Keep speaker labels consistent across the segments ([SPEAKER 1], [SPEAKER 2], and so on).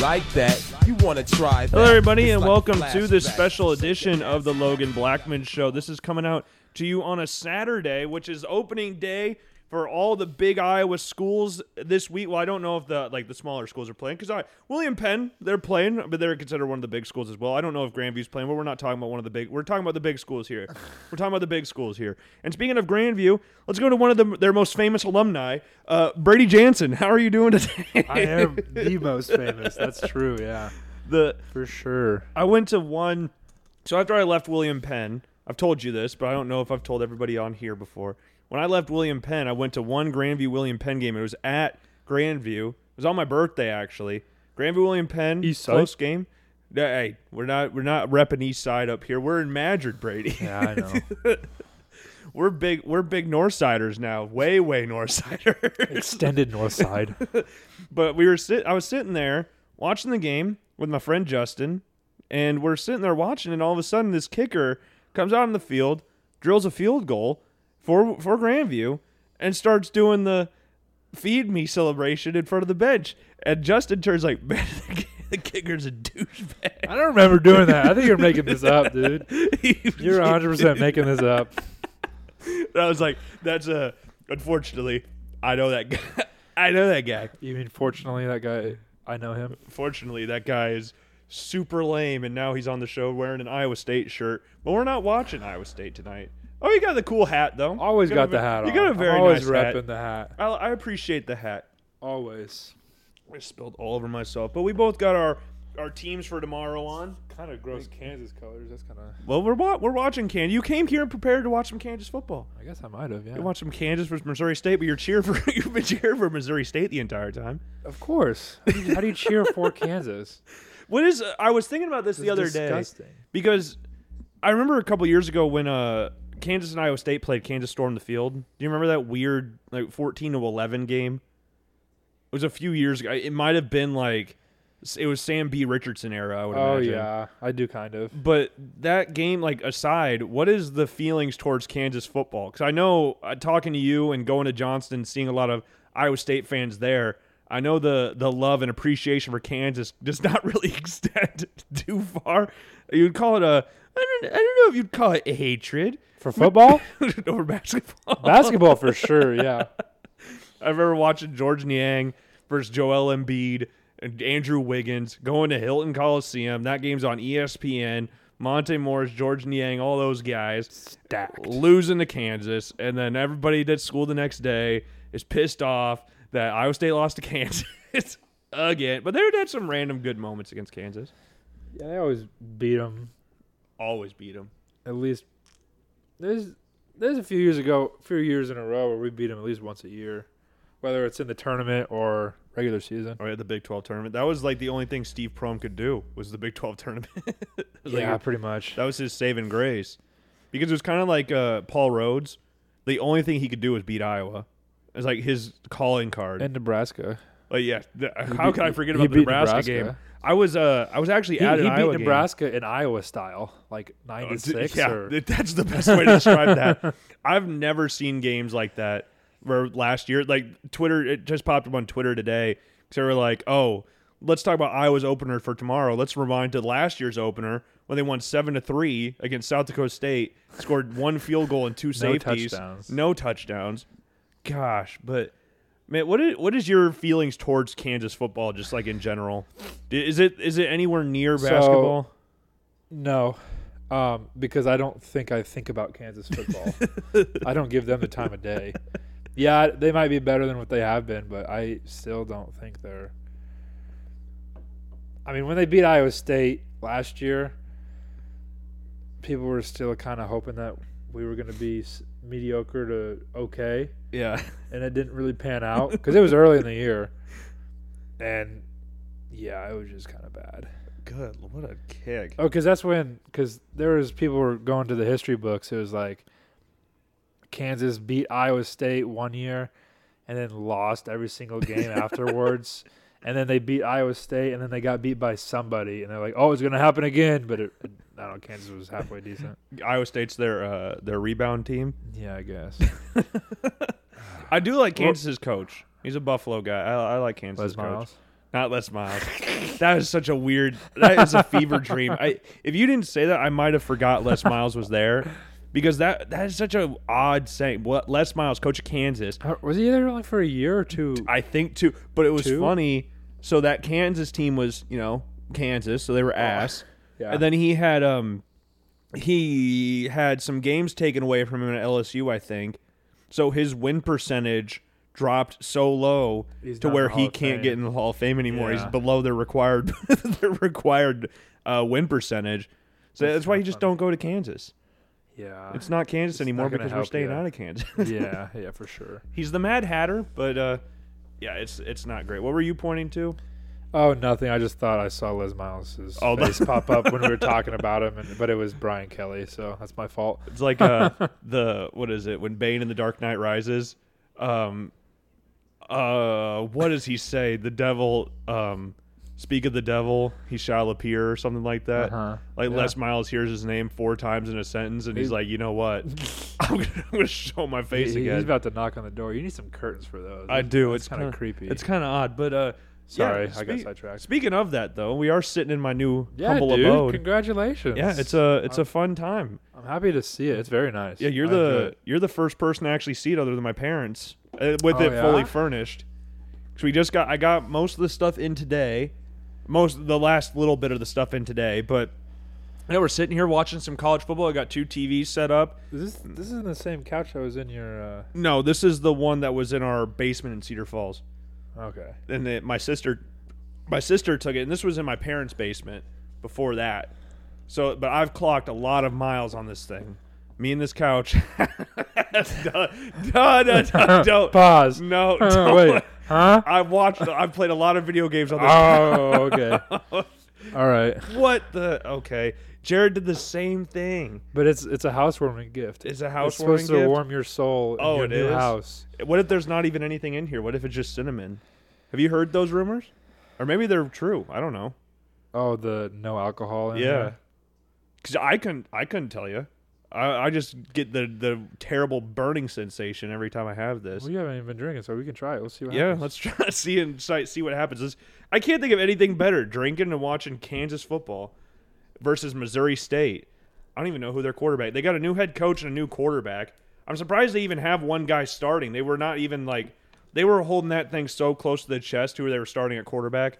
[SPEAKER 1] like that, you want to try that.
[SPEAKER 2] Hello, everybody,
[SPEAKER 1] It's
[SPEAKER 2] and
[SPEAKER 1] like a
[SPEAKER 2] welcome to this
[SPEAKER 1] flashback.
[SPEAKER 2] special edition of the Logan Blackman Show. This is coming out to you on a Saturday, which is opening day for all the big Iowa schools this week. Well, I don't know if the like the smaller schools are playing because I William Penn they're playing, but they're considered one of the big schools as well. I don't know if Grandview's playing, but we're not talking about one of the big. We're talking about the big schools here. We're talking about the big schools here. And speaking of Grandview, let's go to one of the, their most famous alumni, uh, Brady Jansen. How are you doing today?
[SPEAKER 3] I am the most famous. That's true. Yeah,
[SPEAKER 2] the
[SPEAKER 3] for sure.
[SPEAKER 2] I went to one. So after I left William Penn, I've told you this, but I don't know if I've told everybody on here before. When I left William Penn, I went to one Grandview William Penn game. It was at Grandview. It was on my birthday actually. Grandview William Penn
[SPEAKER 3] East side?
[SPEAKER 2] close game. Yeah, Hey, we're not we're not repping East Side up here. We're in Madrid, Brady.
[SPEAKER 3] Yeah, I know.
[SPEAKER 2] We're big we're big Northsiders now. Way way Northsiders.
[SPEAKER 3] Extended North Side.
[SPEAKER 2] but we were sit I was sitting there watching the game with my friend Justin and we're sitting there watching and all of a sudden this kicker comes out on the field, drills a field goal for for Grandview and starts doing the feed me celebration in front of the bench. And Justin turns like, "Man, the ki- the kicker's a douchebag."
[SPEAKER 3] I don't remember doing that. I think you're making this up, dude.
[SPEAKER 2] He-
[SPEAKER 3] You're 100 percent making this up.
[SPEAKER 2] I was like, "That's a unfortunately, I know that guy. I know that guy.
[SPEAKER 3] You mean fortunately that guy? I know him.
[SPEAKER 2] Fortunately, that guy is super lame, and now he's on the show wearing an Iowa State shirt. But we're not watching Iowa State tonight. Oh, you got the cool hat though.
[SPEAKER 3] Always
[SPEAKER 2] You
[SPEAKER 3] got
[SPEAKER 2] a
[SPEAKER 3] the
[SPEAKER 2] ve-
[SPEAKER 3] hat on.
[SPEAKER 2] You got a very
[SPEAKER 3] I'm always
[SPEAKER 2] nice
[SPEAKER 3] repping
[SPEAKER 2] hat.
[SPEAKER 3] the hat.
[SPEAKER 2] I, I appreciate the hat.
[SPEAKER 3] Always.
[SPEAKER 2] I spilled all over myself, but we both got our our teams for tomorrow on.
[SPEAKER 3] Kind of gross Kansas colors. That's kind of.
[SPEAKER 2] Well, we're wa- we're watching Kansas. You came here prepared to watch some Kansas football.
[SPEAKER 3] I guess I might have. Yeah.
[SPEAKER 2] You watched some Kansas versus Missouri State, but you're cheering for you've been cheering for Missouri State the entire time.
[SPEAKER 3] Of course. How do you, how do you cheer for Kansas?
[SPEAKER 2] What is? I was thinking about this the other
[SPEAKER 3] disgusting.
[SPEAKER 2] day because I remember a couple years ago when uh, Kansas and Iowa State played. Kansas stormed the field. Do you remember that weird like fourteen to eleven game? It was a few years ago. It might have been like it was Sam B. Richardson era. I would
[SPEAKER 3] Oh
[SPEAKER 2] imagine.
[SPEAKER 3] yeah, I do kind of.
[SPEAKER 2] But that game, like aside, what is the feelings towards Kansas football? Because I know uh, talking to you and going to Johnston, seeing a lot of Iowa State fans there. I know the the love and appreciation for Kansas does not really extend too far. You'd call it a I don't, I don't know if you'd call it a hatred
[SPEAKER 3] For football,
[SPEAKER 2] over basketball.
[SPEAKER 3] basketball for sure. Yeah.
[SPEAKER 2] I remember watching George Niang versus Joel Embiid and Andrew Wiggins going to Hilton Coliseum. That game's on E ESPN. Monte Morris, George Niang, all those guys
[SPEAKER 3] Stacked.
[SPEAKER 2] losing to Kansas, and then everybody at school the next day is pissed off that Iowa State lost to Kansas again. But they had some random good moments against Kansas.
[SPEAKER 3] Yeah, they always beat them.
[SPEAKER 2] Always beat them.
[SPEAKER 3] At least there's there's a few years ago, few years in a row where we beat them at least once a year, whether it's in the tournament or regular season.
[SPEAKER 2] All right, Oh, the Big Twelve tournament. That was like the only thing Steve Prom could do was the Big Twelve tournament. It was like
[SPEAKER 3] Yeah, pretty much.
[SPEAKER 2] That was his saving grace, because it was kind of like uh, Paul Rhodes. The only thing he could do was beat Iowa. It was like his calling card.
[SPEAKER 3] In Nebraska,
[SPEAKER 2] like, yeah, th- how could I forget
[SPEAKER 3] he
[SPEAKER 2] about the
[SPEAKER 3] beat
[SPEAKER 2] Nebraska,
[SPEAKER 3] Nebraska.
[SPEAKER 2] game? I was uh, I was actually
[SPEAKER 3] he,
[SPEAKER 2] at
[SPEAKER 3] he
[SPEAKER 2] an
[SPEAKER 3] beat
[SPEAKER 2] Iowa game.
[SPEAKER 3] Nebraska in Iowa style, like Oh,
[SPEAKER 2] Uh,
[SPEAKER 3] nine to
[SPEAKER 2] d-
[SPEAKER 3] six.
[SPEAKER 2] yeah,
[SPEAKER 3] or,
[SPEAKER 2] th- that's the best way to describe that. I've never seen games like that. Where last year, like Twitter, it just popped up on Twitter today because they were like, "Oh, let's talk about Iowa's opener for tomorrow. Let's rewind to last year's opener when they won seven to three against South Dakota State, scored one field goal and two safeties,
[SPEAKER 3] touchdowns.
[SPEAKER 2] no touchdowns. Gosh, but." Man, what is what is your feelings towards Kansas football, just like in general? D- Is it is it anywhere near
[SPEAKER 3] So-
[SPEAKER 2] basketball?
[SPEAKER 3] no, um, because I don't think I think about Kansas football. I don't give them the time of day. Yeah, they might be better than what they have been, but I still don't think they're. I mean, when they beat Iowa State last year, people were still kind of hoping that we were going to be s- mediocre to okay,
[SPEAKER 2] yeah,
[SPEAKER 3] and it didn't really pan out because it was early in the year, and yeah, it was just kind of bad.
[SPEAKER 2] good. What a kick!
[SPEAKER 3] Oh, because that's when because there was people were going to the history books. It was like Kansas beat Iowa State one year, and then lost every single game afterwards. And then they beat Iowa State, and then they got beat by somebody, and they're like, "Oh, it's going to happen again." But it, I don't know. Kansas was halfway decent.
[SPEAKER 2] Iowa State's their uh, their rebound team.
[SPEAKER 3] Yeah, I guess.
[SPEAKER 2] I do like Kansas's coach. He's a Buffalo guy. I, I like Kansas's
[SPEAKER 3] Les
[SPEAKER 2] coach.
[SPEAKER 3] Miles.
[SPEAKER 2] Not Les Miles. that is such a weird. That is a fever dream. I if you didn't say that, I might have forgot Les Miles was there, because that that is such a odd saying. What Les Miles, coach of Kansas,
[SPEAKER 3] How- Uh, Was he there like for a year or two?
[SPEAKER 2] I think too. But it was
[SPEAKER 3] Two?
[SPEAKER 2] funny. So that Kansas team was, you know, Kansas, so they were ass.
[SPEAKER 3] Oh, yeah.
[SPEAKER 2] And then he had um he had some games taken away from him at LSU, I think. So his win percentage dropped so low
[SPEAKER 3] He's
[SPEAKER 2] to
[SPEAKER 3] not in
[SPEAKER 2] where
[SPEAKER 3] the Hall
[SPEAKER 2] he
[SPEAKER 3] of
[SPEAKER 2] can't
[SPEAKER 3] Fame.
[SPEAKER 2] get in the Hall of Fame anymore.
[SPEAKER 3] Yeah.
[SPEAKER 2] He's below their required their required uh, win percentage. So that's, why you just don't go to Kansas.
[SPEAKER 3] yeah.
[SPEAKER 2] It's not Kansas anymore
[SPEAKER 3] not gonna
[SPEAKER 2] because we're
[SPEAKER 3] help
[SPEAKER 2] staying
[SPEAKER 3] you.
[SPEAKER 2] out of Kansas.
[SPEAKER 3] yeah, yeah, for sure.
[SPEAKER 2] He's the Mad Hatter, but uh, yeah, it's it's not great. What were you pointing to?
[SPEAKER 3] Oh, nothing. I just thought I saw Les Miles's
[SPEAKER 2] Oh,
[SPEAKER 3] face pop up when we were talking about him, and, but it was Brian Kelly, so that's my fault.
[SPEAKER 2] It's like uh, the what is it when Bane in the Dark Knight Rises? Um, uh, what does he say? The devil, um, speak of the devil, he shall appear, or something like that.
[SPEAKER 3] Uh-huh.
[SPEAKER 2] Like
[SPEAKER 3] Yeah.
[SPEAKER 2] Les Miles hears his name four times in a sentence, and he's
[SPEAKER 3] He's-
[SPEAKER 2] like, you know what? I'm gonna, I'm gonna show my
[SPEAKER 3] He-
[SPEAKER 2] face
[SPEAKER 3] he's
[SPEAKER 2] again.
[SPEAKER 3] about to knock on the door. You need some curtains for those.
[SPEAKER 2] I do.
[SPEAKER 3] That's
[SPEAKER 2] It's
[SPEAKER 3] kinda
[SPEAKER 2] kinda-
[SPEAKER 3] creepy.
[SPEAKER 2] it's kind of odd, but uh,
[SPEAKER 3] Sorry,
[SPEAKER 2] yeah,
[SPEAKER 3] I got
[SPEAKER 2] speak-
[SPEAKER 3] sidetracked.
[SPEAKER 2] Speaking of that, though, we are sitting in my new
[SPEAKER 3] yeah,
[SPEAKER 2] humble
[SPEAKER 3] dude.
[SPEAKER 2] abode.
[SPEAKER 3] Congratulations.
[SPEAKER 2] Yeah, it's a it's a fun time.
[SPEAKER 3] I'm happy to see it. It's very nice.
[SPEAKER 2] Yeah, you're
[SPEAKER 3] I enjoy
[SPEAKER 2] the
[SPEAKER 3] it.
[SPEAKER 2] you're the first person to actually see it other than my parents uh, with
[SPEAKER 3] Oh,
[SPEAKER 2] it fully
[SPEAKER 3] yeah?
[SPEAKER 2] furnished. So we just got I got most of the stuff in today, most the last little bit of the stuff in today, but yeah, we're sitting here watching some college football. I got two TVs set up.
[SPEAKER 3] Is this this isn't the same couch I was in your. Uh,
[SPEAKER 2] No, this is the one that was in our basement in Cedar Falls.
[SPEAKER 3] okay.
[SPEAKER 2] and then my sister my sister took it and this was in my parents basement before that so but i've clocked a lot of miles on this thing me and this couch no, no, no, no, don't
[SPEAKER 3] Pause.
[SPEAKER 2] no
[SPEAKER 3] Uh,
[SPEAKER 2] don't.
[SPEAKER 3] wait. Huh?
[SPEAKER 2] i've watched i've played a lot of video games on this
[SPEAKER 3] Oh, okay. All right.
[SPEAKER 2] what the okay jared did the same thing
[SPEAKER 3] But it's it's a housewarming gift.
[SPEAKER 2] It's a
[SPEAKER 3] It's
[SPEAKER 2] housewarming
[SPEAKER 3] supposed
[SPEAKER 2] gift?
[SPEAKER 3] to warm your soul in
[SPEAKER 2] Oh,
[SPEAKER 3] your
[SPEAKER 2] it
[SPEAKER 3] new
[SPEAKER 2] is?
[SPEAKER 3] house.
[SPEAKER 2] what if there's not even anything in here what if it's just cinnamon have you heard those rumors or maybe they're true i don't know
[SPEAKER 3] Oh, the no alcohol. In
[SPEAKER 2] Yeah,
[SPEAKER 3] there?
[SPEAKER 2] because I couldn't. I couldn't tell you. I, I just get the the terrible burning sensation every time I have this.
[SPEAKER 3] Well, you haven't even been drinking, so we can try it. We'll see what
[SPEAKER 2] yeah,
[SPEAKER 3] happens.
[SPEAKER 2] let's try see and si- see what happens. This, I can't think of anything better: drinking and watching Kansas football versus Missouri State. I don't even know who their quarterback. They got a new head coach and a new quarterback. I'm surprised they even have one guy starting. They were not even like they were holding that thing so close to the chest who they were starting at quarterback.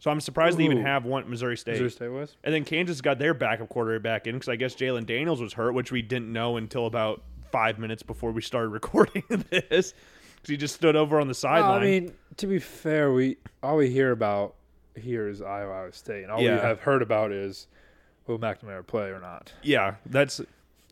[SPEAKER 2] So I'm surprised they even
[SPEAKER 3] Ooh.
[SPEAKER 2] have one Missouri State.
[SPEAKER 3] Missouri State was.
[SPEAKER 2] And then Kansas got their backup quarterback in because I guess Jalen Daniels was hurt, which we didn't know until about five minutes before we started recording this. 'Cause he just stood over on the sideline.
[SPEAKER 3] I mean, to be fair, we all we hear about here is Iowa Iowa State, and all we
[SPEAKER 2] Yeah.
[SPEAKER 3] have heard about is will McNamara play or not.
[SPEAKER 2] yeah, that's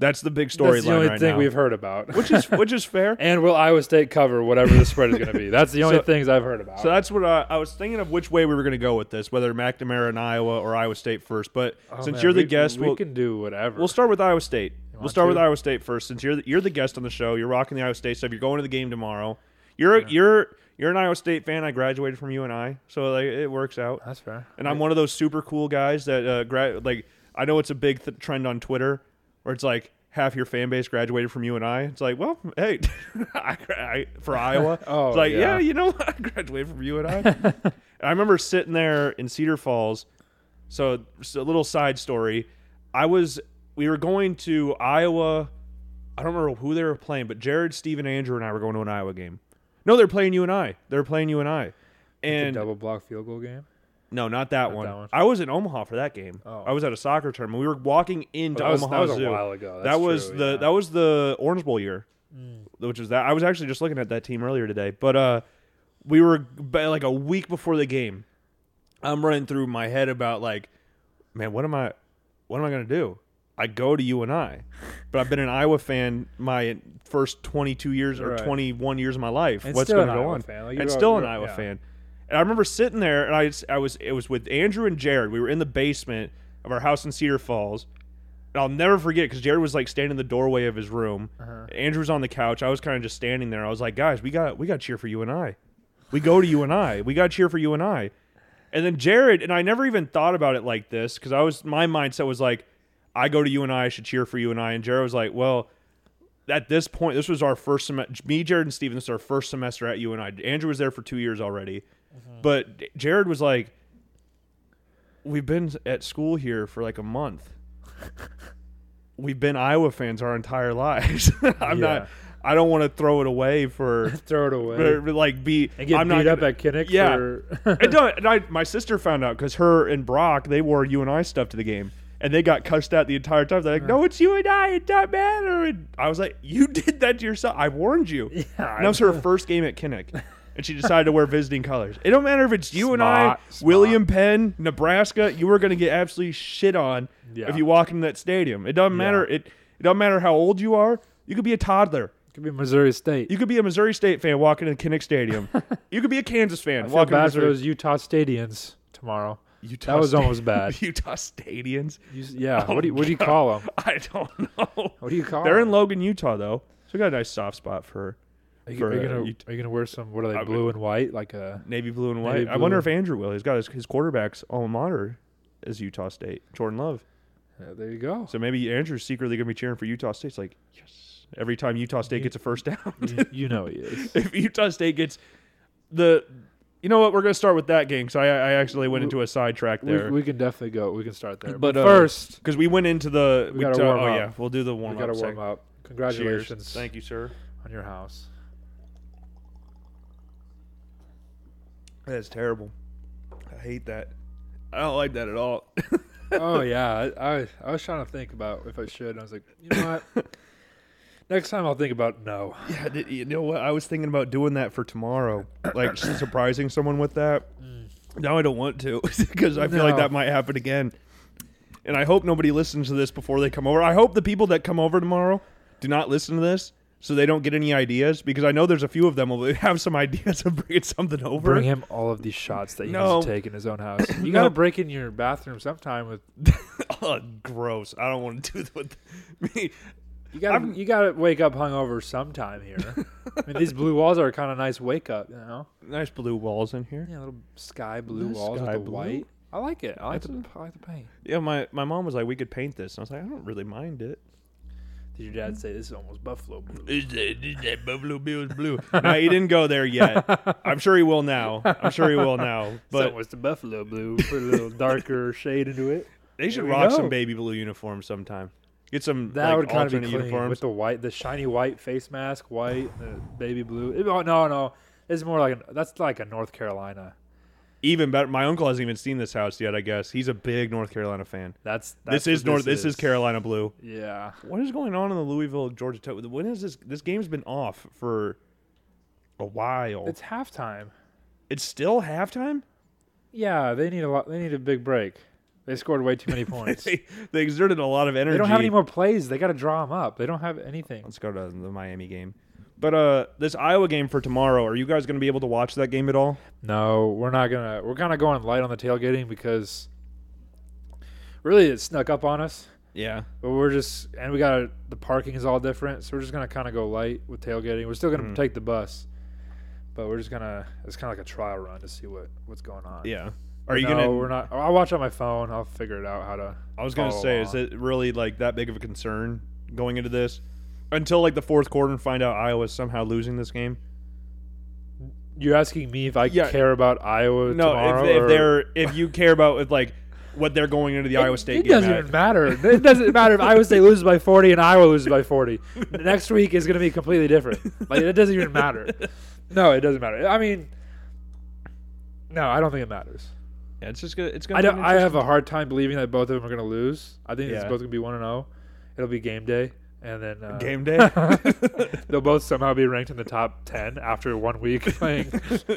[SPEAKER 2] that's the big
[SPEAKER 3] That's
[SPEAKER 2] storyline
[SPEAKER 3] the only
[SPEAKER 2] right
[SPEAKER 3] thing
[SPEAKER 2] now.
[SPEAKER 3] we've heard about.
[SPEAKER 2] which is which is fair.
[SPEAKER 3] and will Iowa State cover whatever the spread is going to be? That's the only things I've heard about.
[SPEAKER 2] So that's what I, I was thinking of which way we were going to go with this, whether McNamara and Iowa or Iowa State first. But
[SPEAKER 3] Oh,
[SPEAKER 2] since
[SPEAKER 3] man,
[SPEAKER 2] you're the
[SPEAKER 3] we-
[SPEAKER 2] guest,
[SPEAKER 3] we
[SPEAKER 2] we'll,
[SPEAKER 3] can do whatever.
[SPEAKER 2] We'll start with Iowa State. We'll
[SPEAKER 3] want
[SPEAKER 2] start with
[SPEAKER 3] to?
[SPEAKER 2] Iowa State first, since you're the, you're the guest on the show. You're rocking the Iowa State stuff. You're going to the game tomorrow. You're you're you're an Iowa State fan. I graduated from UNI, so like, it works out.
[SPEAKER 3] that's fair.
[SPEAKER 2] And I'm one of those super cool guys that uh, gra- like I know it's a big th- trend on Twitter where it's like half your fan base graduated from UNI. It's like, well, hey, I, gra- I, for Iowa,
[SPEAKER 3] Oh,
[SPEAKER 2] it's like, yeah.
[SPEAKER 3] yeah.
[SPEAKER 2] you know, what? I graduated from UNI. and I remember sitting there in Cedar Falls. So, so a little side story. I was we were going to Iowa. I don't remember who they were playing, but Jared, Steven, Andrew, and I were going to an Iowa game. No, they're playing you and I. They're playing you and I.
[SPEAKER 3] It's a
[SPEAKER 2] And
[SPEAKER 3] double block field goal game.
[SPEAKER 2] no, not that, one.
[SPEAKER 3] that one.
[SPEAKER 2] I was in Omaha for that game.
[SPEAKER 3] Oh.
[SPEAKER 2] I was at a soccer tournament. We were walking into
[SPEAKER 3] that was-
[SPEAKER 2] Omaha
[SPEAKER 3] that was a
[SPEAKER 2] Zoo.
[SPEAKER 3] while ago.
[SPEAKER 2] that
[SPEAKER 3] That's
[SPEAKER 2] was
[SPEAKER 3] true,
[SPEAKER 2] the
[SPEAKER 3] yeah. Mm.
[SPEAKER 2] that was the Orange Bowl year, which was that. I was actually just looking at that team earlier today, but uh, we were ba- like a week before the game. I'm running through my head about like, man, what am I, what am I gonna do? I go to you and I, but I've been an Iowa fan my first 22 years or
[SPEAKER 3] Right.
[SPEAKER 2] 21 years of my life.
[SPEAKER 3] And
[SPEAKER 2] What's
[SPEAKER 3] still
[SPEAKER 2] going
[SPEAKER 3] an
[SPEAKER 2] to go
[SPEAKER 3] Iowa
[SPEAKER 2] on?
[SPEAKER 3] fan. Like, you
[SPEAKER 2] and
[SPEAKER 3] wrote-
[SPEAKER 2] still
[SPEAKER 3] you
[SPEAKER 2] an
[SPEAKER 3] wrote-
[SPEAKER 2] Iowa
[SPEAKER 3] yeah.
[SPEAKER 2] fan. And I remember sitting there, and I, s- I was it was with Andrew and Jared. We were in the basement of our house in Cedar Falls, and I'll never forget because Jared was like standing in the doorway of his room.
[SPEAKER 3] Uh-huh.
[SPEAKER 2] Andrew's on the couch. I was kind of just standing there. I was like, guys, we got we got to cheer for you and I. We go to you and I. We got to cheer for you and I. And then Jared and I never even thought about it like this because I was my mindset was like, I go to you and I, I should cheer for you and I. And Jared was like, well. At this point, this was our first semester. Me, Jared, and Steven, this is our first semester at UNI. Andrew was there for two years already.
[SPEAKER 3] Mm-hmm.
[SPEAKER 2] But Jared was like, "We've been at school here for like a month. We've been Iowa fans our entire lives. I'm
[SPEAKER 3] Yeah.
[SPEAKER 2] not. I don't want to throw it away for."
[SPEAKER 3] Throw it away
[SPEAKER 2] for, like be
[SPEAKER 3] and get
[SPEAKER 2] I'm
[SPEAKER 3] beat
[SPEAKER 2] not
[SPEAKER 3] up
[SPEAKER 2] gonna-
[SPEAKER 3] at Kinnick.
[SPEAKER 2] Yeah.
[SPEAKER 3] for-
[SPEAKER 2] and, no, and I, my sister found out because her and Brock they wore you and I stuff to the game, and they got cussed out the entire time. They're like, "No, it's you and I. It doesn't matter." And I was like, "You did that to yourself. I warned you." Yeah, and that was her first game at Kinnick, and she decided to wear visiting colors. It don't matter if it's you and I,
[SPEAKER 3] Smart, smart.
[SPEAKER 2] William Penn, Nebraska. You were gonna get absolutely shit on
[SPEAKER 3] Yeah.
[SPEAKER 2] if you walk into that stadium. It doesn't matter. It it doesn't matter how old you are. You could be a toddler.
[SPEAKER 3] could be Missouri State.
[SPEAKER 2] You could be a Missouri State fan walking into Kinnick Stadium. you could be a Kansas fan
[SPEAKER 3] feel
[SPEAKER 2] walking into
[SPEAKER 3] bad for
[SPEAKER 2] Missouri.
[SPEAKER 3] those Utah Stadians tomorrow.
[SPEAKER 2] Utah
[SPEAKER 3] That was
[SPEAKER 2] Sta-
[SPEAKER 3] almost bad.
[SPEAKER 2] Utah Stadians.
[SPEAKER 3] You, yeah. what do you, what do you call them?
[SPEAKER 2] I don't know.
[SPEAKER 3] What do you call?
[SPEAKER 2] They're in
[SPEAKER 3] them?
[SPEAKER 2] Logan, Utah, though, Oh, so we got a nice soft spot for
[SPEAKER 3] Are you,
[SPEAKER 2] for,
[SPEAKER 3] are you
[SPEAKER 2] uh,
[SPEAKER 3] gonna
[SPEAKER 2] Ut-
[SPEAKER 3] are you gonna wear some? What are they?
[SPEAKER 2] would-
[SPEAKER 3] Blue and white, like a.
[SPEAKER 2] navy blue and white.
[SPEAKER 3] Navy
[SPEAKER 2] I wonder if
[SPEAKER 3] blue.
[SPEAKER 2] Andrew will. He's got his, his quarterback's alma mater is Utah State, Jordan Love.
[SPEAKER 3] Yeah, uh, there you go.
[SPEAKER 2] So maybe Andrew's secretly gonna be cheering for Utah State. It's like yes, every time Utah State gets a first down.
[SPEAKER 3] you, you know he is.
[SPEAKER 2] if Utah State gets the, you know what? We're gonna start with that game because I, I actually went into a sidetrack
[SPEAKER 3] We,
[SPEAKER 2] there.
[SPEAKER 3] we can definitely go. We can start there.
[SPEAKER 2] But,
[SPEAKER 3] But,
[SPEAKER 2] uh,
[SPEAKER 3] first,
[SPEAKER 2] because we went into the
[SPEAKER 3] We gotta
[SPEAKER 2] ta-
[SPEAKER 3] warm
[SPEAKER 2] oh
[SPEAKER 3] up.
[SPEAKER 2] yeah we'll do the
[SPEAKER 3] we
[SPEAKER 2] warm up
[SPEAKER 3] gotta warm up. Congratulations.
[SPEAKER 2] Cheers. Thank you, sir.
[SPEAKER 3] on your house.
[SPEAKER 2] That is terrible. I hate that. I don't like that at all.
[SPEAKER 3] oh yeah, I, I I was trying to think about if I should. And I was like, you know what? Next time I'll think about no.
[SPEAKER 2] yeah, did- you know what? I was thinking about doing that for tomorrow, like surprising someone with that. Now I don't want to because I feel like
[SPEAKER 3] No.
[SPEAKER 2] that might happen again. And I hope nobody listens to this before they come over. I hope the people that come over tomorrow do not listen to this so they don't get any ideas because I know there's a few of them who have some ideas of bringing something over.
[SPEAKER 3] Bring him all of these shots that he
[SPEAKER 2] No.
[SPEAKER 3] needs to take in his own house. You gotta break in your bathroom sometime with.
[SPEAKER 2] oh, gross. I don't want to do that with me.
[SPEAKER 3] You gotta
[SPEAKER 2] I'm-
[SPEAKER 3] you gotta wake up hungover sometime here. I mean, these blue walls are kind of nice wake up. You know,
[SPEAKER 2] Nice blue walls in here.
[SPEAKER 3] yeah, little sky blue
[SPEAKER 2] Nice
[SPEAKER 3] walls
[SPEAKER 2] sky
[SPEAKER 3] with the
[SPEAKER 2] blue.
[SPEAKER 3] white. I like it. I like,
[SPEAKER 2] That's
[SPEAKER 3] the, I like the paint.
[SPEAKER 2] Yeah, my, my mom was like, we could paint this. And I was like, I don't really mind it.
[SPEAKER 3] Did your dad say this is almost buffalo blue?
[SPEAKER 2] Is that, is that Buffalo Bills blue? no, he didn't go there yet. I'm sure he will now. I'm sure he will now.
[SPEAKER 3] But
[SPEAKER 2] But
[SPEAKER 3] almost the buffalo blue. Put a little darker shade into it.
[SPEAKER 2] they should
[SPEAKER 3] we
[SPEAKER 2] rock
[SPEAKER 3] go.
[SPEAKER 2] some baby blue uniforms sometime. Get some
[SPEAKER 3] That
[SPEAKER 2] like,
[SPEAKER 3] would kind of
[SPEAKER 2] alternate
[SPEAKER 3] be clean
[SPEAKER 2] uniforms.
[SPEAKER 3] with the white, the shiny white face mask, white, the baby blue. It- oh no, no, it's more like a, that's like a North Carolina.
[SPEAKER 2] even better. My uncle hasn't even seen this house yet. I guess he's a big North Carolina fan.
[SPEAKER 3] That's, that's
[SPEAKER 2] this is
[SPEAKER 3] what
[SPEAKER 2] North. This is Carolina blue.
[SPEAKER 3] Yeah,
[SPEAKER 2] What is going on in the Louisville Georgia Tech? When is this? This game's been off for a while.
[SPEAKER 3] it's halftime.
[SPEAKER 2] it's still halftime.
[SPEAKER 3] Yeah, they need a lot. They need a big break. They scored way too many points. they
[SPEAKER 2] they, they exerted a lot of energy.
[SPEAKER 3] don't have any more plays. They got to draw them up. They don't have anything.
[SPEAKER 2] Let's go to the Miami game. But uh, this Iowa game for tomorrow, are you guys going to be able to watch that game at all?
[SPEAKER 3] No, we're not gonna. We're kind of going light on the tailgating because really it snuck up on us.
[SPEAKER 2] Yeah.
[SPEAKER 3] But we're just, and we got the parking is all different, so we're just gonna kind of go light with tailgating. We're still gonna
[SPEAKER 2] Hmm.
[SPEAKER 3] take the bus, but we're just gonna. It's kind of like a trial run to see what what's going on.
[SPEAKER 2] Yeah. Are you
[SPEAKER 3] no,
[SPEAKER 2] gonna?
[SPEAKER 3] We're not. I'll watch on my phone. I'll figure it out how to.
[SPEAKER 2] I was gonna
[SPEAKER 3] follow
[SPEAKER 2] say,
[SPEAKER 3] along.
[SPEAKER 2] is it really like that big of a concern going into this until like the fourth quarter and find out Iowa's somehow losing this game?
[SPEAKER 3] You're asking me if I
[SPEAKER 2] Yeah.
[SPEAKER 3] care about Iowa
[SPEAKER 2] No,
[SPEAKER 3] tomorrow?
[SPEAKER 2] if, if
[SPEAKER 3] or-
[SPEAKER 2] they're if you care about if, like what they're going into the Iowa State
[SPEAKER 3] It
[SPEAKER 2] game.
[SPEAKER 3] doesn't
[SPEAKER 2] at.
[SPEAKER 3] even matter. It doesn't matter if Iowa State loses by 40 and Iowa loses by 40. Next week is going to be completely different. Like it doesn't even matter. No, it doesn't matter. I mean, no, I don't think it matters.
[SPEAKER 2] Yeah, it's just gonna. It's gonna.
[SPEAKER 3] I
[SPEAKER 2] be
[SPEAKER 3] don't.
[SPEAKER 2] an
[SPEAKER 3] I have
[SPEAKER 2] interesting-
[SPEAKER 3] a hard time believing that both of them are going to lose. I think it's
[SPEAKER 2] Yeah.
[SPEAKER 3] both going to be one and zero. It'll be game day, and then uh,
[SPEAKER 2] game day.
[SPEAKER 3] They'll both somehow be ranked in the top ten after one week playing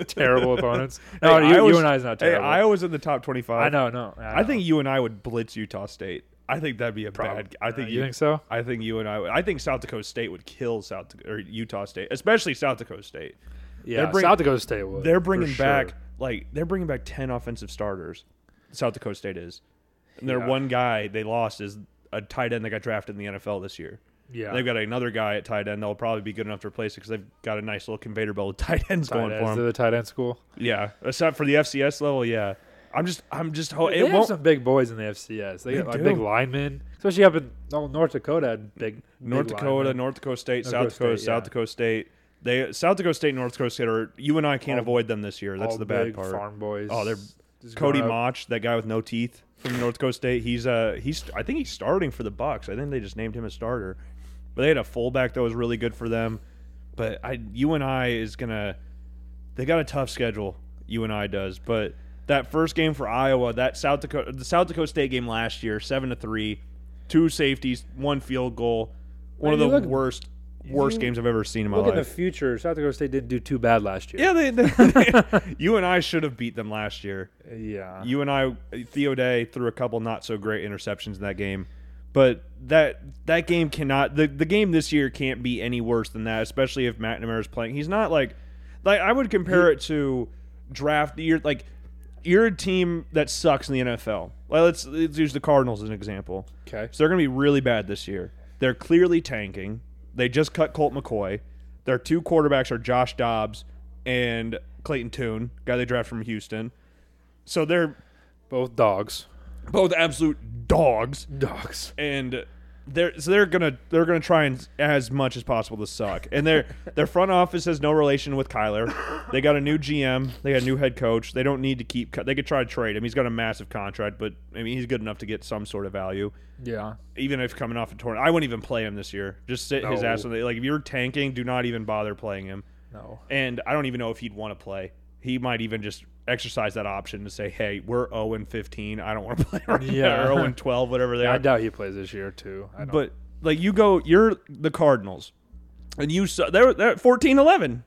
[SPEAKER 3] terrible opponents. No, you, you and I is not
[SPEAKER 2] Hey,
[SPEAKER 3] terrible.
[SPEAKER 2] Iowa's in the top twenty-five.
[SPEAKER 3] I know, no.
[SPEAKER 2] I think you and I would blitz Utah State. I think that'd be a bad. I think
[SPEAKER 3] you think so?
[SPEAKER 2] I think you and I. would- I think South Dakota State would kill South Dak- or Utah State, especially South Dakota State.
[SPEAKER 3] Yeah,
[SPEAKER 2] bring-
[SPEAKER 3] South Dakota State would.
[SPEAKER 2] They're
[SPEAKER 3] for
[SPEAKER 2] bringing
[SPEAKER 3] sure.
[SPEAKER 2] back like they're bringing back ten offensive starters. South Dakota State is, and their
[SPEAKER 3] Yeah.
[SPEAKER 2] one guy they lost is a tight end that got drafted in the NFL this year.
[SPEAKER 3] Yeah,
[SPEAKER 2] They've got another guy at tight end that'll probably be good enough to replace it because they've got a nice little conveyor belt of tight ends
[SPEAKER 3] tight
[SPEAKER 2] going
[SPEAKER 3] ends. uh,
[SPEAKER 2] for them.
[SPEAKER 3] They're the tight end school.
[SPEAKER 2] yeah, except for the FCS level. Yeah, I'm just, I'm just. Ho-
[SPEAKER 3] They
[SPEAKER 2] it
[SPEAKER 3] have
[SPEAKER 2] won't.
[SPEAKER 3] some big boys in the FCS. They,
[SPEAKER 2] They
[SPEAKER 3] got like,
[SPEAKER 2] do.
[SPEAKER 3] big linemen, especially up in oh, North Dakota. had Big big
[SPEAKER 2] North Dakota,
[SPEAKER 3] linemen.
[SPEAKER 2] North Dakota State,
[SPEAKER 3] North
[SPEAKER 2] South
[SPEAKER 3] Dakota
[SPEAKER 2] Dakota,
[SPEAKER 3] State,
[SPEAKER 2] South
[SPEAKER 3] yeah.
[SPEAKER 2] Dakota State. They South Dakota State, and North Dakota State are you and I can't
[SPEAKER 3] All-
[SPEAKER 2] avoid them this year. That's
[SPEAKER 3] all
[SPEAKER 2] the bad
[SPEAKER 3] big
[SPEAKER 2] part.
[SPEAKER 3] Farm boys.
[SPEAKER 2] Oh, they're
[SPEAKER 3] just
[SPEAKER 2] Cody
[SPEAKER 3] growing up.
[SPEAKER 2] Mach, that guy with no teeth from North Dakota State. He's uh he's I think he's starting for the Bucks. I think they just named him a starter. But they had a fullback that was really good for them. But I you and I is gonna they got a tough schedule. You and I does, but that first game for Iowa, that South Dakota, the South Dakota State game last year, seven to three, two safeties, one field goal, one
[SPEAKER 3] Man,
[SPEAKER 2] of
[SPEAKER 3] you
[SPEAKER 2] the
[SPEAKER 3] look-
[SPEAKER 2] worst worst games I've ever seen in my
[SPEAKER 3] Look in the
[SPEAKER 2] life.
[SPEAKER 3] future. South Dakota State didn't do too bad last year.
[SPEAKER 2] yeah, they, they you and I should have beat them last year.
[SPEAKER 3] Yeah.
[SPEAKER 2] You and I, Theo Day threw a couple not so great interceptions in that game, but that that game cannot the, the game this year can't be any worse than that, especially if McNamara is playing. He's not like like I would compare it to draft. You're like you're a team that sucks in the NFL. Like let's let's use the Cardinals as an example.
[SPEAKER 3] okay.
[SPEAKER 2] So they're going to be really bad this year. They're clearly tanking. They just cut Colt McCoy. Their two quarterbacks are Josh Dobbs and Clayton Toon, guy they drafted from Houston. So they're
[SPEAKER 3] Both dogs.
[SPEAKER 2] both absolute dogs,
[SPEAKER 3] Dogs.
[SPEAKER 2] and they're so they're gonna they're gonna try and as much as possible to suck. And their their front office has no relation with Kyler. They got a new GM. They got a new head coach. They don't need to keep. Ky- They could try to trade him. He's got a massive contract, but I mean he's good enough to get some sort of value
[SPEAKER 3] Yeah.
[SPEAKER 2] even if coming off a torn, I wouldn't even play him this year. Just sit his
[SPEAKER 3] No.
[SPEAKER 2] ass on the like. If you're tanking, do not even bother playing him.
[SPEAKER 3] No.
[SPEAKER 2] And I don't even know if he'd want to play. He might even just exercise that option to say, "Hey, we're 0 and 15. I don't want to play right
[SPEAKER 3] Yeah.
[SPEAKER 2] now. Or 0 and 12, whatever they
[SPEAKER 3] I
[SPEAKER 2] are."
[SPEAKER 3] doubt he plays this year too. I don't.
[SPEAKER 2] But like, you go, you're the Cardinals, and you su- they're they're at 14 11.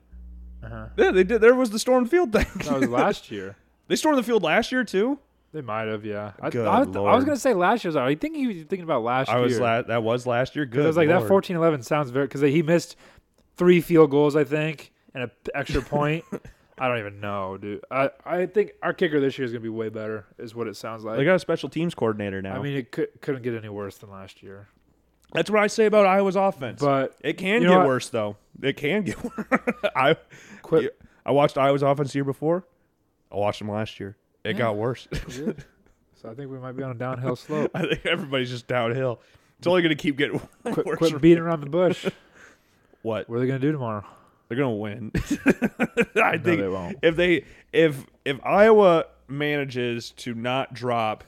[SPEAKER 3] Uh-huh.
[SPEAKER 2] Yeah, they did. There was the storm field thing.
[SPEAKER 3] that was last year.
[SPEAKER 2] they stormed the field last year too.
[SPEAKER 3] They might have. Yeah. I,
[SPEAKER 2] Good
[SPEAKER 3] I, was- I was
[SPEAKER 2] lord.
[SPEAKER 3] gonna say last year's. I think he was thinking about last
[SPEAKER 2] I
[SPEAKER 3] year.
[SPEAKER 2] was la- that was last year. Good.
[SPEAKER 3] I was like that
[SPEAKER 2] lord.
[SPEAKER 3] 14-11 sounds very because he missed three field goals, I think, and an extra point. I don't even know, dude. I, I think our kicker this year is gonna be way better, is what it sounds like.
[SPEAKER 2] They got a special teams coordinator now.
[SPEAKER 3] I mean, it could, couldn't get any worse than last year.
[SPEAKER 2] That's what I say about Iowa's offense.
[SPEAKER 3] But
[SPEAKER 2] It can
[SPEAKER 3] You know
[SPEAKER 2] get
[SPEAKER 3] what?
[SPEAKER 2] worse though. It can get worse. I
[SPEAKER 3] Quit-
[SPEAKER 2] I watched Iowa's offense the year before. I watched them last year. It got worse.
[SPEAKER 3] so I think we might be on a downhill slope.
[SPEAKER 2] I think everybody's just downhill. It's only going to keep getting
[SPEAKER 3] Quit,
[SPEAKER 2] worse.
[SPEAKER 3] quit beating around the bush.
[SPEAKER 2] what
[SPEAKER 3] What are they gonna do tomorrow?
[SPEAKER 2] they're going to win. I think
[SPEAKER 3] they won't.
[SPEAKER 2] if they if if Iowa manages to not drop,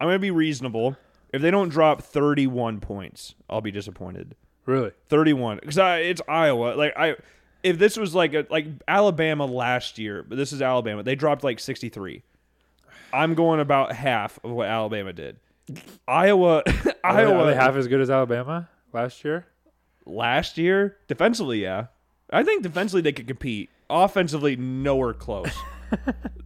[SPEAKER 2] I'm going to be reasonable. If they don't drop 31 points, I'll be disappointed.
[SPEAKER 3] Really?
[SPEAKER 2] 31 because it's iowa like i if this was like a like alabama last year but this is alabama they dropped like 63 i'm going about half of what alabama did iowa
[SPEAKER 3] Are they, are
[SPEAKER 2] iowa
[SPEAKER 3] they half as good as Alabama last year?
[SPEAKER 2] last year defensively yeah i think defensively they could compete offensively nowhere close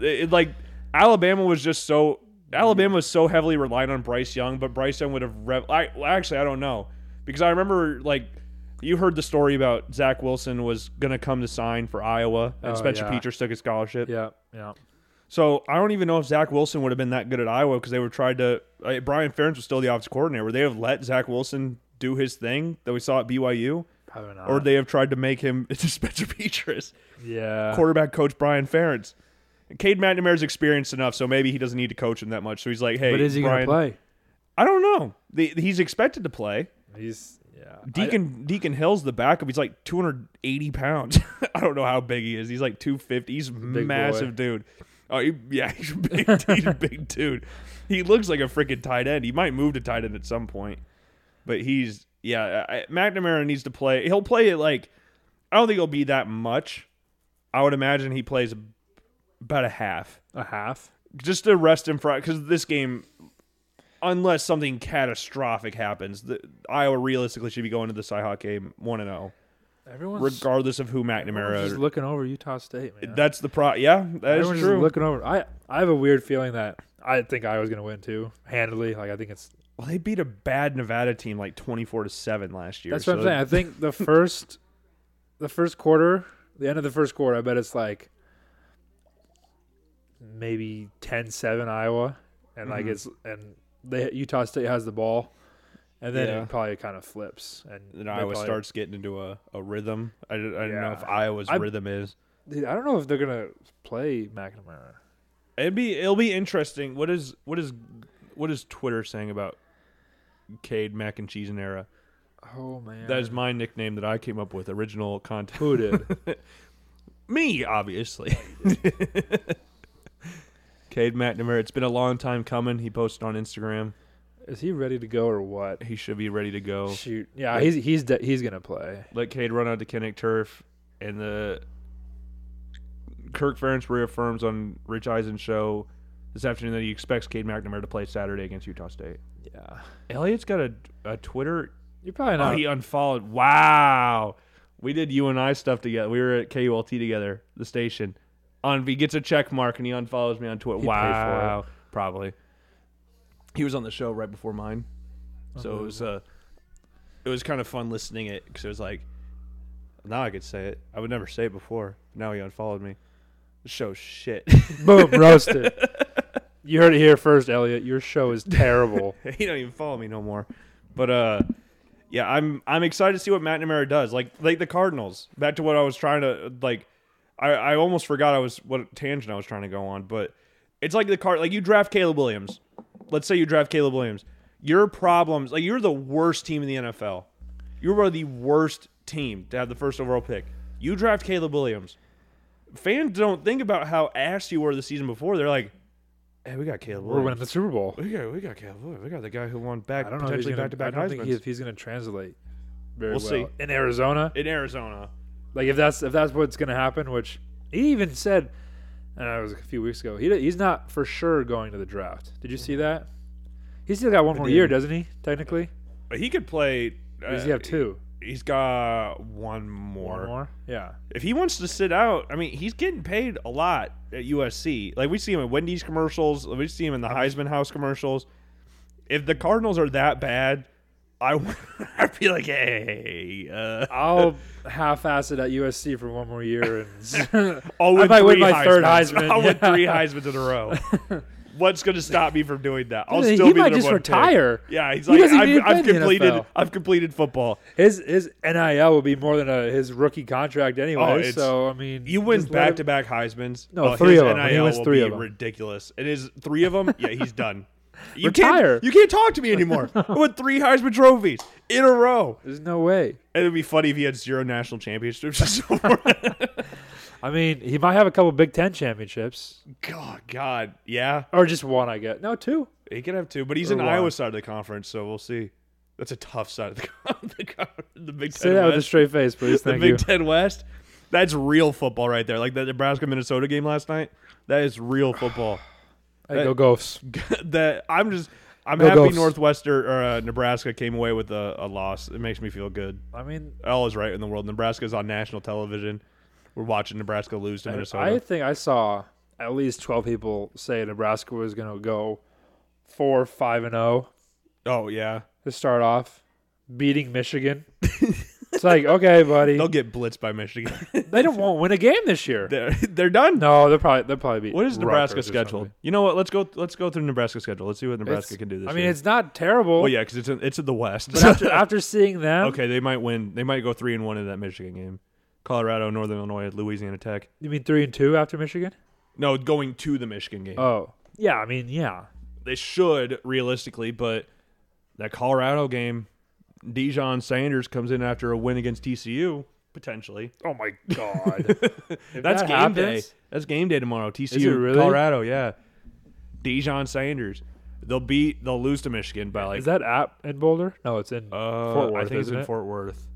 [SPEAKER 2] it, like alabama was just so alabama was so heavily reliant on bryce young but bryce young would have rev- I, well, actually i don't know because i remember like you heard the story about zach wilson was going to come to sign for iowa and
[SPEAKER 3] Oh,
[SPEAKER 2] spencer
[SPEAKER 3] yeah.
[SPEAKER 2] peters took a scholarship
[SPEAKER 3] Yeah, yeah.
[SPEAKER 2] so i don't even know if zach wilson would have been that good at iowa because they were tried to uh, brian ferentz was still the offensive coordinator would they have let zach wilson do his thing that we saw at byu
[SPEAKER 3] Probably not.
[SPEAKER 2] or they have tried to make him into Spencer Petras,
[SPEAKER 3] yeah.
[SPEAKER 2] quarterback coach Brian Ferentz. And Cade McNamara's experienced enough, so maybe he doesn't need to coach him that much. So he's like, hey,
[SPEAKER 3] but is he
[SPEAKER 2] Brian,
[SPEAKER 3] gonna play?
[SPEAKER 2] I don't know. The, he's expected to play.
[SPEAKER 3] He's yeah.
[SPEAKER 2] Deacon Deacon Hill's the backup. He's like 280 pounds. I don't know how big he is. He's like 250. He's
[SPEAKER 3] big
[SPEAKER 2] massive dude. Oh he- yeah, he's a big. he's a big dude. He looks like a freaking tight end. He might move to tight end at some point, but he's yeah. I, McNamara needs to play. He'll play it like I don't think he'll be that much. I would imagine he plays about a half
[SPEAKER 3] I, a half.
[SPEAKER 2] just to rest him for because this game, unless something catastrophic happens, the, Iowa realistically should be going to the Cyhawk game one and zero,
[SPEAKER 3] Everyone's
[SPEAKER 2] regardless of who
[SPEAKER 3] Everyone's
[SPEAKER 2] McNamara.
[SPEAKER 3] just looking over Utah State, man.
[SPEAKER 2] that's the pro. Yeah, that is
[SPEAKER 3] Everyone's just
[SPEAKER 2] true.
[SPEAKER 3] looking over. I I have a weird feeling that I think Iowa's going to win too, handily. Like I think it's
[SPEAKER 2] well, they beat a bad Nevada team like twenty four to seven last year.
[SPEAKER 3] that's what I'm
[SPEAKER 2] so-
[SPEAKER 3] saying. I think the first, the first quarter, the end of the first quarter, I bet it's like maybe 10-7 Iowa, and like
[SPEAKER 2] Mm-hmm.
[SPEAKER 3] it's and they Utah State has the ball, and then
[SPEAKER 2] Yeah.
[SPEAKER 3] it probably kind of flips, and
[SPEAKER 2] Then
[SPEAKER 3] they
[SPEAKER 2] Iowa
[SPEAKER 3] probably-
[SPEAKER 2] starts getting into a, a rhythm. I, don't- I don't know
[SPEAKER 3] Yeah.
[SPEAKER 2] if Iowa's
[SPEAKER 3] I-
[SPEAKER 2] rhythm is.
[SPEAKER 3] Dude, I don't know if they're gonna play McNamara.
[SPEAKER 2] It'd be it'll be interesting. What is what is what is Twitter saying about Cade mac and cheese and era?
[SPEAKER 3] Oh man,
[SPEAKER 2] That is my nickname that I came up with. Original content.
[SPEAKER 3] who did?
[SPEAKER 2] Me, obviously. Cade McNamara. It's been a long time coming. He posted on Instagram.
[SPEAKER 3] is he ready to go or what?
[SPEAKER 2] He should be ready to go.
[SPEAKER 3] Shoot, yeah, he's he's de- he's gonna play.
[SPEAKER 2] Let Cade run out to Kinnick turf, and the Kirk Ferentz reaffirms on Rich Eisen show this afternoon that he expects Cade McNamara to play Saturday against Utah State.
[SPEAKER 3] Yeah,
[SPEAKER 2] Elliot's got a, a Twitter.
[SPEAKER 3] you're probably
[SPEAKER 2] Oh,
[SPEAKER 3] not.
[SPEAKER 2] he unfollowed. Wow. We did you and I stuff together. We were at KULT together, the station. On he gets a check mark and he unfollows me on Twitter.
[SPEAKER 3] He paid for it.
[SPEAKER 2] wow. Probably. He was on the show right before mine. So it was uh it was kind of fun listening it cuz it was like now I could say it. I would never say it before. Now he unfollowed me. The show's shit.
[SPEAKER 3] Boom, roasted. You heard it here first, Elliot. Your show is terrible.
[SPEAKER 2] he don't even follow me no more. But uh yeah, I'm I'm excited to see what McNamara does. Like like the Cardinals. Back to what I was trying to like I, I almost forgot I was what tangent I was trying to go on, but it's like the card like you draft Caleb Williams. Let's say you draft Caleb Williams. Your problems like you're the worst team in the NFL. You're one of the worst team to have the first overall pick. You draft Caleb Williams. Fans don't think about how ass you were the season before. They're like, "Hey, we got Caleb
[SPEAKER 3] We're
[SPEAKER 2] Williams.
[SPEAKER 3] winning the Super Bowl.
[SPEAKER 2] We got we got Caleb Williams. We got the guy who won back
[SPEAKER 3] I don't know if he's
[SPEAKER 2] potentially
[SPEAKER 3] gonna,
[SPEAKER 2] back to back
[SPEAKER 3] I don't think
[SPEAKER 2] Heisman
[SPEAKER 3] he, if he's going to translate. Very
[SPEAKER 2] We'll see.
[SPEAKER 3] in Arizona.
[SPEAKER 2] in Arizona.
[SPEAKER 3] Like if that's if that's what's going to happen, which he even said, and it was a few weeks ago. He he's not for sure going to the draft. Did you see that? He's still got one more year, doesn't he? Technically,
[SPEAKER 2] But he could play. Uh,
[SPEAKER 3] does he have two?
[SPEAKER 2] He's got one more.
[SPEAKER 3] One more? Yeah.
[SPEAKER 2] If he wants to sit out, I mean, he's getting paid a lot at USC. Like we see him in Wendy's commercials. We see him in the Heisman House commercials. If the Cardinals are that bad, I would I'd be like, hey, uh,
[SPEAKER 3] I'll half-ass it at USC for one more year, and
[SPEAKER 2] I'll
[SPEAKER 3] I
[SPEAKER 2] win
[SPEAKER 3] might
[SPEAKER 2] three
[SPEAKER 3] win my third
[SPEAKER 2] Heismans.
[SPEAKER 3] Heisman.
[SPEAKER 2] I'll win
[SPEAKER 3] Yeah.
[SPEAKER 2] three Heisman's in a row. What's going to stop me from doing that? I'll
[SPEAKER 3] He
[SPEAKER 2] still be
[SPEAKER 3] might
[SPEAKER 2] the number
[SPEAKER 3] just
[SPEAKER 2] one pick.
[SPEAKER 3] retire.
[SPEAKER 2] Yeah, he's
[SPEAKER 3] He
[SPEAKER 2] like,
[SPEAKER 3] doesn't
[SPEAKER 2] I've,
[SPEAKER 3] even
[SPEAKER 2] I've
[SPEAKER 3] play in the
[SPEAKER 2] completed,
[SPEAKER 3] NFL."
[SPEAKER 2] I've completed football.
[SPEAKER 3] his his NIL will be more than a, his rookie contract
[SPEAKER 2] Oh,
[SPEAKER 3] anyway.
[SPEAKER 2] it's-
[SPEAKER 3] so I mean,
[SPEAKER 2] You win
[SPEAKER 3] just let
[SPEAKER 2] back
[SPEAKER 3] him-
[SPEAKER 2] to back Heisman's. Uh,
[SPEAKER 3] No, three
[SPEAKER 2] his
[SPEAKER 3] of 'em. He
[SPEAKER 2] NIL
[SPEAKER 3] wins
[SPEAKER 2] will
[SPEAKER 3] three
[SPEAKER 2] be
[SPEAKER 3] of 'em.
[SPEAKER 2] Ridiculous. It is three of them. Yeah, he's done. You
[SPEAKER 3] Retire.
[SPEAKER 2] Can't, you can't talk to me anymore. I won three Heisman trophies in a row.
[SPEAKER 3] There's no way.
[SPEAKER 2] And it'd be funny if he had zero national championships.
[SPEAKER 3] I mean, he might have a couple Big Ten championships,
[SPEAKER 2] God, God, yeah,
[SPEAKER 3] or just one. I guess no, two.
[SPEAKER 2] he could have two, but he's
[SPEAKER 3] Or
[SPEAKER 2] in the
[SPEAKER 3] one.
[SPEAKER 2] Iowa side of the conference, so we'll see. That's a tough side of the con- the, con- the Big Ten.
[SPEAKER 3] Say that with a
[SPEAKER 2] West.
[SPEAKER 3] straight face, please.
[SPEAKER 2] the
[SPEAKER 3] Thank
[SPEAKER 2] Big
[SPEAKER 3] you.
[SPEAKER 2] Ten West. That's real football right there. Like that Nebraska Minnesota game last night. That is real football.
[SPEAKER 3] Hey, go Gophs.
[SPEAKER 2] that I'm just I'm
[SPEAKER 3] Go
[SPEAKER 2] happy
[SPEAKER 3] Gophers.
[SPEAKER 2] Northwestern or uh, Nebraska came away with a, a loss. It makes me feel good.
[SPEAKER 3] I mean,
[SPEAKER 2] All is right in the world. Nebraska's on national television. We're watching Nebraska lose to Minnesota.
[SPEAKER 3] I think I saw at least twelve people say Nebraska was going to go four, five, and zero
[SPEAKER 2] oh yeah,
[SPEAKER 3] to start off, beating Michigan. it's like okay, buddy,
[SPEAKER 2] they'll get blitzed by Michigan.
[SPEAKER 3] they don't won't win a game this year.
[SPEAKER 2] they're they're done.
[SPEAKER 3] No, they'll probably they'll probably be.
[SPEAKER 2] What is Nebraska
[SPEAKER 3] Rutgers or
[SPEAKER 2] scheduled?
[SPEAKER 3] something.
[SPEAKER 2] You know what? Let's go. Let's go through Nebraska schedule. Let's see what
[SPEAKER 3] It's-
[SPEAKER 2] Nebraska can do this.
[SPEAKER 3] I mean,
[SPEAKER 2] year.
[SPEAKER 3] it's not terrible.
[SPEAKER 2] well, yeah, because it's in, it's in the West.
[SPEAKER 3] But after, after seeing them,
[SPEAKER 2] okay, they might win. They might go three and one in that Michigan game. Colorado, Northern Illinois, Louisiana Tech.
[SPEAKER 3] you mean three and two after Michigan?
[SPEAKER 2] No, going to the Michigan game.
[SPEAKER 3] Oh, yeah. I mean, yeah.
[SPEAKER 2] they should realistically, but that Colorado game, Dijon Sanders comes in after a win against TCU potentially.
[SPEAKER 3] Oh my god.
[SPEAKER 2] That's
[SPEAKER 3] that
[SPEAKER 2] game
[SPEAKER 3] happens-
[SPEAKER 2] day. That's game day tomorrow. TCU,
[SPEAKER 3] it really?
[SPEAKER 2] Colorado, yeah. Dijon Sanders, they'll beat, they'll lose to Michigan by like.
[SPEAKER 3] is that app in Boulder? No, it's in
[SPEAKER 2] uh,
[SPEAKER 3] Fort Worth.
[SPEAKER 2] I think it's
[SPEAKER 3] isn't
[SPEAKER 2] in
[SPEAKER 3] it?
[SPEAKER 2] Fort Worth.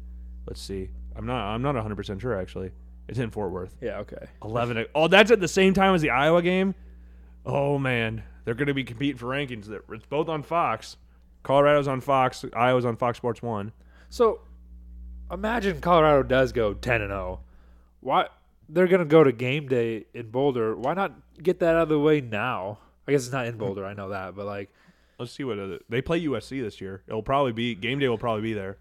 [SPEAKER 2] Let's see. I'm not. I'm not 100 percent sure actually. It's in Fort Worth.
[SPEAKER 3] Yeah. Okay.
[SPEAKER 2] 11. o- Oh, that's at the same time as the Iowa game. Oh man, they're going to be competing for rankings. That it's both on Fox. Colorado's on Fox. Iowa's on Fox Sports One.
[SPEAKER 3] So, imagine Colorado does go ten and zero. Why they're gonna go to game day in Boulder? Why not get that out of the way now? I guess it's not in Boulder. I know that, but like,
[SPEAKER 2] Let's see what other, they play USC this year. It'll probably be game day. Will probably be there.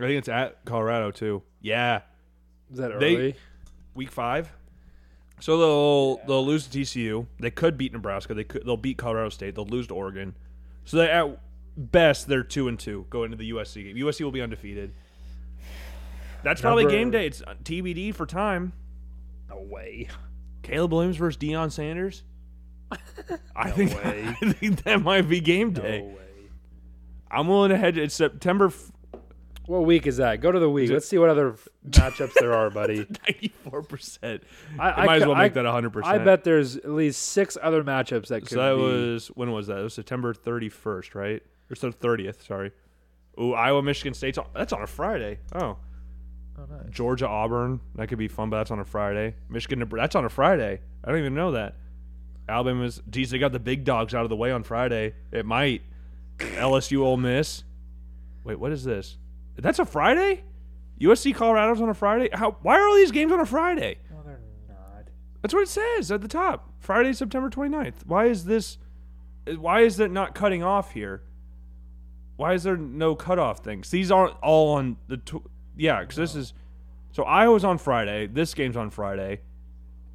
[SPEAKER 2] I think it's at Colorado too. Yeah,
[SPEAKER 3] is that
[SPEAKER 2] They-
[SPEAKER 3] early?
[SPEAKER 2] week five. So they'll they'll lose to TCU. They could beat Nebraska. They could they'll beat Colorado State. They'll lose to Oregon. So they at best they're two and two going into the USC game. USC will be undefeated. That's probably
[SPEAKER 3] Number-
[SPEAKER 2] game day. It's uh, TBD for time.
[SPEAKER 3] no way.
[SPEAKER 2] Caleb Williams versus Deion Sanders. I think I think that might be game
[SPEAKER 3] No
[SPEAKER 2] day.
[SPEAKER 3] way.
[SPEAKER 2] I'm willing to hedge. It's September. f-
[SPEAKER 3] What week is that? Go to the week. Let's see what other f- matchups there are, buddy.
[SPEAKER 2] Ninety-four percent.
[SPEAKER 3] I,
[SPEAKER 2] I might as
[SPEAKER 3] ca-
[SPEAKER 2] well make
[SPEAKER 3] I-
[SPEAKER 2] that hundred percent.
[SPEAKER 3] I bet there's at least six other matchups that could
[SPEAKER 2] So that
[SPEAKER 3] be.
[SPEAKER 2] was when was that? It was September 31st, right? Or so 30th, sorry. Ooh, Iowa, Michigan State's on, that's on a Friday. Oh. Georgia, Auburn, that could be fun, but that's on a Friday. Michigan, Nebr- that's on a Friday. I don't even know that. Alabama's, geez, they got the big dogs out of the way on Friday. It might. LSU, Ole Miss. Wait, what is this? That's a Friday. USC, Colorado's on a Friday. How? Why are all these games on a Friday?
[SPEAKER 3] no, they're not.
[SPEAKER 2] That's what it says at the top. Friday, September 29th. Why is this why is it not cutting off here? Why is there no cutoff things? These aren't all on the tw- Yeah, cuz this is So Iowa's on Friday. This game's on Friday.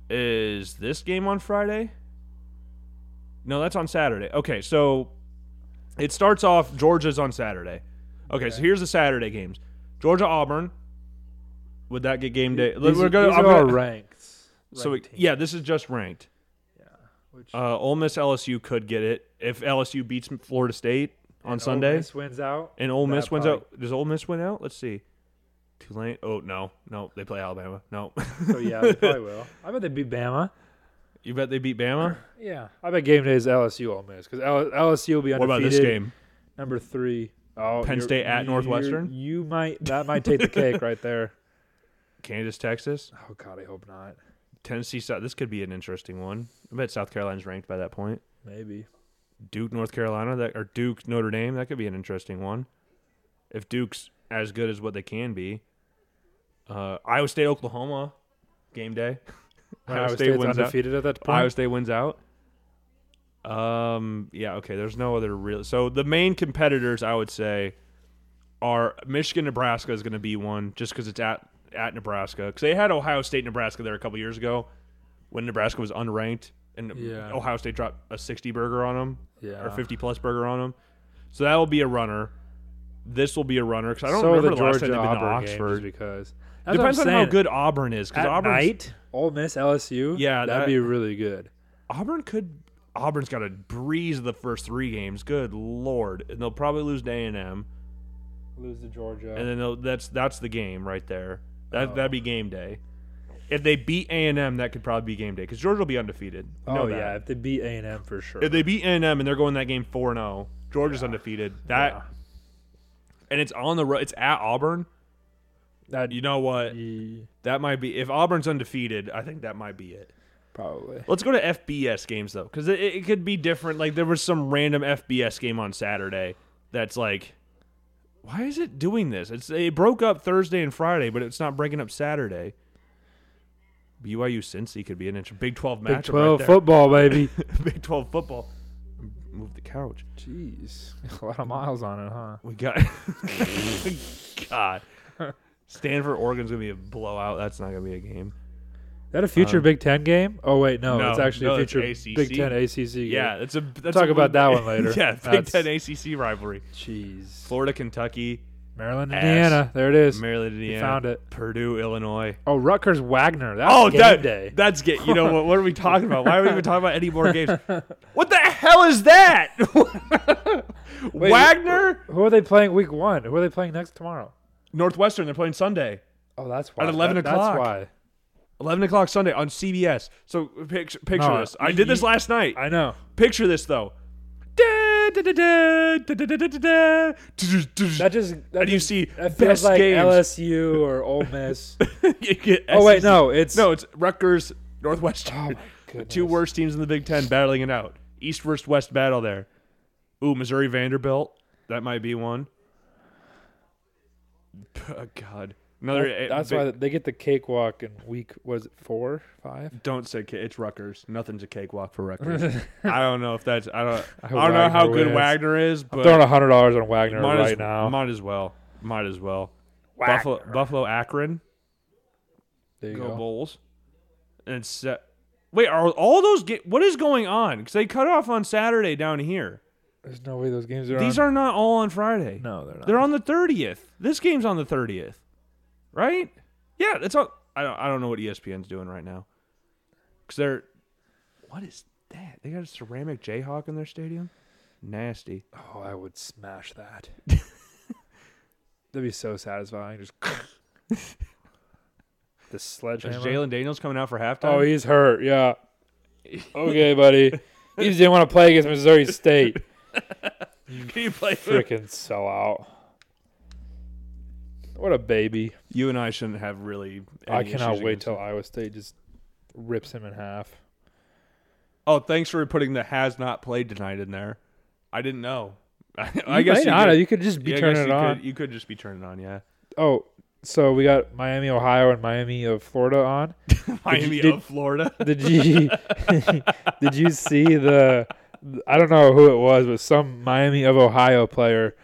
[SPEAKER 2] Is this game on Friday? No, that's on Saturday. Okay, so it starts off Georgia's on Saturday. Okay, so here's the Saturday games. Georgia Auburn. Would that get game day?
[SPEAKER 3] These,
[SPEAKER 2] We're gonna-
[SPEAKER 3] these
[SPEAKER 2] I'm
[SPEAKER 3] are all
[SPEAKER 2] gonna-
[SPEAKER 3] ranked.
[SPEAKER 2] so
[SPEAKER 3] ranked
[SPEAKER 2] it-
[SPEAKER 3] teams.
[SPEAKER 2] yeah, this is just ranked.
[SPEAKER 3] Which-
[SPEAKER 2] Uh, Ole Miss LSU could get it if LSU beats Florida State on
[SPEAKER 3] and Ole
[SPEAKER 2] Sunday,
[SPEAKER 3] Miss wins out.
[SPEAKER 2] and Ole
[SPEAKER 3] that
[SPEAKER 2] Miss wins
[SPEAKER 3] probably-
[SPEAKER 2] out. Does Ole Miss win out? Let's see. Tulane? Oh no, no, they play Alabama. No,
[SPEAKER 3] So yeah, they probably will. I bet they beat Bama.
[SPEAKER 2] you bet they beat Bama.
[SPEAKER 3] Yeah, I bet game day is LSU Ole Miss because LSU will be undefeated.
[SPEAKER 2] What about this game?
[SPEAKER 3] Number three. Oh,
[SPEAKER 2] Penn
[SPEAKER 3] you're-
[SPEAKER 2] State at
[SPEAKER 3] you're-
[SPEAKER 2] Northwestern?
[SPEAKER 3] You might that might take the cake right there.
[SPEAKER 2] Kansas, Texas,
[SPEAKER 3] Oh God, I hope not.
[SPEAKER 2] Tennessee. South. This could be an interesting one. I bet South Carolina's ranked by that point.
[SPEAKER 3] Maybe.
[SPEAKER 2] Duke, North Carolina, that or Duke, Notre Dame. That could be an interesting one. If Duke's as good as what they can be, uh, Iowa State, Oklahoma, game day.
[SPEAKER 3] Iowa, State's undefeated at that
[SPEAKER 2] out.
[SPEAKER 3] point.
[SPEAKER 2] Iowa State wins out. Um. Yeah. Okay. There's no other real. So the main competitors, I would say, are Michigan, Nebraska is going to be one just because it's at at Nebraska because they had Ohio State, Nebraska there a couple years ago when Nebraska was unranked and
[SPEAKER 3] Yeah.
[SPEAKER 2] Ohio State dropped a 60 burger on them
[SPEAKER 3] yeah.
[SPEAKER 2] or 50 plus burger on them. So that will be a runner. This will be a runner because I don't
[SPEAKER 3] so
[SPEAKER 2] remember
[SPEAKER 3] the
[SPEAKER 2] the, last time
[SPEAKER 3] Georgia
[SPEAKER 2] they've been to
[SPEAKER 3] Auburn game, just
[SPEAKER 2] Oxford.
[SPEAKER 3] because That's what
[SPEAKER 2] Depends
[SPEAKER 3] I'm
[SPEAKER 2] on how
[SPEAKER 3] saying.
[SPEAKER 2] good Auburn is because
[SPEAKER 3] at
[SPEAKER 2] Auburn
[SPEAKER 3] night. Ole Miss LSU.
[SPEAKER 2] Yeah,
[SPEAKER 3] that'd
[SPEAKER 2] that-
[SPEAKER 3] be really good.
[SPEAKER 2] Auburn could Auburn's got to breeze the first three games. Good lord, and they'll probably lose to A and M,
[SPEAKER 3] Lose to Georgia.
[SPEAKER 2] and then they'll, that's that's the game right there. That
[SPEAKER 3] Oh.
[SPEAKER 2] that'd be game day. If they beat A and M, that could probably be game day because Georgia will be undefeated. We know
[SPEAKER 3] oh
[SPEAKER 2] that.
[SPEAKER 3] yeah, if they beat A and M for sure.
[SPEAKER 2] If they beat A and M and they're going that game four and zero, Georgia's undefeated. That
[SPEAKER 3] Yeah.
[SPEAKER 2] and it's on the road. It's at Auburn.
[SPEAKER 3] That'd
[SPEAKER 2] You know what?
[SPEAKER 3] be
[SPEAKER 2] That might be if Auburn's undefeated. I think that might be it.
[SPEAKER 3] probably.
[SPEAKER 2] Let's go to FBS games though, because it, it could be different. Like there was some random FBS game on Saturday that's like, why is it doing this? It's it broke up Thursday and Friday, but it's not breaking up Saturday. BYU Cincy could be an interesting Big Twelve matchup.
[SPEAKER 3] Big Twelve
[SPEAKER 2] right there.
[SPEAKER 3] football, baby.
[SPEAKER 2] Big Twelve football. Move the couch.
[SPEAKER 3] Jeez, a lot of miles on it, huh?
[SPEAKER 2] We got God. Stanford Oregon's gonna be a blowout. That's not gonna be a game.
[SPEAKER 3] Is that a future
[SPEAKER 2] Um,
[SPEAKER 3] Big Ten game? Oh wait, no,
[SPEAKER 2] no,
[SPEAKER 3] it's actually
[SPEAKER 2] no,
[SPEAKER 3] a
[SPEAKER 2] it's
[SPEAKER 3] future
[SPEAKER 2] ACC.
[SPEAKER 3] Big Ten ACC game.
[SPEAKER 2] Yeah, it's a. That's
[SPEAKER 3] talk
[SPEAKER 2] a-
[SPEAKER 3] about that one later.
[SPEAKER 2] yeah, Big
[SPEAKER 3] That's-
[SPEAKER 2] Ten ACC rivalry.
[SPEAKER 3] jeez.
[SPEAKER 2] Florida, Kentucky,
[SPEAKER 3] Maryland,
[SPEAKER 2] Ass.
[SPEAKER 3] Indiana. There it is.
[SPEAKER 2] Maryland,
[SPEAKER 3] You
[SPEAKER 2] Indiana,
[SPEAKER 3] found it.
[SPEAKER 2] Purdue, Illinois.
[SPEAKER 3] Oh, Rutgers Wagner. That's
[SPEAKER 2] oh,
[SPEAKER 3] game
[SPEAKER 2] that,
[SPEAKER 3] day.
[SPEAKER 2] that's get. You know what? What are we talking about? Why are we even talking about any more games? What the hell is that? Wagner,
[SPEAKER 3] Who are they playing week one? Who are they playing next tomorrow?
[SPEAKER 2] Northwestern. They're playing Sunday,
[SPEAKER 3] Oh, that's why.
[SPEAKER 2] 11
[SPEAKER 3] That-
[SPEAKER 2] o'clock.
[SPEAKER 3] That's
[SPEAKER 2] eleven o'clock Sunday on CBS. So picture, picture
[SPEAKER 3] No,
[SPEAKER 2] this. I did this
[SPEAKER 3] you-
[SPEAKER 2] last night.
[SPEAKER 3] why. I know.
[SPEAKER 2] Picture this though. Da, da, da, da, da, da, da, da, da, da.
[SPEAKER 3] That just. That
[SPEAKER 2] And you
[SPEAKER 3] just-
[SPEAKER 2] see
[SPEAKER 3] that feels
[SPEAKER 2] best
[SPEAKER 3] like
[SPEAKER 2] games.
[SPEAKER 3] LSU or Ole Miss.
[SPEAKER 2] You get
[SPEAKER 3] oh wait,
[SPEAKER 2] SEC.
[SPEAKER 3] no, it's
[SPEAKER 2] No, it's Rutgers, Northwestern.
[SPEAKER 3] Oh, my
[SPEAKER 2] the two
[SPEAKER 3] goodness.
[SPEAKER 2] worst teams in the Big Ten battling it out. East versus West battle there. Ooh, Missouri Vanderbilt. That might be one. Oh, God. Another. eh,
[SPEAKER 3] That, that's why they get the cakewalk in week. Was it four, five?
[SPEAKER 2] Don't say ca- it's Rutgers. Nothing's a cakewalk for Rutgers. I don't know if that's. I don't. I,
[SPEAKER 3] hope
[SPEAKER 2] don't know how
[SPEAKER 3] Wagner
[SPEAKER 2] good
[SPEAKER 3] wins.
[SPEAKER 2] Wagner is, but
[SPEAKER 3] Throwing a hundred dollars on Wagner
[SPEAKER 2] might
[SPEAKER 3] right
[SPEAKER 2] as,
[SPEAKER 3] now.
[SPEAKER 2] might as well. Might as well. Buffalo, Buffalo Akron.
[SPEAKER 3] there you
[SPEAKER 2] Go
[SPEAKER 3] go.
[SPEAKER 2] Bulls. And set. Wait, are all those? Ga- what is going on? Because they cut off on Saturday down here.
[SPEAKER 3] There's no way those games are.
[SPEAKER 2] These
[SPEAKER 3] on.
[SPEAKER 2] are not all on Friday.
[SPEAKER 3] no, they're not.
[SPEAKER 2] They're on the thirtieth. This game's on the thirtieth, right? Yeah, that's all. I don't. I don't know what E ESPN's doing right now. Because they're. What is that? They got a ceramic Jayhawk in their stadium. Nasty.
[SPEAKER 3] Oh, I would smash that. that'd be so satisfying. Just the
[SPEAKER 2] Is
[SPEAKER 3] sledgehammer.
[SPEAKER 2] Jalen Daniels coming out for halftime?
[SPEAKER 3] Oh, he's hurt. Yeah. Okay, buddy. He just didn't want to play against Missouri State.
[SPEAKER 2] Can you play
[SPEAKER 3] Freaking sellout. What a baby.
[SPEAKER 2] You and I shouldn't have really.
[SPEAKER 3] I
[SPEAKER 2] any
[SPEAKER 3] cannot
[SPEAKER 2] issues
[SPEAKER 3] wait
[SPEAKER 2] against
[SPEAKER 3] till
[SPEAKER 2] him.
[SPEAKER 3] Iowa State just rips him in half.
[SPEAKER 2] Oh, thanks for putting the has not played tonight in there. I didn't know. I,
[SPEAKER 3] You
[SPEAKER 2] guess
[SPEAKER 3] may
[SPEAKER 2] you
[SPEAKER 3] not.
[SPEAKER 2] Could,
[SPEAKER 3] You could just be
[SPEAKER 2] yeah, I guess
[SPEAKER 3] turning it
[SPEAKER 2] you
[SPEAKER 3] on.
[SPEAKER 2] Could, you could just be turning it on, yeah.
[SPEAKER 3] Oh, so we got Miami, Ohio, and Miami of Florida on.
[SPEAKER 2] Miami
[SPEAKER 3] did-
[SPEAKER 2] of Florida.
[SPEAKER 3] Did you did you see the? I don't know who it was, but some Miami of Ohio player,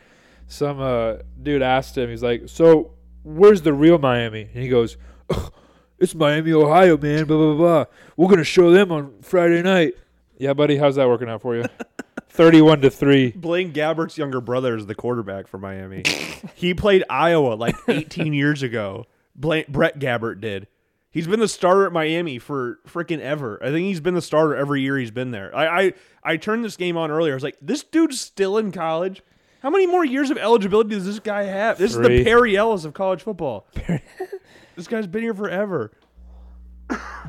[SPEAKER 3] some uh, dude asked him. He's like, "So where's the real Miami?" And he goes, "Ugh, "It's Miami, Ohio, man. Blah blah blah. We're gonna show them on Friday night." Yeah, buddy, how's that working out for you? Thirty-one to three.
[SPEAKER 2] Blaine Gabbert's younger brother is the quarterback for Miami. he played Iowa like 18 years ago. Blaine, Brett Gabbert did. He's been the starter at Miami for freaking ever. I think he's been the starter every year he's been there. I, I I turned this game on earlier. I was like, this dude's still in college. How many more years of eligibility does this guy have? This is
[SPEAKER 3] Three.
[SPEAKER 2] the Perry Ellis of college football. this guy's been here forever.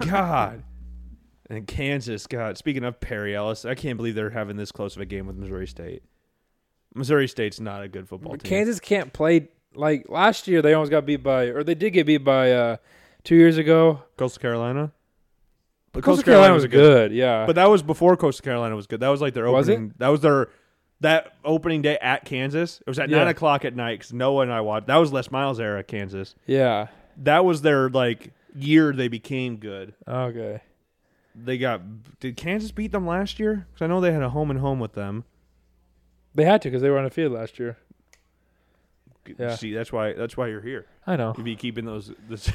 [SPEAKER 2] God. And Kansas, God, speaking of Perry Ellis, I can't believe they're having this close of a game with Missouri State. Missouri State's not a good football team.
[SPEAKER 3] Kansas can't play like last year. They almost got beat by, or they did get beat by uh, two years ago.
[SPEAKER 2] Coastal Carolina. But
[SPEAKER 3] Coastal Carolina was good, yeah.
[SPEAKER 2] But that was before Coastal Carolina was good. That was like their
[SPEAKER 3] Was it?
[SPEAKER 2] opening. That was their that opening day at Kansas. It was at
[SPEAKER 3] Yeah.
[SPEAKER 2] nine o'clock at night because Noah and I watched. That was Les Miles era Kansas.
[SPEAKER 3] yeah.
[SPEAKER 2] That was their like year they became good.
[SPEAKER 3] Okay.
[SPEAKER 2] They got did Kansas beat them last year? Because I know they had a home and home with them.
[SPEAKER 3] They had to because they were on the field last year. Yeah.
[SPEAKER 2] See, that's why that's why you're here.
[SPEAKER 3] I know.
[SPEAKER 2] You'd be keeping those. This,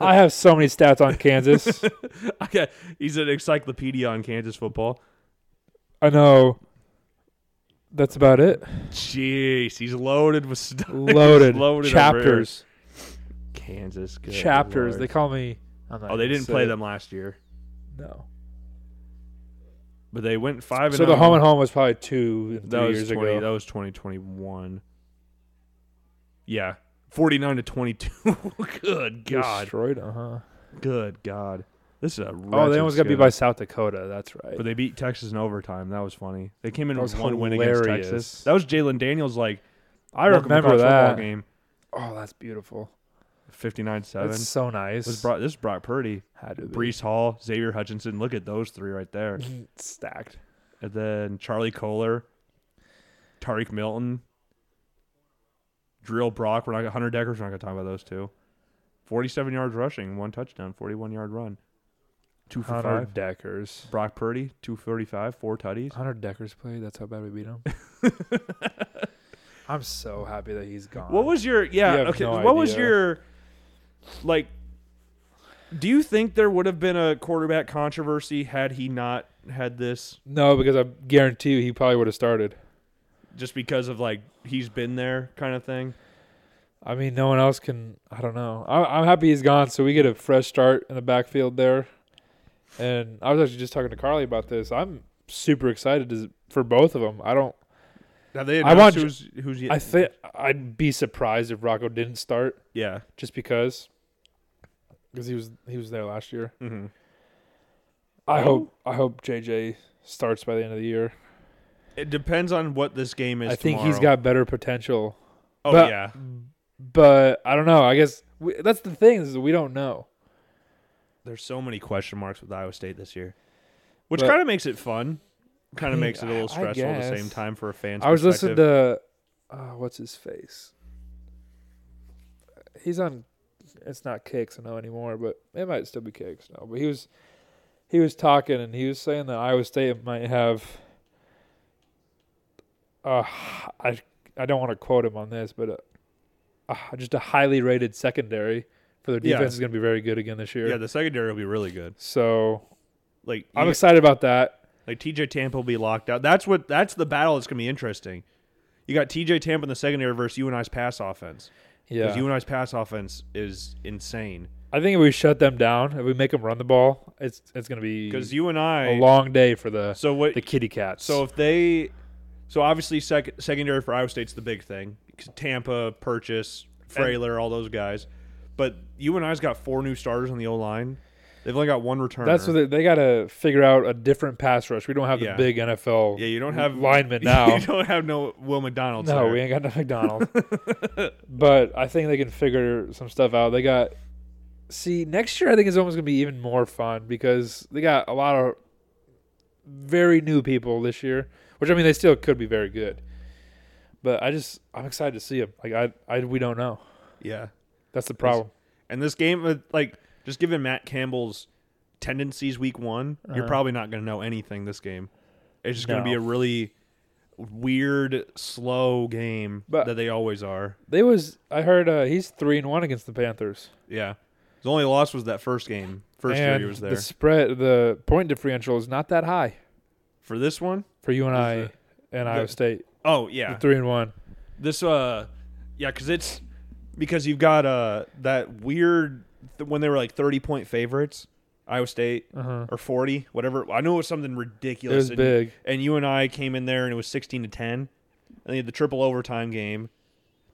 [SPEAKER 3] I have so many stats on Kansas.
[SPEAKER 2] okay, he's an encyclopedia on Kansas football.
[SPEAKER 3] I know. That's about it.
[SPEAKER 2] Jeez, he's loaded with stuff.
[SPEAKER 3] Loaded,
[SPEAKER 2] loaded over
[SPEAKER 3] chapters,
[SPEAKER 2] Kansas good
[SPEAKER 3] chapters. They
[SPEAKER 2] lord.
[SPEAKER 3] call me. I'm not
[SPEAKER 2] oh, they
[SPEAKER 3] gonna
[SPEAKER 2] didn't play
[SPEAKER 3] say it.
[SPEAKER 2] them last year,
[SPEAKER 3] No.
[SPEAKER 2] but they went five.
[SPEAKER 3] So
[SPEAKER 2] and
[SPEAKER 3] the
[SPEAKER 2] oh.
[SPEAKER 3] home and home was probably two and
[SPEAKER 2] that
[SPEAKER 3] three
[SPEAKER 2] was
[SPEAKER 3] years
[SPEAKER 2] 20, That
[SPEAKER 3] ago.
[SPEAKER 2] was twenty uh, twenty one. Yeah, forty nine to twenty two. good God,
[SPEAKER 3] Destroyed. Uh huh.
[SPEAKER 2] good God. This is a
[SPEAKER 3] Oh, they
[SPEAKER 2] wretched
[SPEAKER 3] almost got beat
[SPEAKER 2] schedule.
[SPEAKER 3] by South Dakota. That's right.
[SPEAKER 2] But they beat Texas in overtime. That was funny. They came in
[SPEAKER 3] That
[SPEAKER 2] with
[SPEAKER 3] was
[SPEAKER 2] one win against
[SPEAKER 3] hilarious.
[SPEAKER 2] Texas. That was Jalen Daniels. Like
[SPEAKER 3] I
[SPEAKER 2] welcome to
[SPEAKER 3] remember
[SPEAKER 2] college football
[SPEAKER 3] that.
[SPEAKER 2] game.
[SPEAKER 3] oh, that's beautiful.
[SPEAKER 2] Fifty nine seven.
[SPEAKER 3] That's so nice.
[SPEAKER 2] This brought this is Brock Purdy,
[SPEAKER 3] Had to be.
[SPEAKER 2] Brees Hall, Xavier Hutchinson. Look at those three right there,
[SPEAKER 3] stacked.
[SPEAKER 2] and then Charlie Kohler, Tariq Milton, Drill Brock. We're not Hunter Deckers. We're not going to talk about those two. Forty seven yards rushing, one touchdown, forty one yard run, two for
[SPEAKER 3] Hunter
[SPEAKER 2] five.
[SPEAKER 3] Deckers.
[SPEAKER 2] Brock Purdy, two thirty five, four tutties.
[SPEAKER 3] Hunter Deckers played. That's how bad we beat him. I'm so happy that he's gone.
[SPEAKER 2] What was your yeah,
[SPEAKER 3] You have
[SPEAKER 2] okay.
[SPEAKER 3] no
[SPEAKER 2] what was
[SPEAKER 3] idea.
[SPEAKER 2] your like do you think there would have been a quarterback controversy had he not had this
[SPEAKER 3] No, because I guarantee you he probably would have started.
[SPEAKER 2] just because of like he's been there kind of thing?
[SPEAKER 3] I mean, no one else can. I don't know. I, I'm happy he's gone, so we get a fresh start in the backfield there. And I was actually just talking to Carly about this. I'm super excited to, for both of them. I don't.
[SPEAKER 2] Now they
[SPEAKER 3] I want-
[SPEAKER 2] announced who's who's
[SPEAKER 3] I think I'd be surprised if Rocco didn't start
[SPEAKER 2] yeah.
[SPEAKER 3] just because, because he was he was there last year.
[SPEAKER 2] Mhm.
[SPEAKER 3] I
[SPEAKER 2] Oh.
[SPEAKER 3] hope I hope JJ starts by the end of the year.
[SPEAKER 2] It depends on what this game is
[SPEAKER 3] I think he's
[SPEAKER 2] tomorrow.
[SPEAKER 3] got better potential,
[SPEAKER 2] Oh
[SPEAKER 3] but-
[SPEAKER 2] yeah.
[SPEAKER 3] but I don't know. I guess we, that's the thing is we don't know.
[SPEAKER 2] There's so many question marks with Iowa State this year. Which
[SPEAKER 3] But-
[SPEAKER 2] kind of makes it fun. Kind of
[SPEAKER 3] mean,
[SPEAKER 2] makes it a little
[SPEAKER 3] I
[SPEAKER 2] stressful at the
[SPEAKER 3] guess.
[SPEAKER 2] same time for a fan's
[SPEAKER 3] I was listening
[SPEAKER 2] perspective.
[SPEAKER 3] to uh, what's his face. He's on. It's not Kicks no anymore, but it might still be Kicks now. But he was he was talking and he was saying that Iowa State might have. Uh, I I don't want to quote him on this, but uh, uh, just a highly rated secondary for their
[SPEAKER 2] Yeah.
[SPEAKER 3] defense is going to be very good again this year.
[SPEAKER 2] Yeah, the secondary will be really good.
[SPEAKER 3] so
[SPEAKER 2] Like
[SPEAKER 3] I'm
[SPEAKER 2] you-
[SPEAKER 3] excited about that.
[SPEAKER 2] Like TJ Tampa will be locked out. That's what that's the battle that's gonna be interesting. You got TJ Tampa in the secondary versus you and I's pass offense.
[SPEAKER 3] Yeah,
[SPEAKER 2] Because you and I's pass offense is insane.
[SPEAKER 3] I think if we shut them down, if we make them run the ball, it's it's going to be
[SPEAKER 2] Because you and
[SPEAKER 3] a
[SPEAKER 2] I
[SPEAKER 3] long day for the
[SPEAKER 2] so what
[SPEAKER 3] the kitty cats.
[SPEAKER 2] so if they so obviously sec- secondary for Iowa State's the big thing. Tampa, Purchase, Frailer, all those guys. But you and I's got four new starters on the O line. They've only got one returner.
[SPEAKER 3] That's what they, they got to figure out a different pass rush. We don't have
[SPEAKER 2] Yeah.
[SPEAKER 3] the big NFL.
[SPEAKER 2] yeah, you don't have
[SPEAKER 3] linemen now.
[SPEAKER 2] you don't have no Will McDonald.
[SPEAKER 3] No, we ain't got no McDonald. but I think they can figure some stuff out. They got see next year. I think it's almost gonna be even more fun because they got a lot of very new people this year. Which I mean, they still could be very good. But I just I'm excited to see them. Like I I we don't know.
[SPEAKER 2] yeah.
[SPEAKER 3] That's the problem.
[SPEAKER 2] And this game, uh, like, just given Matt Campbell's tendencies week one, you're probably not going to know anything this game. It's just going to be
[SPEAKER 3] Uh-huh. No.
[SPEAKER 2] a really weird, slow game
[SPEAKER 3] But-
[SPEAKER 2] that they always are.
[SPEAKER 3] They was I heard uh, he's three and one against the Panthers.
[SPEAKER 2] Yeah. His only loss was that first game, first year
[SPEAKER 3] and
[SPEAKER 2] he was there.
[SPEAKER 3] the spread the point differential is not that high
[SPEAKER 2] For this one?
[SPEAKER 3] for you and I
[SPEAKER 2] it-
[SPEAKER 3] and Iowa State.
[SPEAKER 2] Oh, yeah.
[SPEAKER 3] Three and one.
[SPEAKER 2] This, uh, yeah, because it's because you've got, uh, that weird th- when they were like 30 point favorites, Iowa State or 40, whatever. I know it was something ridiculous.
[SPEAKER 3] It was
[SPEAKER 2] and-
[SPEAKER 3] big.
[SPEAKER 2] and you and I came in there and it was 16 to 10. And then you had the triple overtime game.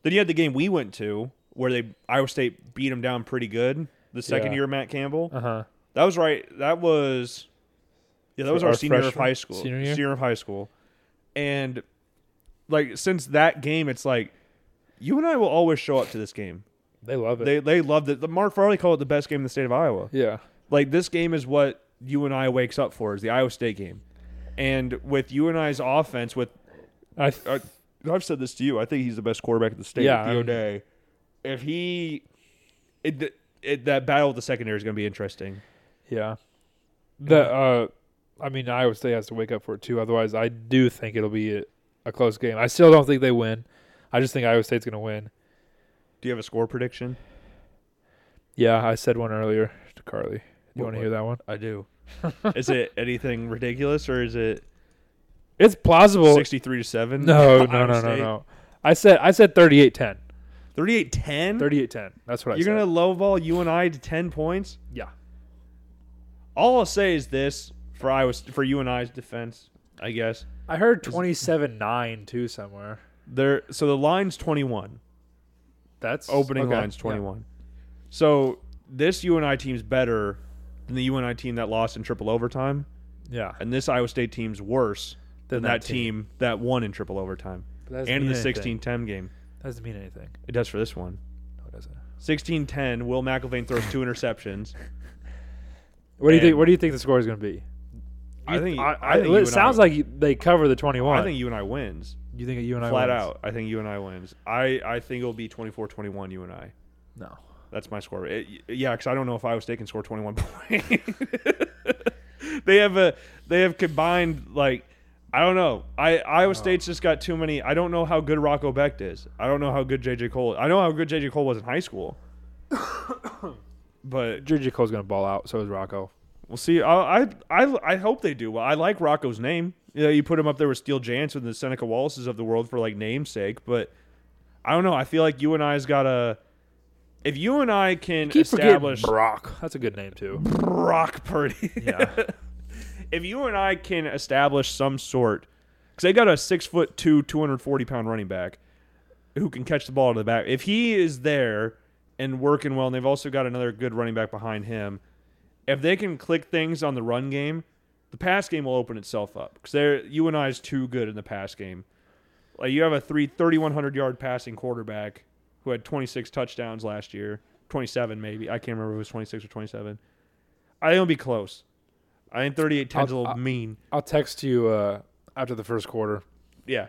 [SPEAKER 2] Then you had the game we went to where they Iowa State beat them down pretty good. The second
[SPEAKER 3] Yeah.
[SPEAKER 2] year Matt Campbell.
[SPEAKER 3] Uh huh.
[SPEAKER 2] That was right. That was yeah, that was our,
[SPEAKER 3] our
[SPEAKER 2] senior of
[SPEAKER 3] freshman-
[SPEAKER 2] high school.
[SPEAKER 3] senior year?
[SPEAKER 2] of high school. And like since that game it's like you and I will always show up to this game.
[SPEAKER 3] They love it.
[SPEAKER 2] They they loved it. The Mark Farley called it the best game in the state of Iowa
[SPEAKER 3] Yeah.
[SPEAKER 2] like this game is what you and I wakes up for is the Iowa State game, and with you and I's offense, with
[SPEAKER 3] I th-
[SPEAKER 2] uh, I've said this to you, I think he's the best quarterback in the state.
[SPEAKER 3] Yeah,
[SPEAKER 2] with
[SPEAKER 3] I'm-
[SPEAKER 2] O'Day. If he, it, it, that battle with the secondary is going to be interesting.
[SPEAKER 3] yeah. The uh I mean Iowa State has to wake up for it too. Otherwise, I do think it'll be a, a close game. I still don't think they win. I just think Iowa State's going to win.
[SPEAKER 2] Do you have a score prediction?
[SPEAKER 3] Yeah, I said one earlier to Carly. You
[SPEAKER 2] What-
[SPEAKER 3] want to hear that one?
[SPEAKER 2] I do. is it anything ridiculous or is it
[SPEAKER 3] It's plausible.
[SPEAKER 2] sixty-three to seven?
[SPEAKER 3] No, no, no, no, no. I said I said 38-10.
[SPEAKER 2] Thirty-eight ten.
[SPEAKER 3] 38-10. That's what I
[SPEAKER 2] You're
[SPEAKER 3] said.
[SPEAKER 2] going to lowball you and I to ten points.
[SPEAKER 3] yeah.
[SPEAKER 2] All I'll say is this for Iowa for you and I's defense, I guess.
[SPEAKER 3] I heard 27-9 too somewhere.
[SPEAKER 2] There so the line's 21.
[SPEAKER 3] That's
[SPEAKER 2] Opening
[SPEAKER 3] okay.
[SPEAKER 2] line's
[SPEAKER 3] Yeah.
[SPEAKER 2] 21. So this UNI team's better than the UNI team that lost in triple overtime
[SPEAKER 3] Yeah.
[SPEAKER 2] and this Iowa State team's worse than,
[SPEAKER 3] Than
[SPEAKER 2] that,
[SPEAKER 3] that
[SPEAKER 2] team. that won in triple overtime
[SPEAKER 3] But that doesn't
[SPEAKER 2] and
[SPEAKER 3] mean
[SPEAKER 2] the
[SPEAKER 3] anything.
[SPEAKER 2] 16-10 game.
[SPEAKER 3] doesn't mean anything.
[SPEAKER 2] It does for this one.
[SPEAKER 3] No, it doesn't.
[SPEAKER 2] 16-10, Will McIlvain throws two interceptions.
[SPEAKER 3] What do you
[SPEAKER 2] And-
[SPEAKER 3] think what do you think the score is going to be?
[SPEAKER 2] I think
[SPEAKER 3] I,
[SPEAKER 2] I think
[SPEAKER 3] it
[SPEAKER 2] UNI
[SPEAKER 3] sounds like you- they cover the 21.
[SPEAKER 2] I think UNI wins.
[SPEAKER 3] you think you and I
[SPEAKER 2] Flat
[SPEAKER 3] wins?
[SPEAKER 2] out. I think UNI wins. I I think it'll be 24-21 UNI.
[SPEAKER 3] No.
[SPEAKER 2] That's my score. It, yeah, because I don't know if Iowa State can score 21 points. they have a they have combined like I don't know. I
[SPEAKER 3] Oh.
[SPEAKER 2] Iowa State's just got too many. I don't know how good Rocco Becht is. I don't know how good JJ Cole. I know how good JJ Cole was in high school, but
[SPEAKER 3] JJ Cole's going to ball out. So is Rocco.
[SPEAKER 2] we'll see. I, I I I hope they do. Well, I like Rocco's name. You, know, you put him up there with Steel Jansen and the Seneca Wallaces of the world for like namesake, but I don't know. I feel like you and I's got to. If you and I can
[SPEAKER 3] Keep
[SPEAKER 2] establish
[SPEAKER 3] forgetting Brock. That's a good name too.
[SPEAKER 2] Brock Purdy.
[SPEAKER 3] Yeah.
[SPEAKER 2] if you and I can establish some sort, because they got a six foot two, two hundred forty pound running back who can catch the ball to the back. If he is there and working well, and they've also got another good running back behind him, if they can click things on the run game, the pass game will open itself up because they're you and I is too good in the pass game. Like you have a three thirty one hundred yard passing quarterback who had twenty six touchdowns last year. 27 maybe. I can't remember if it was 26 or 27. I think it'll be close. I think 38 10's a
[SPEAKER 3] I'll-
[SPEAKER 2] little
[SPEAKER 3] I'll-
[SPEAKER 2] mean.
[SPEAKER 3] I'll text you uh, after the first quarter.
[SPEAKER 2] Yeah.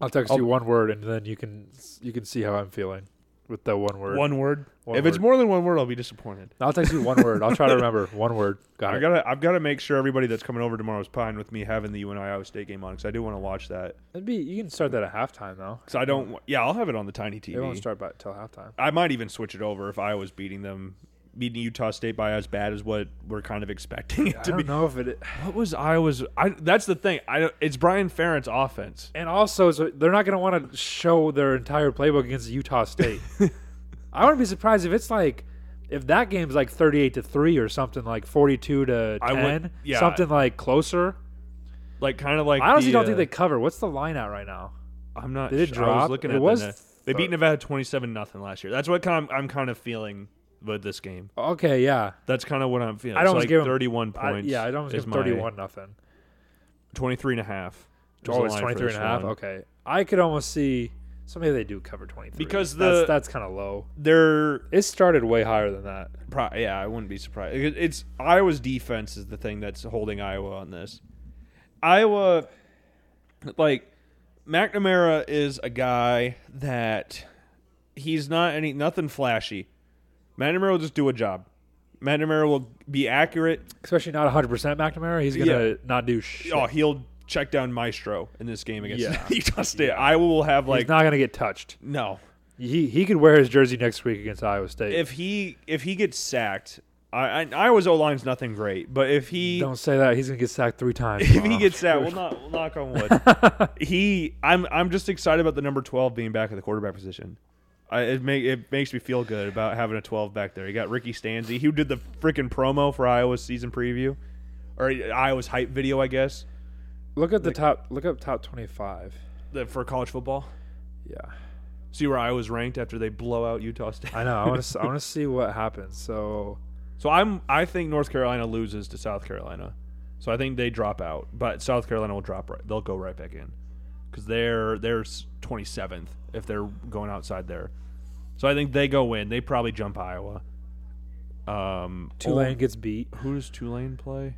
[SPEAKER 3] I'll text
[SPEAKER 2] I'll-
[SPEAKER 3] you one word, and then you can you can see how I'm feeling with the one word.
[SPEAKER 2] One word.
[SPEAKER 3] One
[SPEAKER 2] if it's
[SPEAKER 3] word.
[SPEAKER 2] more than one word, I'll be disappointed.
[SPEAKER 3] I'll text you one word. I'll try to remember one word. Got
[SPEAKER 2] I
[SPEAKER 3] it.
[SPEAKER 2] gotta, I've got to make sure everybody that's coming over tomorrow's pine with me having the UNI Iowa State game on because I do want to watch that.
[SPEAKER 3] It'd be you can start that at halftime though.
[SPEAKER 2] Because I don't. wa- Yeah, I'll have it on the tiny
[SPEAKER 3] It won't
[SPEAKER 2] TV.
[SPEAKER 3] start by till halftime.
[SPEAKER 2] I might even switch it over if Iowa's beating them, beating Utah State by as bad as what we're kind of expecting it
[SPEAKER 3] I
[SPEAKER 2] to
[SPEAKER 3] don't
[SPEAKER 2] be.
[SPEAKER 3] know if it.
[SPEAKER 2] What was Iowa's? I, that's the thing. I don't- it's Brian Ferentz offense.
[SPEAKER 3] And also, so they're not going to want to show their entire playbook against Utah State. I wouldn't be surprised if it's like if that game's like thirty-eight to three or something like forty-two to
[SPEAKER 2] I
[SPEAKER 3] ten,
[SPEAKER 2] would- yeah.
[SPEAKER 3] something like closer.
[SPEAKER 2] Like kind of like
[SPEAKER 3] I honestly
[SPEAKER 2] the,
[SPEAKER 3] don't think
[SPEAKER 2] uh,
[SPEAKER 3] they cover. What's the line at right now?
[SPEAKER 2] I'm not.
[SPEAKER 3] Did it
[SPEAKER 2] sure.
[SPEAKER 3] drop?
[SPEAKER 2] I was looking
[SPEAKER 3] it
[SPEAKER 2] at the
[SPEAKER 3] was
[SPEAKER 2] net. They beat Nevada twenty-seven nothing last year. That's what kind of, I'm kind of feeling with this game.
[SPEAKER 3] Okay, yeah.
[SPEAKER 2] That's kind of what I'm feeling.
[SPEAKER 3] I'd
[SPEAKER 2] It's
[SPEAKER 3] almost
[SPEAKER 2] like
[SPEAKER 3] give 'em-
[SPEAKER 2] thirty-one
[SPEAKER 3] I-
[SPEAKER 2] points.
[SPEAKER 3] yeah, I'd almost
[SPEAKER 2] is
[SPEAKER 3] give
[SPEAKER 2] my-
[SPEAKER 3] 31 nothing.
[SPEAKER 2] 23 and a half. is
[SPEAKER 3] Oh,
[SPEAKER 2] the
[SPEAKER 3] it's
[SPEAKER 2] line for
[SPEAKER 3] 23 and a
[SPEAKER 2] this
[SPEAKER 3] half.
[SPEAKER 2] one.
[SPEAKER 3] Okay. I could almost see. So maybe they do cover 23.
[SPEAKER 2] Because the-
[SPEAKER 3] That's, that's kind of low.
[SPEAKER 2] They're
[SPEAKER 3] It started way higher than that.
[SPEAKER 2] Pro- yeah, I wouldn't be surprised. It- It's Iowa's defense is the thing that's holding Iowa on this. Iowa, like McNamara, is a guy that he's not any nothing flashy. McNamara will just do a job. McNamara will be accurate.
[SPEAKER 3] Especially not 100% McNamara. He's going to not do shit.
[SPEAKER 2] Oh, he'll check down Maestro in this game against
[SPEAKER 3] Yeah.
[SPEAKER 2] Utah State. Iowa will have like
[SPEAKER 3] He's not going to get touched.
[SPEAKER 2] no.
[SPEAKER 3] He he could wear his jersey next week against Iowa State.
[SPEAKER 2] If he if he gets sacked, I, I Iowa's O line's nothing great, but if he
[SPEAKER 3] Don't say that. He's going to get sacked three times.
[SPEAKER 2] if he gets that, we'll not we'll knock on wood. he, I'm I'm just excited about the number twelve being back at the quarterback position. I, it make it makes me feel good about having a twelve back there. You got Ricky Stanzi, who did the freaking promo for Iowa's season preview, or Iowa's hype video, I guess,
[SPEAKER 3] Look at the top. Look up top 25.
[SPEAKER 2] that- for college football.
[SPEAKER 3] Yeah.
[SPEAKER 2] See where Iowa's ranked after they blow out Utah State.
[SPEAKER 3] I know. I want to I want to see what happens. So
[SPEAKER 2] So I'm I think North Carolina loses to South Carolina. So I think they drop out, but South Carolina will drop right. They'll go right back in because they're they're s- 27th if they're going outside there. So I think they go in. They probably jump Iowa. Um,
[SPEAKER 3] Tulane gets beat.
[SPEAKER 2] oh, who does Tulane play?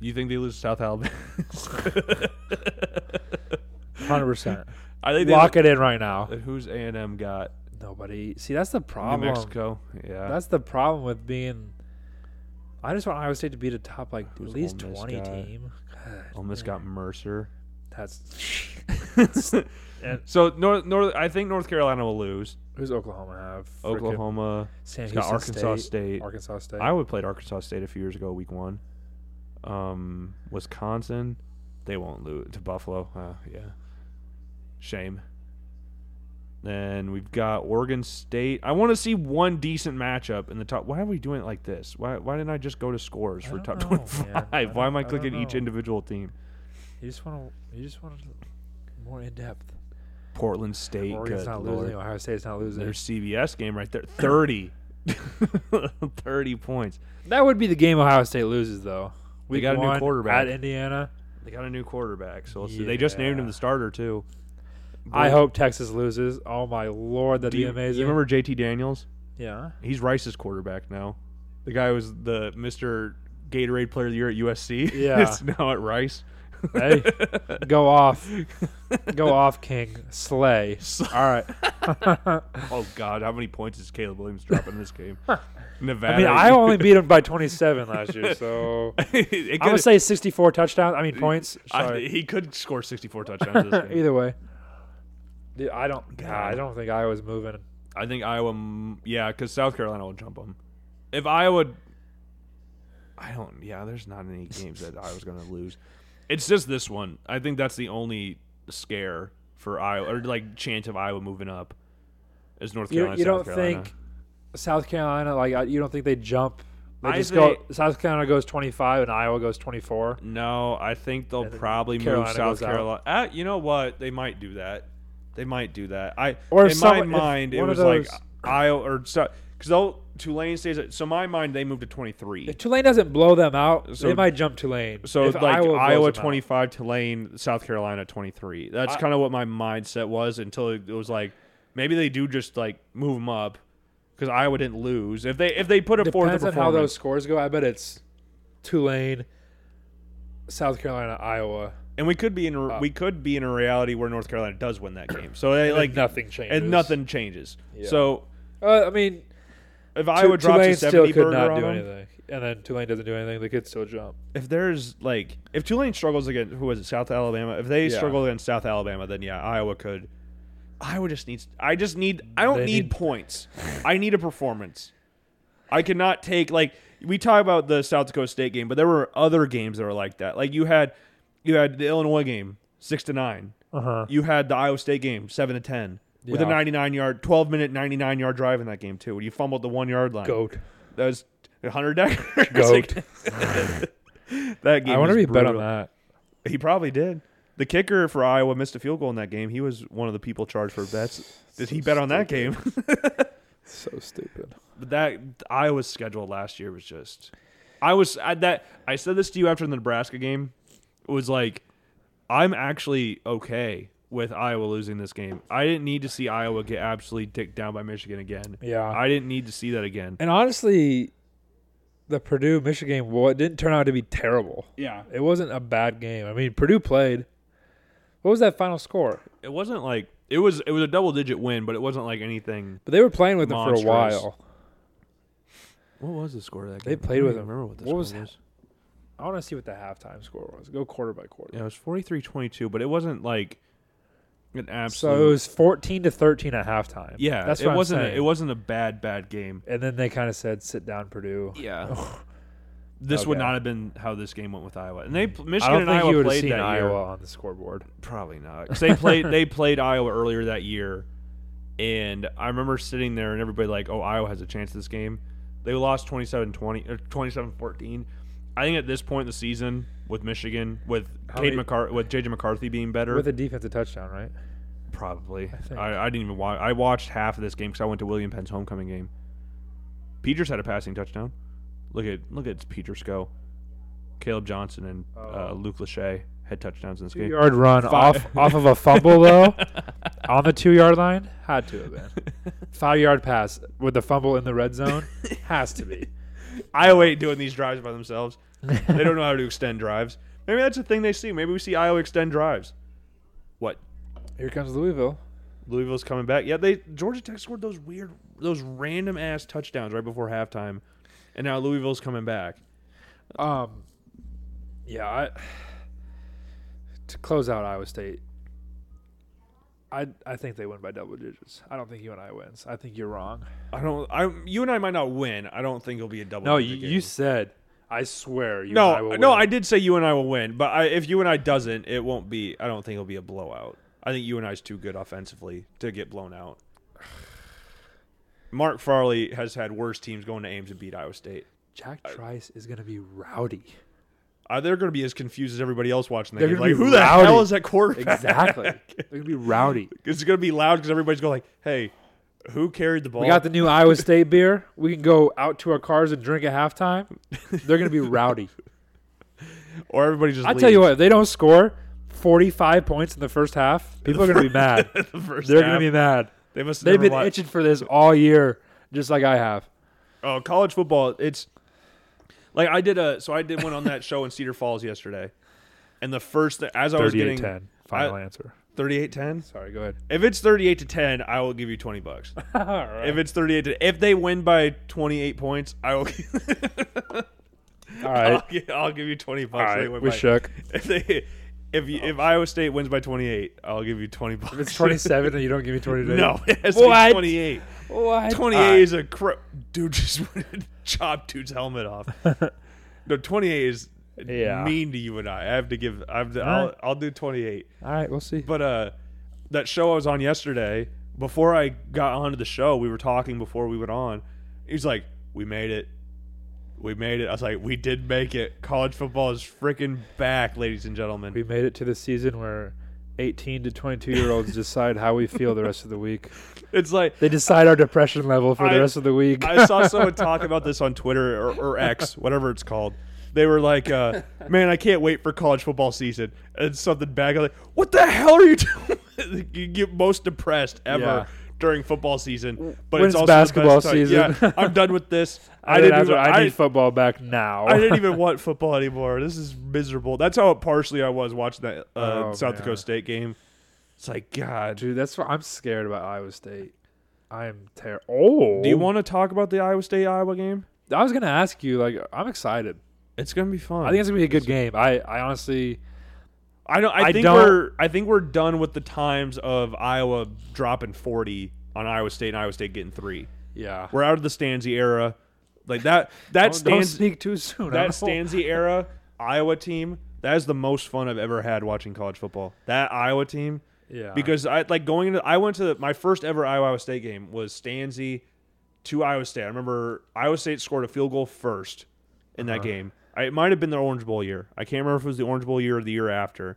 [SPEAKER 2] You think they lose to South Alabama?
[SPEAKER 3] 100%.
[SPEAKER 2] I think they
[SPEAKER 3] Lock it in right now.
[SPEAKER 2] Who's A and M got?
[SPEAKER 3] Nobody. See, that's the problem.
[SPEAKER 2] New Mexico. Yeah.
[SPEAKER 3] That's the problem with being. I just want Iowa State to be the top, like
[SPEAKER 2] Who's
[SPEAKER 3] at least
[SPEAKER 2] Ole Miss
[SPEAKER 3] twenty
[SPEAKER 2] got?
[SPEAKER 3] team.
[SPEAKER 2] Ole Miss got Mercer.
[SPEAKER 3] That's
[SPEAKER 2] so North, North, I think North Carolina will lose.
[SPEAKER 3] who's Oklahoma have? Frickin'
[SPEAKER 2] Oklahoma.
[SPEAKER 3] Sam
[SPEAKER 2] it's got
[SPEAKER 3] Houston
[SPEAKER 2] Arkansas State.
[SPEAKER 3] Arkansas State.
[SPEAKER 2] Iowa played Arkansas State a few years ago, week one. Um, Wisconsin, they won't lose to Buffalo. Uh, yeah, shame. Then we've got Oregon State. I want to see one decent matchup in the top. Why are we doing it like this? Why why didn't I just go to scores for
[SPEAKER 3] don't
[SPEAKER 2] top
[SPEAKER 3] know, man.
[SPEAKER 2] twenty five?
[SPEAKER 3] I
[SPEAKER 2] Why am
[SPEAKER 3] don't-
[SPEAKER 2] I
[SPEAKER 3] I don't
[SPEAKER 2] clicking each
[SPEAKER 3] know.
[SPEAKER 2] individual team?
[SPEAKER 3] you just want to. You just want to more in depth.
[SPEAKER 2] Portland State,
[SPEAKER 3] Oregon's
[SPEAKER 2] good
[SPEAKER 3] not
[SPEAKER 2] lord.
[SPEAKER 3] losing. Ohio State's not losing.
[SPEAKER 2] Their CBS game right there, thirty. 30 points.
[SPEAKER 3] that would be the game Ohio State loses, though.
[SPEAKER 2] They
[SPEAKER 3] We
[SPEAKER 2] got a new quarterback.
[SPEAKER 3] at Indiana.
[SPEAKER 2] They got a new quarterback, so let's see. they just named him
[SPEAKER 3] Yeah.
[SPEAKER 2] the starter too.
[SPEAKER 3] I hope Texas loses. Oh my lord, that'd
[SPEAKER 2] Do
[SPEAKER 3] be
[SPEAKER 2] you,
[SPEAKER 3] amazing.
[SPEAKER 2] you remember JT Daniels?
[SPEAKER 3] Yeah.
[SPEAKER 2] He's Rice's quarterback now. The guy who was the Mister Gatorade Player of the Year at USC.
[SPEAKER 3] Yeah.
[SPEAKER 2] is now at Rice.
[SPEAKER 3] Hey, go off, go off, King Slay. All right.
[SPEAKER 2] Oh God, how many points is Caleb Williams dropping in this game? Nevada.
[SPEAKER 3] I mean, I only beat him by 27 last year, so I'm
[SPEAKER 2] it
[SPEAKER 3] gonna
[SPEAKER 2] could-
[SPEAKER 3] say 64 touchdowns. I mean points.
[SPEAKER 2] I-
[SPEAKER 3] Sorry.
[SPEAKER 2] he could score sixty-four touchdowns. This game.
[SPEAKER 3] Either way, Dude, I don't. God, I don't think I was moving.
[SPEAKER 2] I think Iowa. m- Yeah, because South Carolina will jump them. If Iowa, I don't. Yeah, there's not any games that Iowa's going to lose. It's just this one. I think that's the only scare for Iowa, or like chance of Iowa moving up. Is North
[SPEAKER 3] You,
[SPEAKER 2] Carolina?
[SPEAKER 3] you don't
[SPEAKER 2] South Carolina.
[SPEAKER 3] think South Carolina like uh, you don't think they jump? They
[SPEAKER 2] I
[SPEAKER 3] just
[SPEAKER 2] think-
[SPEAKER 3] go. South Carolina goes 25 and Iowa goes 24.
[SPEAKER 2] No, I think they'll
[SPEAKER 3] think
[SPEAKER 2] probably
[SPEAKER 3] Carolina
[SPEAKER 2] move South
[SPEAKER 3] goes out.
[SPEAKER 2] Carolina. Ah, you know what? They might do that. They might do that. I
[SPEAKER 3] Or
[SPEAKER 2] in
[SPEAKER 3] if some-
[SPEAKER 2] my
[SPEAKER 3] if
[SPEAKER 2] mind it
[SPEAKER 3] one of
[SPEAKER 2] was like
[SPEAKER 3] those-
[SPEAKER 2] Iowa or because Tulane stays. At, so my mind they moved to twenty three.
[SPEAKER 3] If Tulane doesn't blow them out,
[SPEAKER 2] So-
[SPEAKER 3] they might jump Tulane.
[SPEAKER 2] So
[SPEAKER 3] If
[SPEAKER 2] like
[SPEAKER 3] blows
[SPEAKER 2] Iowa,
[SPEAKER 3] them out.
[SPEAKER 2] 25, Tulane, South Carolina 23. That's kind of what my mindset was until it was like maybe they do just like move them up because Iowa didn't lose. If they if they put a fourth
[SPEAKER 3] Depends on how those
[SPEAKER 2] performance
[SPEAKER 3] scores go. I bet it's Tulane, South Carolina, Iowa.
[SPEAKER 2] and we could be in
[SPEAKER 3] Uh.
[SPEAKER 2] a- we could be in a reality where North Carolina does win that game. So they, like
[SPEAKER 3] nothing changes.
[SPEAKER 2] and nothing changes. So
[SPEAKER 3] Uh, I mean,
[SPEAKER 2] if
[SPEAKER 3] Tu-
[SPEAKER 2] Iowa drops
[SPEAKER 3] Tulane
[SPEAKER 2] a 70
[SPEAKER 3] still could
[SPEAKER 2] burger
[SPEAKER 3] not
[SPEAKER 2] on
[SPEAKER 3] do
[SPEAKER 2] them,
[SPEAKER 3] anything, and then Tulane doesn't do anything. They could still jump.
[SPEAKER 2] if there's like if Tulane struggles against who was it South Alabama if they
[SPEAKER 3] Yeah.
[SPEAKER 2] struggle against South Alabama then yeah Iowa could Iowa just needs I just need I don't
[SPEAKER 3] They
[SPEAKER 2] need,
[SPEAKER 3] need-
[SPEAKER 2] points I need a performance I cannot take like we talk about the South Dakota State game but there were other games that were like that like you had you had the Illinois game six to nine
[SPEAKER 3] Uh huh.
[SPEAKER 2] you had the Iowa State game seven to ten with a
[SPEAKER 3] Yeah.
[SPEAKER 2] ninety nine yard twelve minute ninety nine yard drive in that game too when you fumbled the one yard line
[SPEAKER 3] Goat.
[SPEAKER 2] that was Hunter Decker
[SPEAKER 3] Goat.
[SPEAKER 2] that game
[SPEAKER 3] I want to
[SPEAKER 2] was
[SPEAKER 3] be bet on
[SPEAKER 2] brutal.
[SPEAKER 3] that.
[SPEAKER 2] He probably did. The kicker for Iowa missed a field goal in that game. He was one of the people charged for bets. Did he bet on that game?
[SPEAKER 4] So stupid.
[SPEAKER 2] But that Iowa's schedule last year was just. I was I, that I said this to you after the Nebraska game. It was like, I'm actually okay with Iowa losing this game. I didn't need to see Iowa get absolutely dicked down by Michigan again.
[SPEAKER 3] Yeah.
[SPEAKER 2] I didn't need to see that again.
[SPEAKER 3] And honestly, the Purdue Michigan game, well, it didn't turn out to be terrible.
[SPEAKER 2] Yeah,
[SPEAKER 3] It wasn't a bad game. I mean, Purdue played. What was that final score?
[SPEAKER 2] it wasn't like it was. It was a double digit win, but it wasn't like anything.
[SPEAKER 3] But they were playing with them for
[SPEAKER 2] Monstrous.
[SPEAKER 3] a while.
[SPEAKER 2] What was the score of that
[SPEAKER 3] They
[SPEAKER 2] game?
[SPEAKER 3] played
[SPEAKER 2] I don't
[SPEAKER 3] with
[SPEAKER 2] even
[SPEAKER 3] them.
[SPEAKER 2] Remember what the
[SPEAKER 3] What
[SPEAKER 2] score
[SPEAKER 3] was-
[SPEAKER 2] was?
[SPEAKER 3] I want to see what the halftime score was. Go quarter by quarter.
[SPEAKER 2] Yeah, it was 43-22, but it wasn't like an absolute.
[SPEAKER 3] So it was 14 to 13 at halftime.
[SPEAKER 2] yeah,
[SPEAKER 3] that's
[SPEAKER 2] it
[SPEAKER 3] what I'm
[SPEAKER 2] wasn't. A,
[SPEAKER 3] saying.
[SPEAKER 2] it wasn't a bad bad game.
[SPEAKER 3] And then they kind of said, "Sit down, Purdue."
[SPEAKER 2] Yeah. This would
[SPEAKER 3] Okay.
[SPEAKER 2] not have been how this game went with Iowa, and they Michigan
[SPEAKER 3] I don't
[SPEAKER 2] and
[SPEAKER 3] think you
[SPEAKER 2] Iowa
[SPEAKER 3] would have
[SPEAKER 2] played
[SPEAKER 3] seen
[SPEAKER 2] that
[SPEAKER 3] Iowa
[SPEAKER 2] year.
[SPEAKER 3] on the scoreboard.
[SPEAKER 2] Probably not. 'Cause they played they played Iowa earlier that year, and I remember sitting there and everybody like, "Oh, Iowa has a chance this game." They lost 27-20 or 27-14. I think at this point in the season with Michigan, with
[SPEAKER 3] How
[SPEAKER 2] Cade
[SPEAKER 3] many-
[SPEAKER 2] McCar- with JJ McCarthy being better,
[SPEAKER 3] With a defensive touchdown, right?
[SPEAKER 2] Probably.
[SPEAKER 3] think.
[SPEAKER 2] I, I didn't even watch. I watched half of this game because I went to William Penn's homecoming game. Peters had a passing touchdown. Look at look at Peters go. Caleb Johnson and uh,
[SPEAKER 3] Oh.
[SPEAKER 2] Luke Lachey had touchdowns in this
[SPEAKER 3] Two
[SPEAKER 2] game.
[SPEAKER 3] yard run
[SPEAKER 2] Five.
[SPEAKER 3] off off of a fumble though, on the two yard line had to have been. Five yard pass with the fumble in the red zone has to be.
[SPEAKER 2] Iowa ain't doing these drives by themselves. they don't know how to extend drives. Maybe that's a thing they see. Maybe we see Iowa extend drives. What?
[SPEAKER 3] Here comes Louisville.
[SPEAKER 2] Louisville's coming back. Yeah, they Georgia Tech scored those weird, those random ass touchdowns right before halftime, and now Louisville's coming back.
[SPEAKER 3] Um, yeah, I, to close out Iowa State, I I think they win by double digits. I don't think you and I wins. I think you're wrong.
[SPEAKER 2] I don't. I you and I might not win. I don't think it'll be a double.
[SPEAKER 3] No, you,
[SPEAKER 2] digit
[SPEAKER 3] you
[SPEAKER 2] game.
[SPEAKER 3] said. I swear you. and I
[SPEAKER 2] no,
[SPEAKER 3] will
[SPEAKER 2] no.
[SPEAKER 3] win.
[SPEAKER 2] I did say you and I will win, but I, if you and I doesn't, it won't be. I don't think it'll be a blowout. I think you and I's too good offensively to get blown out. Mark Farley has had worse teams going to Ames and beat Iowa State.
[SPEAKER 3] Jack Trice is gonna be rowdy.
[SPEAKER 2] Uh, they're going to be as confused as everybody else watching that
[SPEAKER 3] They're
[SPEAKER 2] game.
[SPEAKER 3] gonna
[SPEAKER 2] Like,
[SPEAKER 3] be
[SPEAKER 2] who the
[SPEAKER 3] rowdy.
[SPEAKER 2] hell is that quarterback?
[SPEAKER 3] Exactly. They're gonna be rowdy.
[SPEAKER 2] it's going to be loud because everybody's going like, "Hey, who carried the ball?"
[SPEAKER 3] We got the new Iowa State beer. We can go out to our cars and drink at halftime. They're gonna be rowdy.
[SPEAKER 2] or everybody just.
[SPEAKER 3] I tell you what, if they don't score 45 points in the first half, people are gonna be mad.
[SPEAKER 2] the first
[SPEAKER 3] They're
[SPEAKER 2] half,
[SPEAKER 3] gonna be mad.
[SPEAKER 2] They must have
[SPEAKER 3] They've
[SPEAKER 2] never
[SPEAKER 3] been
[SPEAKER 2] watched-
[SPEAKER 3] itching for this all year, just like I have.
[SPEAKER 2] Oh, college football. It's like I did a so I did one on that show in Cedar Falls yesterday, and the first th- as I was getting
[SPEAKER 3] 10.
[SPEAKER 2] final
[SPEAKER 3] answer.
[SPEAKER 2] thirty-eight ten.
[SPEAKER 3] Sorry, go ahead.
[SPEAKER 2] If it's thirty-eight to ten, I will give you twenty bucks.
[SPEAKER 3] all right.
[SPEAKER 2] If it's thirty-eight to if they win by twenty-eight points, I will.
[SPEAKER 3] all
[SPEAKER 2] I'll,
[SPEAKER 3] right.
[SPEAKER 2] gi- I'll give you twenty bucks.
[SPEAKER 3] All
[SPEAKER 2] if they
[SPEAKER 3] right.
[SPEAKER 2] win
[SPEAKER 3] We
[SPEAKER 2] by-
[SPEAKER 3] shook.
[SPEAKER 2] If they, if you, if Iowa State wins by twenty-eight, I'll give you twenty bucks.
[SPEAKER 3] If it's 27 and you don't give me 28.
[SPEAKER 2] no, it has to be
[SPEAKER 3] What?
[SPEAKER 2] twenty-eight.
[SPEAKER 3] What?
[SPEAKER 2] 28
[SPEAKER 3] All right.
[SPEAKER 2] is a cro- dude just chopped dude's helmet off. no, 28 is
[SPEAKER 3] Yeah.
[SPEAKER 2] mean to you and I. I have to give. I have to, I'll
[SPEAKER 3] Alright.
[SPEAKER 2] I'll do 28.
[SPEAKER 3] All right. We'll see.
[SPEAKER 2] But uh, that show I was on yesterday. Before I got onto the show, we were talking before we went on. He's like, "We made it." We made it. I was like, we did make it. College football is freaking back, ladies and gentlemen.
[SPEAKER 3] We made it to the season where 18 to 22 year olds decide how we feel the rest of the week.
[SPEAKER 2] It's like
[SPEAKER 3] They decide our depression level for
[SPEAKER 2] I-
[SPEAKER 3] the rest of the week.
[SPEAKER 2] I saw someone talk about this on Twitter or, or X, whatever it's called. They were like, uh, "Man, I can't wait for college football season." And something back, I'm like, "What the hell are you doing?" you get most depressed ever
[SPEAKER 3] Yeah.
[SPEAKER 2] during football season, but
[SPEAKER 3] When
[SPEAKER 2] it's
[SPEAKER 3] it's
[SPEAKER 2] also the best
[SPEAKER 3] basketball
[SPEAKER 2] time.
[SPEAKER 3] season.
[SPEAKER 2] Yeah, I'm done with this. I,
[SPEAKER 3] I didn't.
[SPEAKER 2] didn't.
[SPEAKER 3] After,
[SPEAKER 2] Even,
[SPEAKER 3] I,
[SPEAKER 2] I,
[SPEAKER 3] need football back now.
[SPEAKER 2] I didn't even want football anymore. This is miserable. That's how partially I was watching that uh,
[SPEAKER 3] Oh,
[SPEAKER 2] South
[SPEAKER 3] man.
[SPEAKER 2] Dakota State game. It's like God.
[SPEAKER 3] Dude, that's what I'm scared about Iowa State. I'm terrible. Oh,
[SPEAKER 2] Do you want to talk about the Iowa State Iowa game?
[SPEAKER 3] I was gonna ask you. Like, I'm excited.
[SPEAKER 2] It's gonna be fun.
[SPEAKER 3] I think it's gonna be a good game. I, I honestly,
[SPEAKER 2] I don't. I,
[SPEAKER 3] I
[SPEAKER 2] think
[SPEAKER 3] don't-
[SPEAKER 2] we're. I think we're done with the times of Iowa dropping forty on Iowa State and Iowa State getting three.
[SPEAKER 3] yeah.
[SPEAKER 2] We're out of the Stanzi era, like that. That
[SPEAKER 3] Don't, don't
[SPEAKER 2] stands.
[SPEAKER 3] speak too soon. I
[SPEAKER 2] That
[SPEAKER 3] don't-
[SPEAKER 2] Stanzi era Iowa team. That is the most fun I've ever had watching college football. That Iowa team.
[SPEAKER 3] Yeah.
[SPEAKER 2] Because I like going into. I went to my first ever Iowa Iowa State game was Stanzi to Iowa State. I remember Iowa State scored a field goal first in that game. I, it might have been the Orange Bowl year. I can't remember if it was the Orange Bowl year or the year after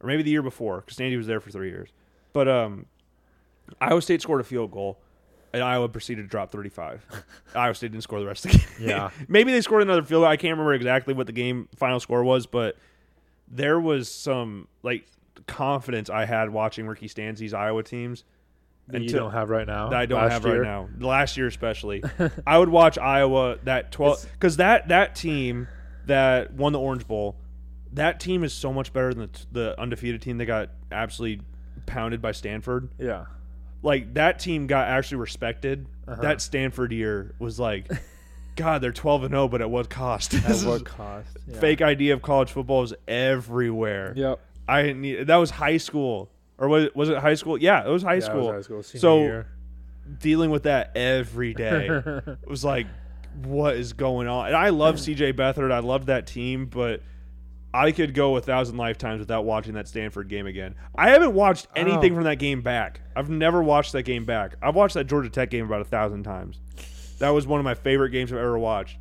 [SPEAKER 2] or maybe the year before because Sandy was there for three years. But um, Iowa State scored a field goal, and Iowa proceeded to drop 35. Iowa State didn't score the rest of the game.
[SPEAKER 3] Yeah.
[SPEAKER 2] maybe they scored another field goal. I can't remember exactly what the game final score was, but there was some like confidence I had watching Ricky Stanzi's Iowa teams
[SPEAKER 3] that you
[SPEAKER 2] until-
[SPEAKER 3] don't have right now.
[SPEAKER 2] that I don't
[SPEAKER 3] last
[SPEAKER 2] have
[SPEAKER 3] year.
[SPEAKER 2] right now. Last year especially, I would watch Iowa that twelve because that that team that won the Orange Bowl, that team is so much better than the, the undefeated team that got absolutely pounded by Stanford.
[SPEAKER 3] Yeah.
[SPEAKER 2] Like that team got actually respected.
[SPEAKER 3] Uh-huh.
[SPEAKER 2] That Stanford year was like, God, they're twelve and zero, but at what cost? This
[SPEAKER 3] At what
[SPEAKER 2] is-
[SPEAKER 3] cost? Yeah.
[SPEAKER 2] fake idea of college football is everywhere.
[SPEAKER 3] Yep.
[SPEAKER 2] I didn't need that was high school. Or was it, was it high school? Yeah, it was high
[SPEAKER 3] Yeah, I
[SPEAKER 2] school.
[SPEAKER 3] was high school. Senior
[SPEAKER 2] So
[SPEAKER 3] year.
[SPEAKER 2] dealing with that every day. it was like, what is going on? And I love CJ Beathard. I love that team, but I could go a thousand lifetimes without watching that Stanford game again. I haven't watched anything
[SPEAKER 3] Oh.
[SPEAKER 2] from that game back. I've never watched that game back. I've watched that Georgia Tech game about a thousand times. That was one of my favorite games I've ever watched.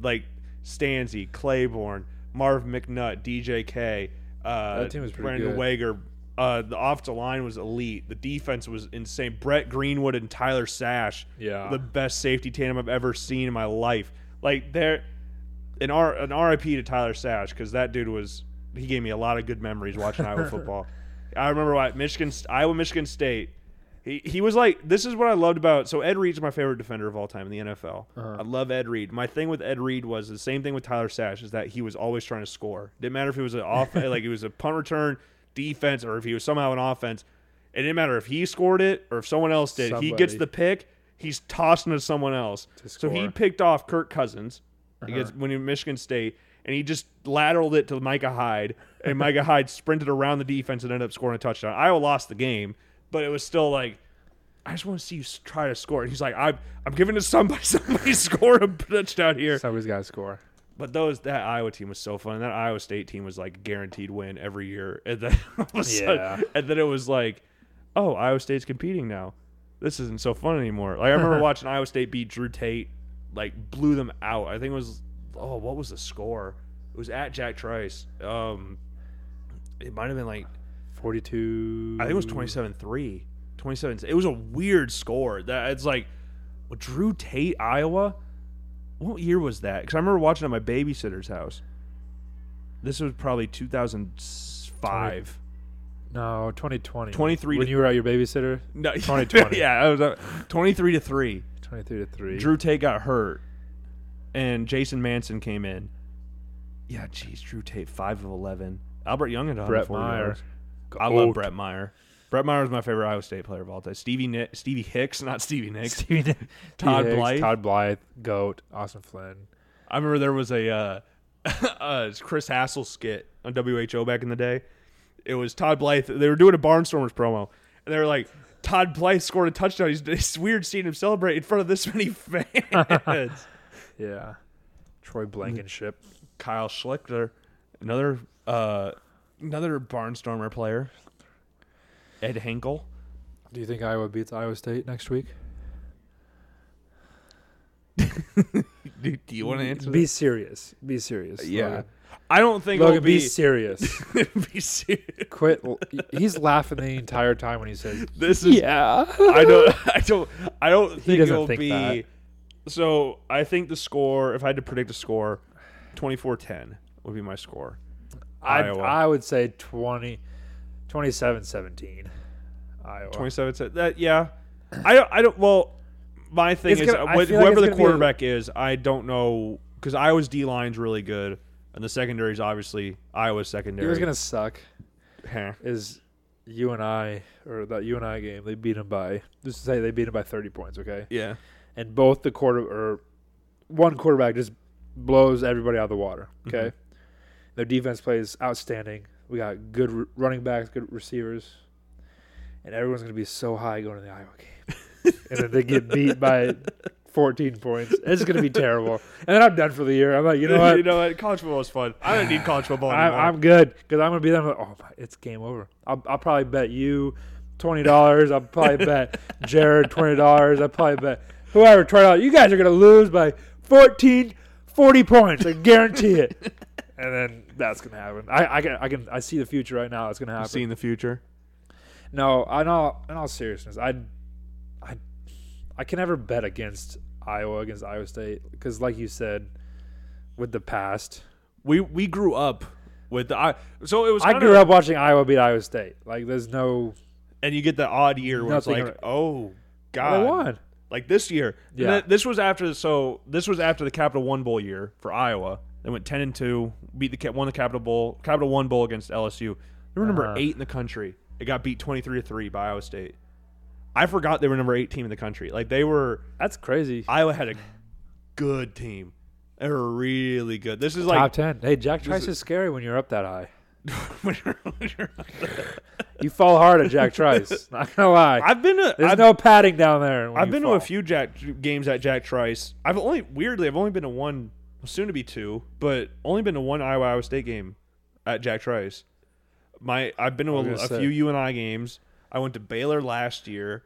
[SPEAKER 2] Like Stanzi, Claiborne, Marv McNutt, DJK, uh,
[SPEAKER 3] That team was pretty
[SPEAKER 2] Brandon
[SPEAKER 3] good.
[SPEAKER 2] Wager. Uh, the offensive line was elite. The defense was insane. Brett Greenwood and Tyler Sash,
[SPEAKER 3] Yeah.
[SPEAKER 2] the best safety tandem I've ever seen in my life. Like there, an R an RIP to Tyler Sash because that dude was he gave me a lot of good memories watching Iowa football. I remember at Michigan Iowa Michigan State. He, he was like this is what I loved about so Ed Reed's my favorite defender of all time in the NFL. I love Ed Reed. My thing with Ed Reed was the same thing with Tyler Sash is that he was always trying to score. Didn't matter if he was an off like he was a punt return defense or if he was somehow an offense. It didn't matter if he scored it or if someone else did. He gets
[SPEAKER 3] Somebody.
[SPEAKER 2] the pick. He's tossing to someone else. So he
[SPEAKER 3] score.
[SPEAKER 2] picked off Kirk Cousins against when he was Michigan State, and he just lateraled it to Micah Hyde, and Micah Hyde sprinted around the defense and ended up scoring a touchdown. Iowa lost the game, but it was still like, I just want to see you s- try to score. And he's like, I'm I'm giving it to somebody. Somebody score a touchdown here.
[SPEAKER 3] Somebody's got to score.
[SPEAKER 2] But those that Iowa team was so fun. That Iowa State team was like guaranteed win every year. And then all of a sudden-
[SPEAKER 3] Yeah.
[SPEAKER 2] and then it was like, oh, Iowa State's competing now. This isn't so fun anymore. Like I remember watching Iowa State beat Drew Tate, like blew them out. I think it was oh, what was the score? It was at Jack Trice. Um, it might have been like
[SPEAKER 3] 42.
[SPEAKER 2] I think it was 27-3. 27 It was a weird score. That it's like well, Drew Tate, Iowa. What year was that? Because I remember watching it at my babysitter's house. This was probably 2005.
[SPEAKER 3] No, 2020.
[SPEAKER 2] 23
[SPEAKER 3] When
[SPEAKER 2] to-
[SPEAKER 3] you were at your babysitter?
[SPEAKER 2] No,
[SPEAKER 3] 2020.
[SPEAKER 2] yeah, I was uh, 23 to 3.
[SPEAKER 3] 23 to 3.
[SPEAKER 2] Drew Tate got hurt and Jason Manson came in. Yeah, geez, Drew Tate 5 of 11. Albert Young had
[SPEAKER 3] Brett
[SPEAKER 2] 140
[SPEAKER 3] Meyer.
[SPEAKER 2] yards. I love Brett Meyer. Brett Meyer is my favorite Iowa State player of all time. Stevie Ni- Stevie Hicks, not Stevie Nicks.
[SPEAKER 3] Stevie,
[SPEAKER 2] Todd
[SPEAKER 3] Hicks,
[SPEAKER 2] Blythe.
[SPEAKER 3] Todd Blythe. Goat. Austin Flynn.
[SPEAKER 2] I remember there was a uh, uh, Chris Hassel skit on WHO back in the day. It was Todd Blythe. They were doing a Barnstormers promo, and they were like, "Todd Blythe scored a touchdown." He's, it's weird seeing him celebrate in front of this many fans.
[SPEAKER 3] Yeah. Troy Blankenship.
[SPEAKER 2] Kyle Schlichter, another uh, another Barnstormer player. Ed Henkel.
[SPEAKER 3] Do you think Iowa beats Iowa State next week?
[SPEAKER 2] Do, do you want to answer?
[SPEAKER 3] Be serious. Be serious.
[SPEAKER 2] that? Yeah,
[SPEAKER 3] Logan.
[SPEAKER 2] I don't think
[SPEAKER 3] Logan,
[SPEAKER 2] it'll
[SPEAKER 3] be,
[SPEAKER 2] be.
[SPEAKER 3] serious.
[SPEAKER 2] be serious.
[SPEAKER 3] Quit. l- He's laughing the entire time when he says,
[SPEAKER 2] This is
[SPEAKER 3] Yeah.
[SPEAKER 2] I don't I don't I don't think
[SPEAKER 3] doesn't
[SPEAKER 2] it'll
[SPEAKER 3] think
[SPEAKER 2] be
[SPEAKER 3] that.
[SPEAKER 2] so I think the score if I had to predict a score 24-10 would be my score.
[SPEAKER 3] I,
[SPEAKER 2] Iowa.
[SPEAKER 3] I would say 20, 27 17. Iowa.
[SPEAKER 2] 27 so that yeah. I don't I don't well my thing
[SPEAKER 3] It's
[SPEAKER 2] is
[SPEAKER 3] gonna-
[SPEAKER 2] uh,
[SPEAKER 3] I
[SPEAKER 2] wh-
[SPEAKER 3] feel like
[SPEAKER 2] whoever
[SPEAKER 3] it's
[SPEAKER 2] the
[SPEAKER 3] gonna be a-
[SPEAKER 2] quarterback is, I don't know cuz Iowa's D line's really good and the secondary's obviously Iowa's
[SPEAKER 3] It
[SPEAKER 2] secondary.
[SPEAKER 3] was going to suck.
[SPEAKER 2] Heh.
[SPEAKER 3] is you and I or that you and I game. They beat him by just say they beat him by thirty points, okay?
[SPEAKER 2] yeah.
[SPEAKER 3] And both the quarter or one quarterback just blows everybody out of the water, okay? Their defense plays outstanding. We got good r- running backs, good receivers, and everyone's gonna be so high going to the Iowa game, and then they get beat by. 14 points. It's going to be terrible. And then I'm done for the year. I'm like, you know what?
[SPEAKER 2] you know what? College football is fun. I don't need college football
[SPEAKER 3] I'm,
[SPEAKER 2] anymore.
[SPEAKER 3] I'm good because I'm gonna be there. I'm like, oh, my, it's game over. I'll, I'll probably bet you twenty dollars. I'll probably bet Jared twenty dollars. I'll probably bet whoever twenty dollars. You guys are gonna lose by 14, 40 points. I guarantee it. and then that's gonna happen. I, I can I can I see the future right now. It's gonna happen.
[SPEAKER 2] Seeing the future.
[SPEAKER 3] No, in all in all seriousness, I, I, I can never bet against Iowa against Iowa State because, like you said, with the past,
[SPEAKER 2] We we grew up with the I so it was
[SPEAKER 3] I
[SPEAKER 2] kinda-
[SPEAKER 3] grew up watching Iowa beat Iowa State. Like, there's no
[SPEAKER 2] and you get the odd year where it's
[SPEAKER 3] Nothing
[SPEAKER 2] like,
[SPEAKER 3] ar-
[SPEAKER 2] oh
[SPEAKER 3] I
[SPEAKER 2] god,
[SPEAKER 3] won.
[SPEAKER 2] like this year. And
[SPEAKER 3] Yeah.
[SPEAKER 2] th- this was after so this was after the Capital One Bowl year for Iowa. They went ten and two, beat the Cap- won the Capital Bowl Capital One Bowl against LSU. They were number
[SPEAKER 3] Uh-huh.
[SPEAKER 2] eight in the country. It got beat twenty three to three by Iowa State. I forgot they were number eight team in the country. Like they were
[SPEAKER 3] That's crazy.
[SPEAKER 2] Iowa had a good team. They were really good. This is
[SPEAKER 3] Top
[SPEAKER 2] like
[SPEAKER 3] ten. Hey, Jack Trice is scary when you're up that high.
[SPEAKER 2] when you're- when you're-
[SPEAKER 3] You fall hard at Jack Trice. Not gonna lie.
[SPEAKER 2] I've been to
[SPEAKER 3] there's
[SPEAKER 2] I've,
[SPEAKER 3] no padding down there. when
[SPEAKER 2] I've
[SPEAKER 3] you
[SPEAKER 2] been to
[SPEAKER 3] fall.
[SPEAKER 2] a few Jack games at Jack Trice. I've only weirdly I've only been to one, soon to be two, but only been to one Iowa Iowa State game at Jack Trice. My I've been to a,
[SPEAKER 3] gonna
[SPEAKER 2] a
[SPEAKER 3] say.
[SPEAKER 2] few U and I games. I went to Baylor last year,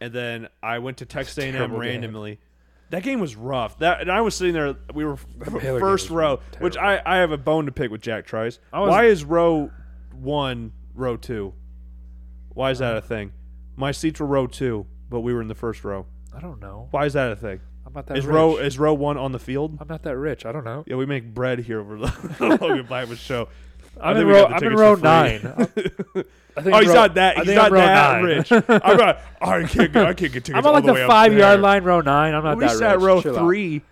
[SPEAKER 2] and then I went to Texas A and M
[SPEAKER 3] terrible game.
[SPEAKER 2] randomly. That game was rough. That and I was sitting there. We were
[SPEAKER 3] Baylor game
[SPEAKER 2] first
[SPEAKER 3] was
[SPEAKER 2] row, which I I have a bone to pick with Jack Trice.
[SPEAKER 3] was-
[SPEAKER 2] Why is row one row two? Why is that a thing? My seats were row two, but we were in the first row.
[SPEAKER 3] I don't know.
[SPEAKER 2] Why is that a thing?
[SPEAKER 3] I'm not that
[SPEAKER 2] Is
[SPEAKER 3] rich.
[SPEAKER 2] row is row one on the field?
[SPEAKER 3] I'm not that rich. I don't know.
[SPEAKER 2] Yeah, we make bread here over the the Logan Blackman show. I
[SPEAKER 3] I'm in
[SPEAKER 2] think we got
[SPEAKER 3] row.
[SPEAKER 2] the
[SPEAKER 3] I'm in
[SPEAKER 2] tickets for
[SPEAKER 3] row
[SPEAKER 2] free.
[SPEAKER 3] nine. I think
[SPEAKER 2] Oh,
[SPEAKER 3] I'm
[SPEAKER 2] he's
[SPEAKER 3] row-
[SPEAKER 2] not that.
[SPEAKER 3] I
[SPEAKER 2] He's
[SPEAKER 3] think
[SPEAKER 2] not
[SPEAKER 3] I'm row
[SPEAKER 2] that
[SPEAKER 3] nine.
[SPEAKER 2] rich. I'm not. Oh, I can't. Get, I can't get tickets.
[SPEAKER 3] I'm on
[SPEAKER 2] all
[SPEAKER 3] like
[SPEAKER 2] the,
[SPEAKER 3] the,
[SPEAKER 2] way up
[SPEAKER 3] five
[SPEAKER 2] there.
[SPEAKER 3] yard line, row nine. I'm not
[SPEAKER 2] We
[SPEAKER 3] that
[SPEAKER 2] sat
[SPEAKER 3] rich.
[SPEAKER 2] row
[SPEAKER 3] Chill out. Oh,
[SPEAKER 2] three,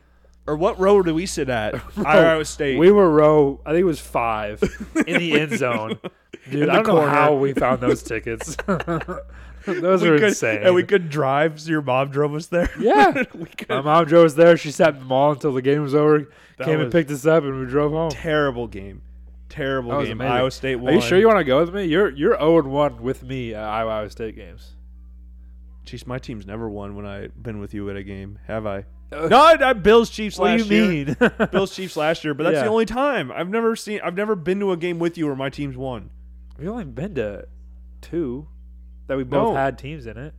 [SPEAKER 2] or what row did we sit at? Iowa State.
[SPEAKER 3] We were row. I think it was five in the end zone. Dude, I don't know
[SPEAKER 2] corner.
[SPEAKER 3] how we found those tickets. those
[SPEAKER 2] We
[SPEAKER 3] are
[SPEAKER 2] could,
[SPEAKER 3] insane.
[SPEAKER 2] and we could drive. So your mom drove us there.
[SPEAKER 3] yeah.
[SPEAKER 2] we could.
[SPEAKER 3] My mom drove us there. She sat in the mall until the game was over. came and
[SPEAKER 2] was-
[SPEAKER 3] picked us up, and we drove home.
[SPEAKER 2] terrible game. Terrible
[SPEAKER 3] That was
[SPEAKER 2] game.
[SPEAKER 3] amazing.
[SPEAKER 2] Iowa State
[SPEAKER 3] Are
[SPEAKER 2] won.
[SPEAKER 3] you sure you want to go with me? You're you're zero and one with me at Iowa Iowa State games.
[SPEAKER 2] Jeez, my team's never won when I've been with you at a game, have I? no, I, I Bills Chiefs
[SPEAKER 3] What
[SPEAKER 2] last
[SPEAKER 3] do you
[SPEAKER 2] year.
[SPEAKER 3] mean?
[SPEAKER 2] Bills Chiefs last year, but that's
[SPEAKER 3] Yeah.
[SPEAKER 2] the only time I've never seen. I've never been to a game with you where my team's won.
[SPEAKER 3] We've only been to two that we both
[SPEAKER 2] No.
[SPEAKER 3] had teams in it.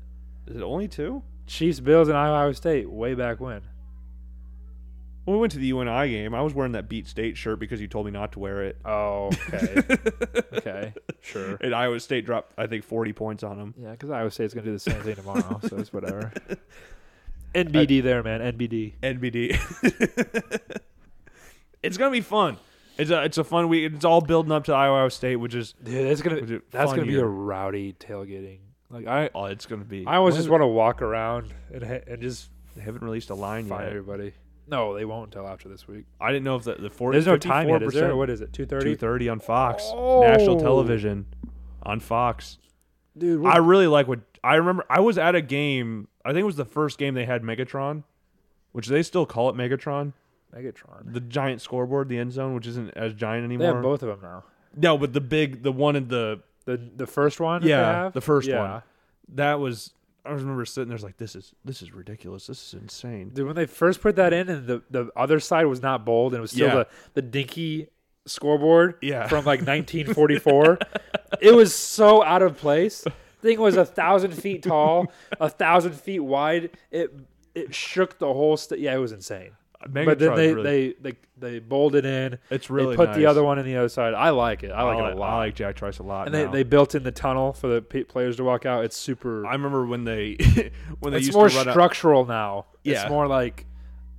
[SPEAKER 2] Is it only two?
[SPEAKER 3] Chiefs, Bills, and Iowa Iowa State way back when.
[SPEAKER 2] When we went to the UNI game, I was wearing that Beat State shirt because you told me not to wear it.
[SPEAKER 3] Oh, okay. okay. Sure.
[SPEAKER 2] And Iowa State dropped, I think, forty points on them.
[SPEAKER 3] Yeah, because Iowa State's gonna do the same thing tomorrow, so it's whatever. NBD there, man. NBD.
[SPEAKER 2] NBD. it's gonna be fun. It's a it's a fun week. It's all building up to Iowa State, which is
[SPEAKER 3] Dude, that's gonna
[SPEAKER 2] Was it
[SPEAKER 3] that's gonna be
[SPEAKER 2] funnier?
[SPEAKER 3] a rowdy tailgating. Like I,
[SPEAKER 2] oh, it's gonna be.
[SPEAKER 3] I always just want to walk around and ha- and just
[SPEAKER 2] They haven't released a line
[SPEAKER 3] fight
[SPEAKER 2] yet.
[SPEAKER 3] everybody. No, they won't until after this week.
[SPEAKER 2] I didn't know if the the forty.
[SPEAKER 3] There's no time yet, is
[SPEAKER 2] 54%
[SPEAKER 3] there? What is it? Two thirty.
[SPEAKER 2] 2:30 on Fox, national
[SPEAKER 3] Oh.
[SPEAKER 2] television, on Fox.
[SPEAKER 3] Dude,
[SPEAKER 2] I really like what I remember. I was at a game. I think it was the first game they had Megatron, which they still call it Megatron.
[SPEAKER 3] Megatron.
[SPEAKER 2] The giant scoreboard, the end zone, which isn't as giant
[SPEAKER 3] They
[SPEAKER 2] anymore.
[SPEAKER 3] have both of them now.
[SPEAKER 2] No, but the big, the one in the
[SPEAKER 3] The the first one. that they
[SPEAKER 2] Yeah,
[SPEAKER 3] have?
[SPEAKER 2] the first
[SPEAKER 3] Yeah.
[SPEAKER 2] one. that was. I remember sitting there like, this is this is ridiculous. This is insane.
[SPEAKER 3] Dude, when they first put that in, and the, the other side was not bold, and it was still
[SPEAKER 2] Yeah.
[SPEAKER 3] the, the dinky scoreboard
[SPEAKER 2] Yeah.
[SPEAKER 3] from like 1944. it was so out of place. Thing was a thousand feet tall, a thousand feet wide. It it shook the whole. St- yeah, it was insane.
[SPEAKER 2] Megatron,
[SPEAKER 3] but then they,
[SPEAKER 2] really,
[SPEAKER 3] they they they bolded in.
[SPEAKER 2] it's
[SPEAKER 3] They
[SPEAKER 2] really
[SPEAKER 3] put the
[SPEAKER 2] nice. Oh,
[SPEAKER 3] other one in the other side. I like it. I like it a lot.
[SPEAKER 2] I like Jack Trice a lot.
[SPEAKER 3] and they,
[SPEAKER 2] now.
[SPEAKER 3] they built in the tunnel for the pe- players to walk out. It's super.
[SPEAKER 2] I remember when they when they
[SPEAKER 3] it's
[SPEAKER 2] used
[SPEAKER 3] more
[SPEAKER 2] to run out-
[SPEAKER 3] structural now.
[SPEAKER 2] Yeah.
[SPEAKER 3] It's more like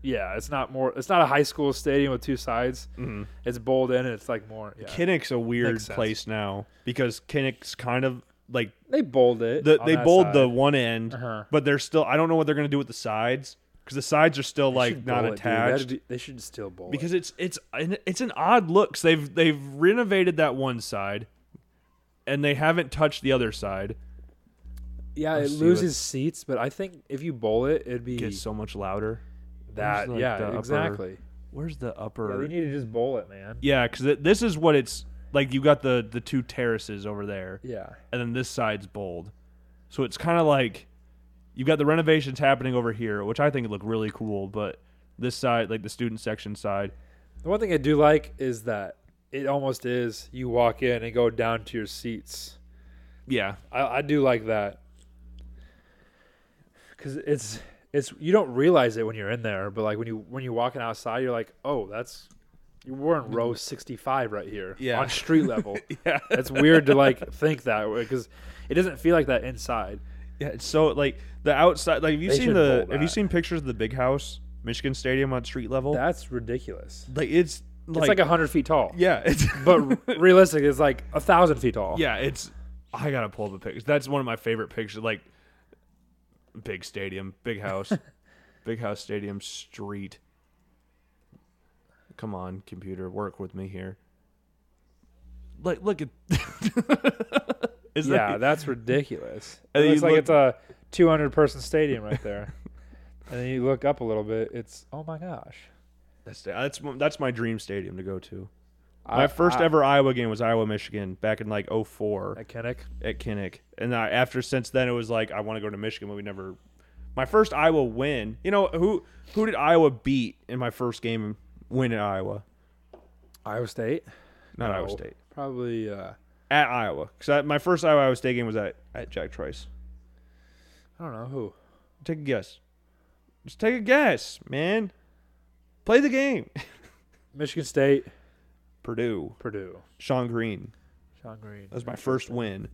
[SPEAKER 3] yeah, it's not more it's not a high school stadium with two sides.
[SPEAKER 2] Mm-hmm.
[SPEAKER 3] mm It's bold in and it's like more yeah.
[SPEAKER 2] Kinnick's a weird
[SPEAKER 3] Makes sense.
[SPEAKER 2] place now because Kinnick's kind of like
[SPEAKER 3] they bold it.
[SPEAKER 2] the,
[SPEAKER 3] on
[SPEAKER 2] they
[SPEAKER 3] that
[SPEAKER 2] bowled
[SPEAKER 3] side.
[SPEAKER 2] the one end,
[SPEAKER 3] Uh-huh.
[SPEAKER 2] but they're still. I don't know what they're gonna do with the sides because the sides are still
[SPEAKER 3] They
[SPEAKER 2] like
[SPEAKER 3] should
[SPEAKER 2] not
[SPEAKER 3] bold it, dude. That'd
[SPEAKER 2] attached.
[SPEAKER 3] be- they should still bold because
[SPEAKER 2] because it's it's an- it's an odd look. So they've they've renovated that one side, and they haven't touched the other side.
[SPEAKER 3] yeah, it
[SPEAKER 2] see what-
[SPEAKER 3] loses seats, but I think if you bowl it, it'd be
[SPEAKER 2] It gets so much louder.
[SPEAKER 3] that
[SPEAKER 2] like the
[SPEAKER 3] yeah,
[SPEAKER 2] upper-
[SPEAKER 3] exactly.
[SPEAKER 2] Where's the
[SPEAKER 3] Yeah, they
[SPEAKER 2] upper?
[SPEAKER 3] need to just bowl it, man.
[SPEAKER 2] Yeah, because this is what it's like. You got the the two terraces over there.
[SPEAKER 3] Yeah.
[SPEAKER 2] and then this side's bold. So it's kind of like you've got the renovations happening over here, which I think look really cool, but this side, like the student section side,
[SPEAKER 3] The one thing I do like is that it almost is you walk in and go down to your seats.
[SPEAKER 2] yeah,
[SPEAKER 3] I, I do like that because it's it's you don't realize it when you're in there, but like when you when you're walking outside, you're like, oh, that's You were in row 65 right here
[SPEAKER 2] Mm-hmm. Yeah.
[SPEAKER 3] on street level.
[SPEAKER 2] Yeah.
[SPEAKER 3] It's weird to like think that because it doesn't feel like that inside.
[SPEAKER 2] Yeah, it's so like the outside. Like, have you
[SPEAKER 3] They
[SPEAKER 2] seen
[SPEAKER 3] should
[SPEAKER 2] the?
[SPEAKER 3] roll
[SPEAKER 2] Have you
[SPEAKER 3] that.
[SPEAKER 2] seen pictures of the big house, Michigan Stadium on street level?
[SPEAKER 3] That's ridiculous.
[SPEAKER 2] like it's like,
[SPEAKER 3] it's like 100 feet tall.
[SPEAKER 2] yeah, it's
[SPEAKER 3] But r- realistic, it's like a thousand feet tall.
[SPEAKER 2] yeah, it's. I gotta pull up a picture. That's one of my favorite pictures. Like, big stadium, big house, big house stadium street. Come on, computer, work with me here. Like, look at. Is
[SPEAKER 3] Yeah,
[SPEAKER 2] that,
[SPEAKER 3] that's ridiculous. It
[SPEAKER 2] And then
[SPEAKER 3] looks
[SPEAKER 2] you
[SPEAKER 3] like
[SPEAKER 2] look-
[SPEAKER 3] it's a 200 person stadium right there. and then you look up a little bit, it's oh my gosh.
[SPEAKER 2] that's that's my- that's my dream stadium to go to.
[SPEAKER 3] I-
[SPEAKER 2] My first
[SPEAKER 3] I-
[SPEAKER 2] ever Iowa game was Iowa Michigan back in like 04
[SPEAKER 3] at Kinnick.
[SPEAKER 2] at Kinnick. And I, after since then it was like I want to go to Michigan, but we never my first Iowa win. You know who who did Iowa beat in my first game win at Iowa?
[SPEAKER 3] Iowa State.
[SPEAKER 2] Not Iowa
[SPEAKER 3] No,
[SPEAKER 2] State.
[SPEAKER 3] Probably uh
[SPEAKER 2] At Iowa. Cuz my first Iowa Iowa State game was at at Jack Trice.
[SPEAKER 3] I don't know who.
[SPEAKER 2] Take a guess. Just take a guess, man. Play the game.
[SPEAKER 3] Michigan State,
[SPEAKER 2] Purdue.
[SPEAKER 3] Purdue.
[SPEAKER 2] Sean Green.
[SPEAKER 3] Sean Green.
[SPEAKER 2] That was my first win.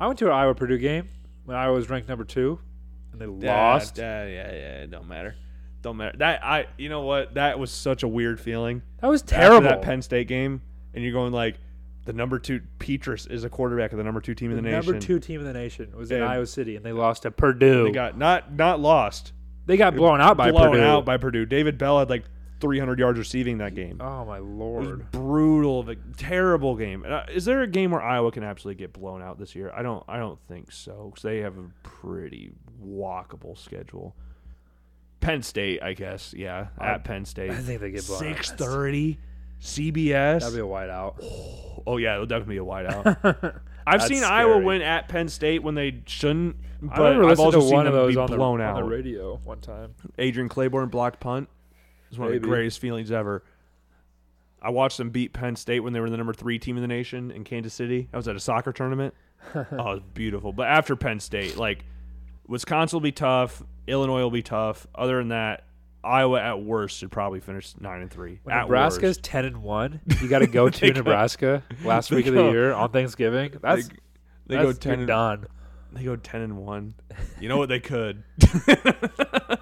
[SPEAKER 3] I went to an Iowa Purdue game when Iowa was ranked number two, and they lost.
[SPEAKER 2] Yeah, yeah, yeah. It don't matter. Don't matter. That I. You know what? That was such a weird feeling.
[SPEAKER 3] That was
[SPEAKER 2] After
[SPEAKER 3] terrible.
[SPEAKER 2] that Penn State game, and you're going like, the number two Petrus is a quarterback of the number two team in the nation.
[SPEAKER 3] number two team in the nation was in
[SPEAKER 2] Yeah.
[SPEAKER 3] Iowa City, and they lost to Purdue.
[SPEAKER 2] They got not not lost.
[SPEAKER 3] They got blown out by
[SPEAKER 2] blown
[SPEAKER 3] Purdue.
[SPEAKER 2] out by Purdue. David Bell had like 300 yards receiving that game.
[SPEAKER 3] oh my lord!
[SPEAKER 2] Brutal, of a terrible game. And, uh, Is there a game where Iowa can absolutely get blown out this year? I don't. I don't think so. 'cause they have a pretty walkable schedule. Penn State, I guess. Yeah, at Penn State.
[SPEAKER 3] I think they get blown out.
[SPEAKER 2] Six thirty, CBS.
[SPEAKER 3] That'd be a whiteout.
[SPEAKER 2] oh yeah, it'll definitely be a whiteout. I've seen Iowa
[SPEAKER 3] scary.
[SPEAKER 2] win at Penn State when they shouldn't,
[SPEAKER 3] I
[SPEAKER 2] but
[SPEAKER 3] remember
[SPEAKER 2] I've
[SPEAKER 3] listening
[SPEAKER 2] also
[SPEAKER 3] to
[SPEAKER 2] seen
[SPEAKER 3] one
[SPEAKER 2] them
[SPEAKER 3] of those
[SPEAKER 2] be
[SPEAKER 3] on the,
[SPEAKER 2] blown
[SPEAKER 3] on
[SPEAKER 2] out.
[SPEAKER 3] the radio one time.
[SPEAKER 2] Adrian Claiborne blocked punt. It's one of the
[SPEAKER 4] Maybe.
[SPEAKER 2] greatest feelings ever. I watched them beat Penn State when they were the number three team in the nation in Kansas City. I was at a soccer tournament. oh, it was beautiful. But after Penn State, like Wisconsin will be tough, Illinois will be tough. Other than that, Iowa at worst should probably finish nine and three.
[SPEAKER 3] When
[SPEAKER 2] At
[SPEAKER 3] Nebraska's
[SPEAKER 2] worst.
[SPEAKER 3] ten and one. You got to go to Nebraska last week of the
[SPEAKER 2] go-
[SPEAKER 3] year on Thanksgiving. That's
[SPEAKER 2] they
[SPEAKER 3] that's,
[SPEAKER 2] go ten
[SPEAKER 3] you're
[SPEAKER 2] and
[SPEAKER 3] done.
[SPEAKER 2] They go ten and one. You know what they could?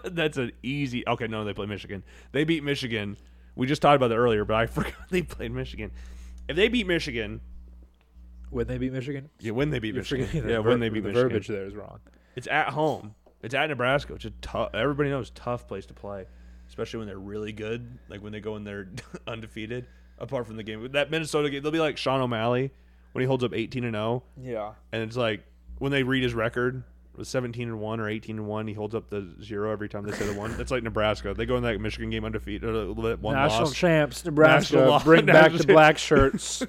[SPEAKER 2] That's an easy. Okay, no, they play Michigan. They beat Michigan. We just talked about it earlier, but I forgot they played Michigan. If they beat Michigan,
[SPEAKER 3] When they beat Michigan,
[SPEAKER 2] yeah, when they beat
[SPEAKER 3] You're forgetting
[SPEAKER 2] Michigan,
[SPEAKER 3] the
[SPEAKER 2] yeah,
[SPEAKER 3] ver-
[SPEAKER 2] when they beat
[SPEAKER 3] the
[SPEAKER 2] Michigan,
[SPEAKER 3] verbiage there is wrong.
[SPEAKER 2] it's at home. It's at Nebraska, which is tough. Everybody knows tough place to play, especially when they're really good. Like when they go in there undefeated. Apart from the game, that Minnesota game, they'll be like Sean O'Malley when he holds up eighteen and oh. zero
[SPEAKER 3] Yeah.
[SPEAKER 2] and it's like when they read his record it was 17 and 1 or 18 and 1 he holds up the zero every time they say the one that's like nebraska they go in that michigan game undefeated uh, with one
[SPEAKER 3] National
[SPEAKER 2] loss
[SPEAKER 3] champs, Nebraska,
[SPEAKER 2] National law-
[SPEAKER 3] bring back the
[SPEAKER 2] national-
[SPEAKER 3] black shirts.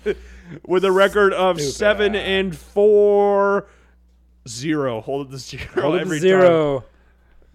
[SPEAKER 2] with a record of
[SPEAKER 3] Stupid
[SPEAKER 2] 7
[SPEAKER 3] ass.
[SPEAKER 2] and 4 zero hold up the zero
[SPEAKER 3] Hold it to
[SPEAKER 2] every time
[SPEAKER 3] zero.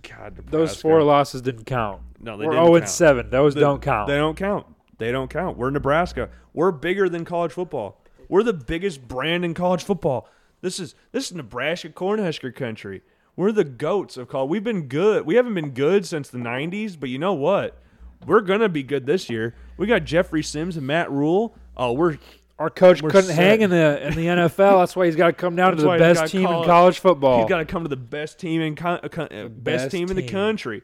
[SPEAKER 2] god nebraska.
[SPEAKER 3] Those four losses didn't count.
[SPEAKER 2] No, they
[SPEAKER 3] We're
[SPEAKER 2] didn't
[SPEAKER 3] zero
[SPEAKER 2] count.
[SPEAKER 3] and seven. Those
[SPEAKER 2] They-
[SPEAKER 3] don't count.
[SPEAKER 2] they don't count they don't count we're nebraska we're bigger than college football we're the biggest brand in college football this is this is nebraska cornhusker country we're the goats of college we've been good we haven't been good since the 90s but you know what we're gonna be good this year we got jeffrey sims and matt rule oh we're
[SPEAKER 3] Our coach
[SPEAKER 2] We're
[SPEAKER 3] couldn't
[SPEAKER 2] set.
[SPEAKER 3] hang in the in the NFL. That's why he's got to come down to
[SPEAKER 2] That's
[SPEAKER 3] the
[SPEAKER 2] why he's
[SPEAKER 3] best
[SPEAKER 2] gotta
[SPEAKER 3] team
[SPEAKER 2] call-
[SPEAKER 3] in college football.
[SPEAKER 2] He's got to come to the best team in con- uh, con- uh, best,
[SPEAKER 3] best
[SPEAKER 2] team in the
[SPEAKER 3] team.
[SPEAKER 2] country.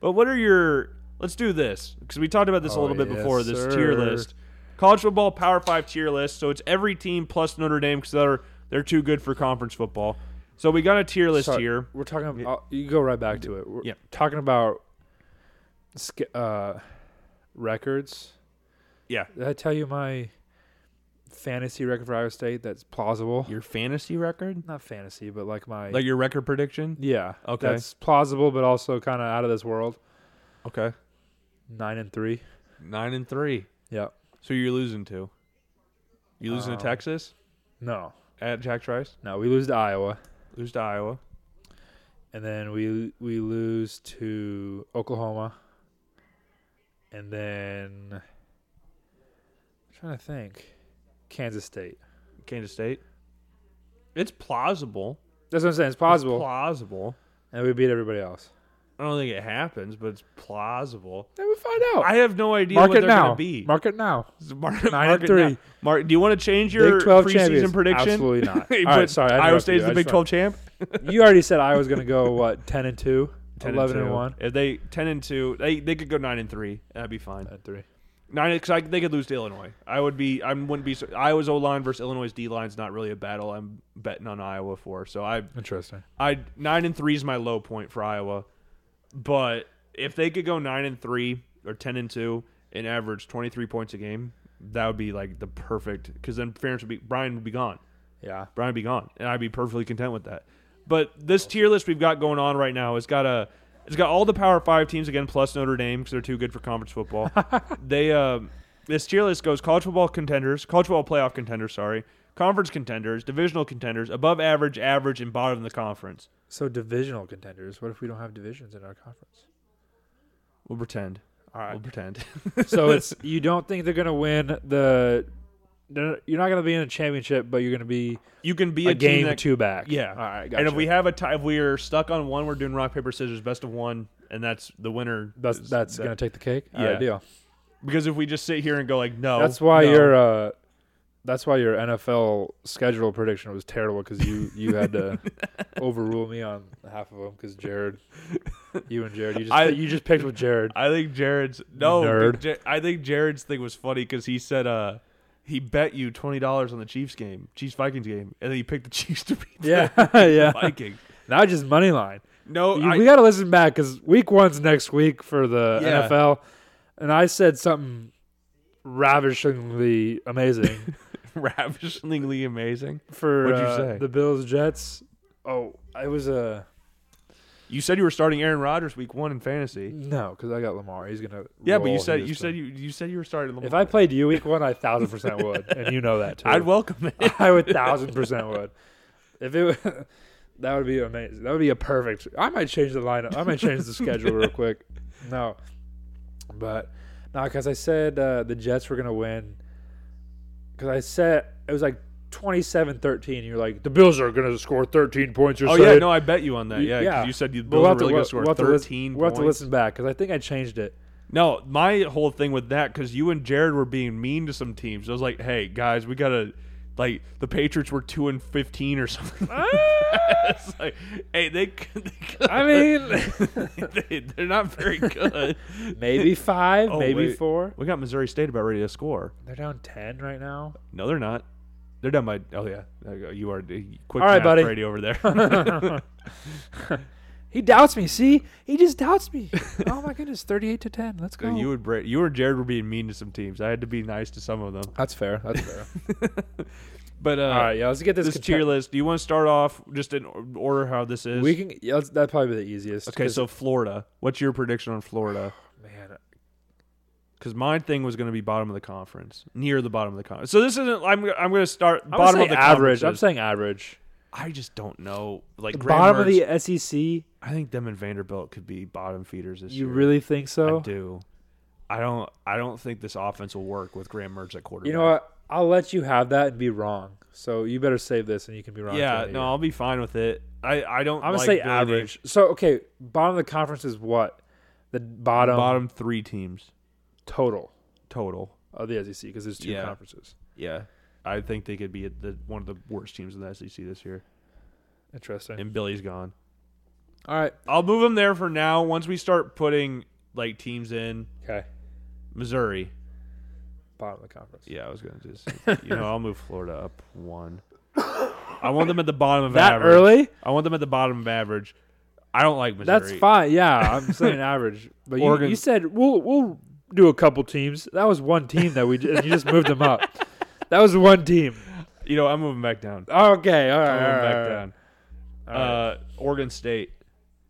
[SPEAKER 2] But what are your? Let's do this because we talked about this a
[SPEAKER 3] Oh,
[SPEAKER 2] little bit
[SPEAKER 3] yes,
[SPEAKER 2] before. This tier
[SPEAKER 3] sir.
[SPEAKER 2] list, college football Power Five tier list. So it's every team plus Notre Dame because they're they're too good for conference football. So we got a tier list
[SPEAKER 3] Sorry,
[SPEAKER 2] here.
[SPEAKER 3] We're talking. About, you go right back to it. We're
[SPEAKER 2] Yeah.
[SPEAKER 3] talking about sk- uh, records.
[SPEAKER 2] Yeah,
[SPEAKER 3] Did I tell you my fantasy record for Iowa State? That's plausible.
[SPEAKER 2] your fantasy record,
[SPEAKER 3] Not fantasy, but like my
[SPEAKER 2] like your record prediction.
[SPEAKER 3] yeah.
[SPEAKER 2] Okay.
[SPEAKER 3] That's plausible, but also kind of out of this world.
[SPEAKER 2] Okay,
[SPEAKER 3] Nine and three.
[SPEAKER 2] nine and three.
[SPEAKER 3] Yeah.
[SPEAKER 2] So you're losing to. You losing to
[SPEAKER 3] Um,
[SPEAKER 2] Texas
[SPEAKER 3] No.
[SPEAKER 2] at Jack Trice.
[SPEAKER 3] No. We lose to Iowa,
[SPEAKER 2] Lose to Iowa.
[SPEAKER 3] and then we we lose to Oklahoma, and then I'm trying to think, Kansas State.
[SPEAKER 2] Kansas State. It's plausible.
[SPEAKER 3] That's what I'm saying. It's
[SPEAKER 2] It's
[SPEAKER 3] plausible,
[SPEAKER 2] plausible.
[SPEAKER 3] and we beat everybody else.
[SPEAKER 2] I don't think it happens, but it's plausible.
[SPEAKER 3] Then we find out.
[SPEAKER 2] I have no idea
[SPEAKER 3] Mark
[SPEAKER 2] what
[SPEAKER 3] it
[SPEAKER 2] they're
[SPEAKER 3] now.
[SPEAKER 2] gonna be.
[SPEAKER 3] Mark it now.
[SPEAKER 2] Mar-
[SPEAKER 3] Nine and
[SPEAKER 2] it
[SPEAKER 3] three.
[SPEAKER 2] now. Mark, do you want to change your
[SPEAKER 3] Big 12
[SPEAKER 2] preseason
[SPEAKER 3] champions.
[SPEAKER 2] prediction?
[SPEAKER 3] Absolutely not.
[SPEAKER 2] Hey,
[SPEAKER 3] All right,
[SPEAKER 2] but
[SPEAKER 3] sorry, I
[SPEAKER 2] Iowa
[SPEAKER 3] interrupted
[SPEAKER 2] State's
[SPEAKER 3] you. I
[SPEAKER 2] the Big
[SPEAKER 3] just
[SPEAKER 2] 12 champ.
[SPEAKER 3] You already said I was going to go what ten and two,
[SPEAKER 2] 10
[SPEAKER 3] eleven and
[SPEAKER 2] two.
[SPEAKER 3] one,
[SPEAKER 2] If they 10 and 2, they they could go 9 and 3. That'd be fine.
[SPEAKER 3] and Uh, three.
[SPEAKER 2] Nine, cause I, they could lose to Illinois. I would be, I wouldn't be. sur- Iowa's O line versus Illinois' D line is not really a battle. I'm betting on Iowa for. So I,
[SPEAKER 3] Interesting.
[SPEAKER 2] I nine and three is my low point for Iowa. But if they could go nine and three or ten and two and average twenty three points a game, that would be like the perfect. Because then Ferentz would be Brian would be gone.
[SPEAKER 3] Yeah.
[SPEAKER 2] Brian would be gone, and I'd be perfectly content with that. But this tier list we've got going on right now, it's got a, it's got all the Power Five teams again, plus Notre Dame because they're too good for conference football. they, um, this tier list goes college football contenders, college football playoff contenders, sorry, conference contenders, divisional contenders, above average, average, and bottom of the conference.
[SPEAKER 3] So divisional contenders. What if we don't have divisions in our conference?
[SPEAKER 2] We'll pretend.
[SPEAKER 3] All
[SPEAKER 2] We'll pretend.
[SPEAKER 3] so it's you don't think they're going to win the. they're- You're not going to be in a championship, but you're going to be
[SPEAKER 2] you can be
[SPEAKER 3] a,
[SPEAKER 2] a, team
[SPEAKER 3] game
[SPEAKER 2] that-
[SPEAKER 3] two back.
[SPEAKER 2] Yeah.
[SPEAKER 3] All right.
[SPEAKER 2] And if
[SPEAKER 3] gotcha.
[SPEAKER 2] we have a tie, if we're stuck on one, we're doing rock paper scissors, best of one, and that's the winner.
[SPEAKER 3] that's
[SPEAKER 2] is-
[SPEAKER 3] that's
[SPEAKER 2] that-
[SPEAKER 3] going to take the cake. Yeah.
[SPEAKER 2] Yeah.
[SPEAKER 3] deal.
[SPEAKER 2] because if we just sit here and go like no,
[SPEAKER 3] That's why
[SPEAKER 2] no,
[SPEAKER 3] your uh, that's why your NFL schedule prediction was terrible because you you had to overrule me on half of them because Jared, you and Jared, you just
[SPEAKER 2] I-
[SPEAKER 3] you just picked with Jared.
[SPEAKER 2] I think Jared's no.
[SPEAKER 3] Nerd.
[SPEAKER 2] but Ja- I think Jared's thing was funny because he said uh he bet you twenty dollars on the Chiefs game, Chiefs Vikings game, and then he picked the Chiefs to beat
[SPEAKER 3] Yeah,
[SPEAKER 2] the
[SPEAKER 3] yeah.
[SPEAKER 2] Vikings.
[SPEAKER 3] Now just money line.
[SPEAKER 2] No,
[SPEAKER 3] You-
[SPEAKER 2] I,
[SPEAKER 3] we got to listen back because week one's next week for the
[SPEAKER 2] Yeah.
[SPEAKER 3] NFL, and I said something ravishingly amazing
[SPEAKER 2] ravishingly amazing.
[SPEAKER 3] for
[SPEAKER 2] What'd you
[SPEAKER 3] uh,
[SPEAKER 2] say?
[SPEAKER 3] the Bills Jets. Oh, I was uh,
[SPEAKER 2] You said you were starting Aaron Rodgers week one in fantasy.
[SPEAKER 3] no because I got Lamar. He's gonna
[SPEAKER 2] Yeah, but you
[SPEAKER 3] roll
[SPEAKER 2] said you
[SPEAKER 3] Houston.
[SPEAKER 2] said you you said you were starting. Lamar.
[SPEAKER 3] If I played you week one, I thousand percent would, and you know that too.
[SPEAKER 2] I'd welcome it.
[SPEAKER 3] I would thousand percent would. If it, wa- that would be amazing. That would be a perfect. I might change the lineup. I might change the schedule real quick. No, but no, because I said uh, the Jets were gonna win. Because I said it was like 27-13. You're like the Bills are gonna score thirteen points. You're
[SPEAKER 2] Oh
[SPEAKER 3] saying
[SPEAKER 2] yeah, no, I bet you on that.
[SPEAKER 3] Y-
[SPEAKER 2] Yeah, 'cause
[SPEAKER 3] yeah.
[SPEAKER 2] you said you
[SPEAKER 3] But
[SPEAKER 2] Bills
[SPEAKER 3] we'll
[SPEAKER 2] were
[SPEAKER 3] have to-
[SPEAKER 2] really
[SPEAKER 3] we'll-
[SPEAKER 2] good score
[SPEAKER 3] we'll have to listen-
[SPEAKER 2] thirteen.
[SPEAKER 3] We'll have to
[SPEAKER 2] points.
[SPEAKER 3] listen back because I think I changed it.
[SPEAKER 2] No, my whole thing with that because you and Jared were being mean to some teams. I was like, hey guys, we gotta like the Patriots were two and fifteen or something.
[SPEAKER 3] Ah!
[SPEAKER 2] it's like, hey, they, could- they could-
[SPEAKER 3] I mean,
[SPEAKER 2] they, they're not very good.
[SPEAKER 3] maybe five,
[SPEAKER 2] Oh,
[SPEAKER 3] maybe
[SPEAKER 2] wait.
[SPEAKER 3] four.
[SPEAKER 2] We got Missouri State about ready to score.
[SPEAKER 3] They're down ten right now.
[SPEAKER 2] No, they're not. They're done by. Oh yeah, There you go. you are quick.
[SPEAKER 3] All right,
[SPEAKER 2] math
[SPEAKER 3] buddy.
[SPEAKER 2] Brady over there.
[SPEAKER 3] He doubts me. See, he just doubts me. oh my goodness, thirty-eight to ten. Let's go.
[SPEAKER 2] you and Bra- you and Jared were being mean to some teams. I had to be nice to some of them.
[SPEAKER 3] That's fair. That's fair.
[SPEAKER 2] But uh,
[SPEAKER 3] All right, yeah. Let's get this,
[SPEAKER 2] this
[SPEAKER 3] content-
[SPEAKER 2] tier list. Do you want to start off just in or- order how this is?
[SPEAKER 3] We can. Yeah, that's, that'd probably be the easiest.
[SPEAKER 2] okay,
[SPEAKER 3] 'cause-
[SPEAKER 2] so Florida. What's your prediction on Florida?
[SPEAKER 3] man,
[SPEAKER 2] Because my thing was going to be bottom of the conference, near the bottom of the conference. So this isn't. I'm I'm going to start
[SPEAKER 3] I'm
[SPEAKER 2] bottom of the
[SPEAKER 3] average. I'm
[SPEAKER 2] conferences.
[SPEAKER 3] saying average.
[SPEAKER 2] I just don't know. Like Graham
[SPEAKER 3] Bottom of
[SPEAKER 2] Mertz,
[SPEAKER 3] the E SEC.
[SPEAKER 2] I think them and Vanderbilt could be bottom feeders this
[SPEAKER 3] You
[SPEAKER 2] year.
[SPEAKER 3] really think
[SPEAKER 2] I
[SPEAKER 3] so?
[SPEAKER 2] do. I don't. I don't think this offense will work with Graham Mertz at quarterback.
[SPEAKER 3] You know what? I'll let you have that and be wrong. So you better save this, and you can be wrong.
[SPEAKER 2] Yeah.
[SPEAKER 3] throughout the
[SPEAKER 2] No,
[SPEAKER 3] year.
[SPEAKER 2] I'll be fine with it. I. I don't.
[SPEAKER 3] I'm gonna
[SPEAKER 2] like
[SPEAKER 3] say
[SPEAKER 2] Billy-
[SPEAKER 3] average. So okay, bottom of the conference is what the bottom,
[SPEAKER 2] Bottom three teams
[SPEAKER 3] total
[SPEAKER 2] total.
[SPEAKER 3] of the SEC because there's two
[SPEAKER 2] Yeah.
[SPEAKER 3] conferences.
[SPEAKER 2] Yeah. I think they could be at the, one of the worst teams in the SEC this year.
[SPEAKER 3] Interesting.
[SPEAKER 2] And Billy's gone.
[SPEAKER 3] All right.
[SPEAKER 2] I'll move him there for now. Once we start putting like teams in
[SPEAKER 3] Okay.
[SPEAKER 2] Missouri.
[SPEAKER 3] Bottom of the conference.
[SPEAKER 2] Yeah, I was gonna just you know I'll move Florida up one. I want them at the bottom of
[SPEAKER 3] That
[SPEAKER 2] average.
[SPEAKER 3] early?
[SPEAKER 2] I want them at the bottom of average. I don't like Missouri.
[SPEAKER 3] That's fine. Yeah, I'm saying average. But you,
[SPEAKER 2] Oregon-
[SPEAKER 3] you said we'll we'll do a couple teams. That was one team that we j- and you just moved them up. That was one team.
[SPEAKER 2] You know I'm moving back down.
[SPEAKER 3] Okay, all right,
[SPEAKER 2] I'm
[SPEAKER 3] all
[SPEAKER 2] moving
[SPEAKER 3] right,
[SPEAKER 2] back
[SPEAKER 3] all right.
[SPEAKER 2] down. Uh, Oregon State.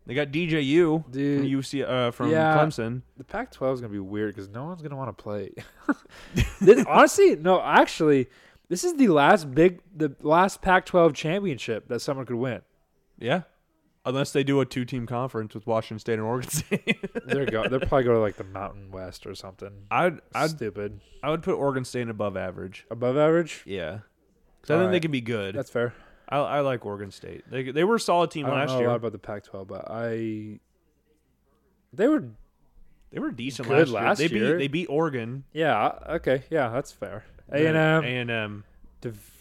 [SPEAKER 2] They got DJU
[SPEAKER 3] Dude.
[SPEAKER 2] from UC uh, from
[SPEAKER 3] Yeah.
[SPEAKER 2] Clemson.
[SPEAKER 3] The Pac-12 is gonna be weird because no one's gonna want to play. this, honestly, no. Actually, this is the last big, the last Pac-12 championship that someone could win.
[SPEAKER 2] Yeah. Unless they do a two team conference with Washington State and Oregon State.
[SPEAKER 3] They're go. They're probably go to like the Mountain West or something.
[SPEAKER 2] I'd I'd
[SPEAKER 3] Stupid.
[SPEAKER 2] I would put Oregon State above average.
[SPEAKER 3] Above average.
[SPEAKER 2] Yeah, because I think they
[SPEAKER 3] Alright.
[SPEAKER 2] can be good.
[SPEAKER 3] That's fair.
[SPEAKER 2] I, I like Oregon State. They they were a solid team
[SPEAKER 3] I don't
[SPEAKER 2] last
[SPEAKER 3] know uh, a
[SPEAKER 2] year.
[SPEAKER 3] lot about the Pac-12, but I They were
[SPEAKER 2] They were decent
[SPEAKER 3] Good
[SPEAKER 2] last
[SPEAKER 3] last
[SPEAKER 2] year. They beat
[SPEAKER 3] year.
[SPEAKER 2] they beat Oregon.
[SPEAKER 3] yeah okay yeah that's fair. A and
[SPEAKER 2] A
[SPEAKER 3] M.
[SPEAKER 2] and M.
[SPEAKER 3] div-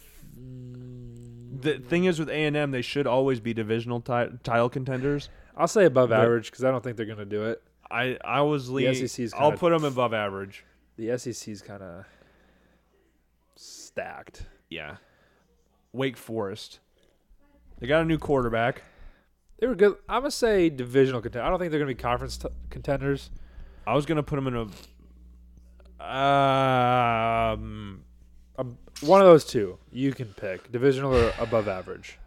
[SPEAKER 2] The thing is with A and M, they should always be divisional ti- title contenders.
[SPEAKER 3] I'll say above average because I don't think they're gonna do it.
[SPEAKER 2] I I was leaning.
[SPEAKER 3] SEC's
[SPEAKER 2] I'll
[SPEAKER 3] E kinda-
[SPEAKER 2] put them above average.
[SPEAKER 3] The E SEC's kind of stacked.
[SPEAKER 2] Yeah. Wake Forest. They got a new quarterback.
[SPEAKER 3] They were good. I'm gonna say divisional contenders. I don't think they're gonna be conference t- contenders.
[SPEAKER 2] I was gonna put them in a. Um.
[SPEAKER 3] Um, one of those two you can pick divisional or above average.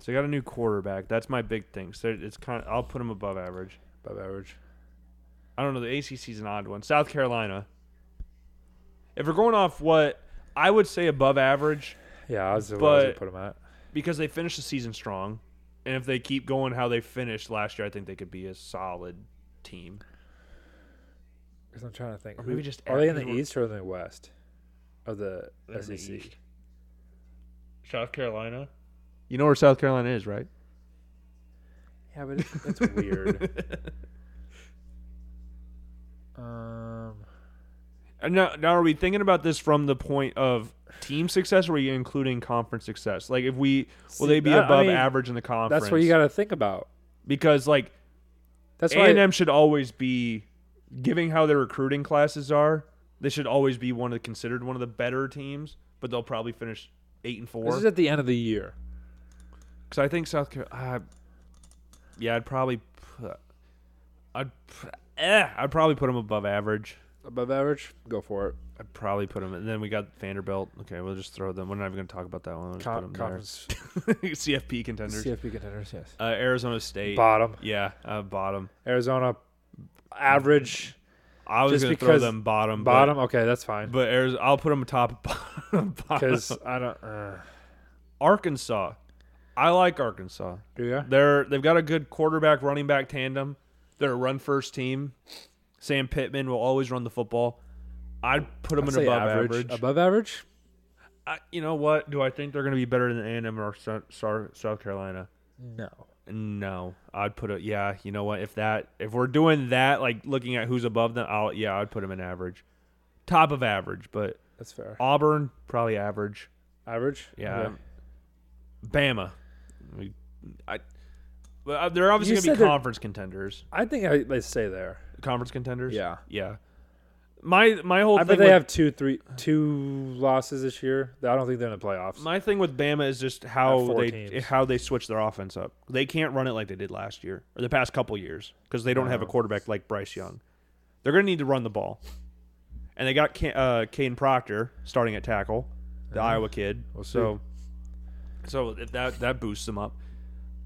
[SPEAKER 2] So they got a new quarterback. That's my big thing. So it's kind. Of, I'll put them above average.
[SPEAKER 3] Above average.
[SPEAKER 2] I don't know. The ACC is an odd one. South Carolina. If we're going off what I would say above average,
[SPEAKER 3] Yeah, I was the one to
[SPEAKER 2] But-
[SPEAKER 3] put them at.
[SPEAKER 2] because they finished the season strong, and if they keep going how they finished last year, I think they could be a solid team.
[SPEAKER 3] Because I'm trying to think.
[SPEAKER 2] Or
[SPEAKER 3] who-
[SPEAKER 2] maybe just
[SPEAKER 3] are they in
[SPEAKER 2] average
[SPEAKER 3] the
[SPEAKER 2] or-
[SPEAKER 3] East or the West of the E
[SPEAKER 2] They're in the
[SPEAKER 3] SEC?
[SPEAKER 2] East. South Carolina. You know where South Carolina is, right?
[SPEAKER 3] Yeah, but it's, it's weird. Um,
[SPEAKER 2] And now, now, are we thinking about this from the point of team success, or are you including conference success? Like, if we
[SPEAKER 3] See,
[SPEAKER 2] will they be
[SPEAKER 3] that- I
[SPEAKER 2] above
[SPEAKER 3] mean,
[SPEAKER 2] average in the conference?
[SPEAKER 3] that's what you got to think about.
[SPEAKER 2] because like
[SPEAKER 3] That's
[SPEAKER 2] A
[SPEAKER 3] why
[SPEAKER 2] and M should always be, giving how their recruiting classes are, they should always be one of the, considered one of the better teams. But they'll probably finish eight and
[SPEAKER 3] this
[SPEAKER 2] four
[SPEAKER 3] is at the end of the year.
[SPEAKER 2] because I think South Carolina. yeah, I'd probably, put, I'd, p- eh, I'd probably put them above average.
[SPEAKER 3] Above average, go for it.
[SPEAKER 2] I'd probably put them, and then we got Vanderbilt. Okay, we'll just throw them. We're not even going to talk about that one. We'll just
[SPEAKER 3] Con-
[SPEAKER 2] put 'em there.
[SPEAKER 3] conference
[SPEAKER 2] CFP contenders.
[SPEAKER 3] CFP contenders, yes.
[SPEAKER 2] uh, Arizona State.
[SPEAKER 3] Bottom
[SPEAKER 2] Yeah, uh, bottom.
[SPEAKER 3] Arizona, average
[SPEAKER 2] I was
[SPEAKER 3] Just
[SPEAKER 2] going to throw
[SPEAKER 3] because-
[SPEAKER 2] them bottom.
[SPEAKER 3] bottom. Okay, that's fine.
[SPEAKER 2] But, but Arizona, I'll put them top bottom.
[SPEAKER 3] Because I don't. Uh,
[SPEAKER 2] Arkansas. I like Arkansas.
[SPEAKER 3] do you?
[SPEAKER 2] They're they've got a good quarterback running back tandem. They're a run first team. Sam Pittman will always run the football. I'd put them
[SPEAKER 3] I'd
[SPEAKER 2] in
[SPEAKER 3] say
[SPEAKER 2] above average.
[SPEAKER 3] Above average.
[SPEAKER 2] I, you know what? Do I think they're going to be better than A&M or Sou- Sou- South Carolina?
[SPEAKER 3] No.
[SPEAKER 2] No, I'd put a yeah. You know what? If that if we're doing that, like looking at who's above them, I'll yeah, I'd put them in average, top of average. But
[SPEAKER 3] That's fair.
[SPEAKER 2] Auburn probably average.
[SPEAKER 3] Average.
[SPEAKER 2] Yeah,
[SPEAKER 3] Okay.
[SPEAKER 2] Bama. We- I, well, uh, they're
[SPEAKER 3] You
[SPEAKER 2] obviously gonna
[SPEAKER 3] said
[SPEAKER 2] be
[SPEAKER 3] they're-
[SPEAKER 2] conference contenders.
[SPEAKER 3] I think I, they stay there.
[SPEAKER 2] Conference contenders.
[SPEAKER 3] Yeah.
[SPEAKER 2] yeah. My my whole
[SPEAKER 3] I
[SPEAKER 2] thing
[SPEAKER 3] bet they
[SPEAKER 2] with,
[SPEAKER 3] have two, three, two losses this year. I don't think they're in the playoffs.
[SPEAKER 2] my thing with Bama is just how
[SPEAKER 3] Have four
[SPEAKER 2] they
[SPEAKER 3] teams.
[SPEAKER 2] how they switch their offense up. They can't run it like they did last year or the past couple years because they don't have a quarterback like Bryce Young. They're going to need to run the ball, and they got Ca uh, Caden Proctor starting at tackle, the Iowa kid. so, so if that that boosts them up.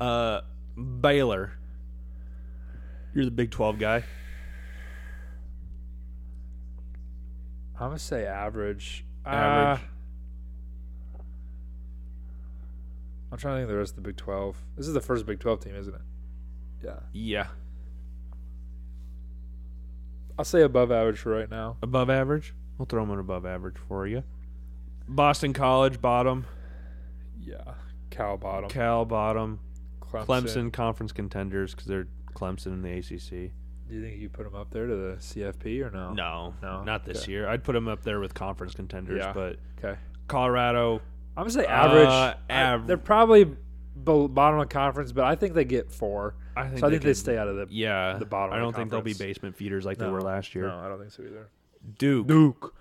[SPEAKER 2] Uh, Baylor, you're the Big Twelve guy.
[SPEAKER 3] I'm gonna say average.
[SPEAKER 2] Average.
[SPEAKER 3] Uh, I'm trying to think of the rest of the Big 12. This is the first Big 12 team, isn't it? Yeah.
[SPEAKER 2] Yeah,
[SPEAKER 3] I'll say above average for right now.
[SPEAKER 2] above average. We'll throw them in above average for you. Boston College bottom,
[SPEAKER 3] Yeah. Cal bottom.
[SPEAKER 2] Cal bottom.
[SPEAKER 3] Clemson.
[SPEAKER 2] Clemson conference contenders because they're Clemson in the ACC.
[SPEAKER 3] Do you think you put them up there to the CFP or no?
[SPEAKER 2] No,
[SPEAKER 3] No,
[SPEAKER 2] not this
[SPEAKER 3] okay.
[SPEAKER 2] year. I'd put them up there with conference contenders,
[SPEAKER 3] Yeah.
[SPEAKER 2] but
[SPEAKER 3] Okay.
[SPEAKER 2] Colorado.
[SPEAKER 3] I'm gonna say average.
[SPEAKER 2] Uh,
[SPEAKER 3] I-
[SPEAKER 2] av-
[SPEAKER 3] they're probably bel- bottom of conference, but I think they get four.
[SPEAKER 2] I think
[SPEAKER 3] so I think they
[SPEAKER 2] could-
[SPEAKER 3] stay out of the.
[SPEAKER 2] Yeah,
[SPEAKER 3] the bottom
[SPEAKER 2] I
[SPEAKER 3] of
[SPEAKER 2] don't
[SPEAKER 3] the
[SPEAKER 2] think they'll be
[SPEAKER 3] conference.
[SPEAKER 2] basement feeders like they
[SPEAKER 3] No,
[SPEAKER 2] were last year.
[SPEAKER 3] No, I don't think so either.
[SPEAKER 2] Duke.
[SPEAKER 3] Duke.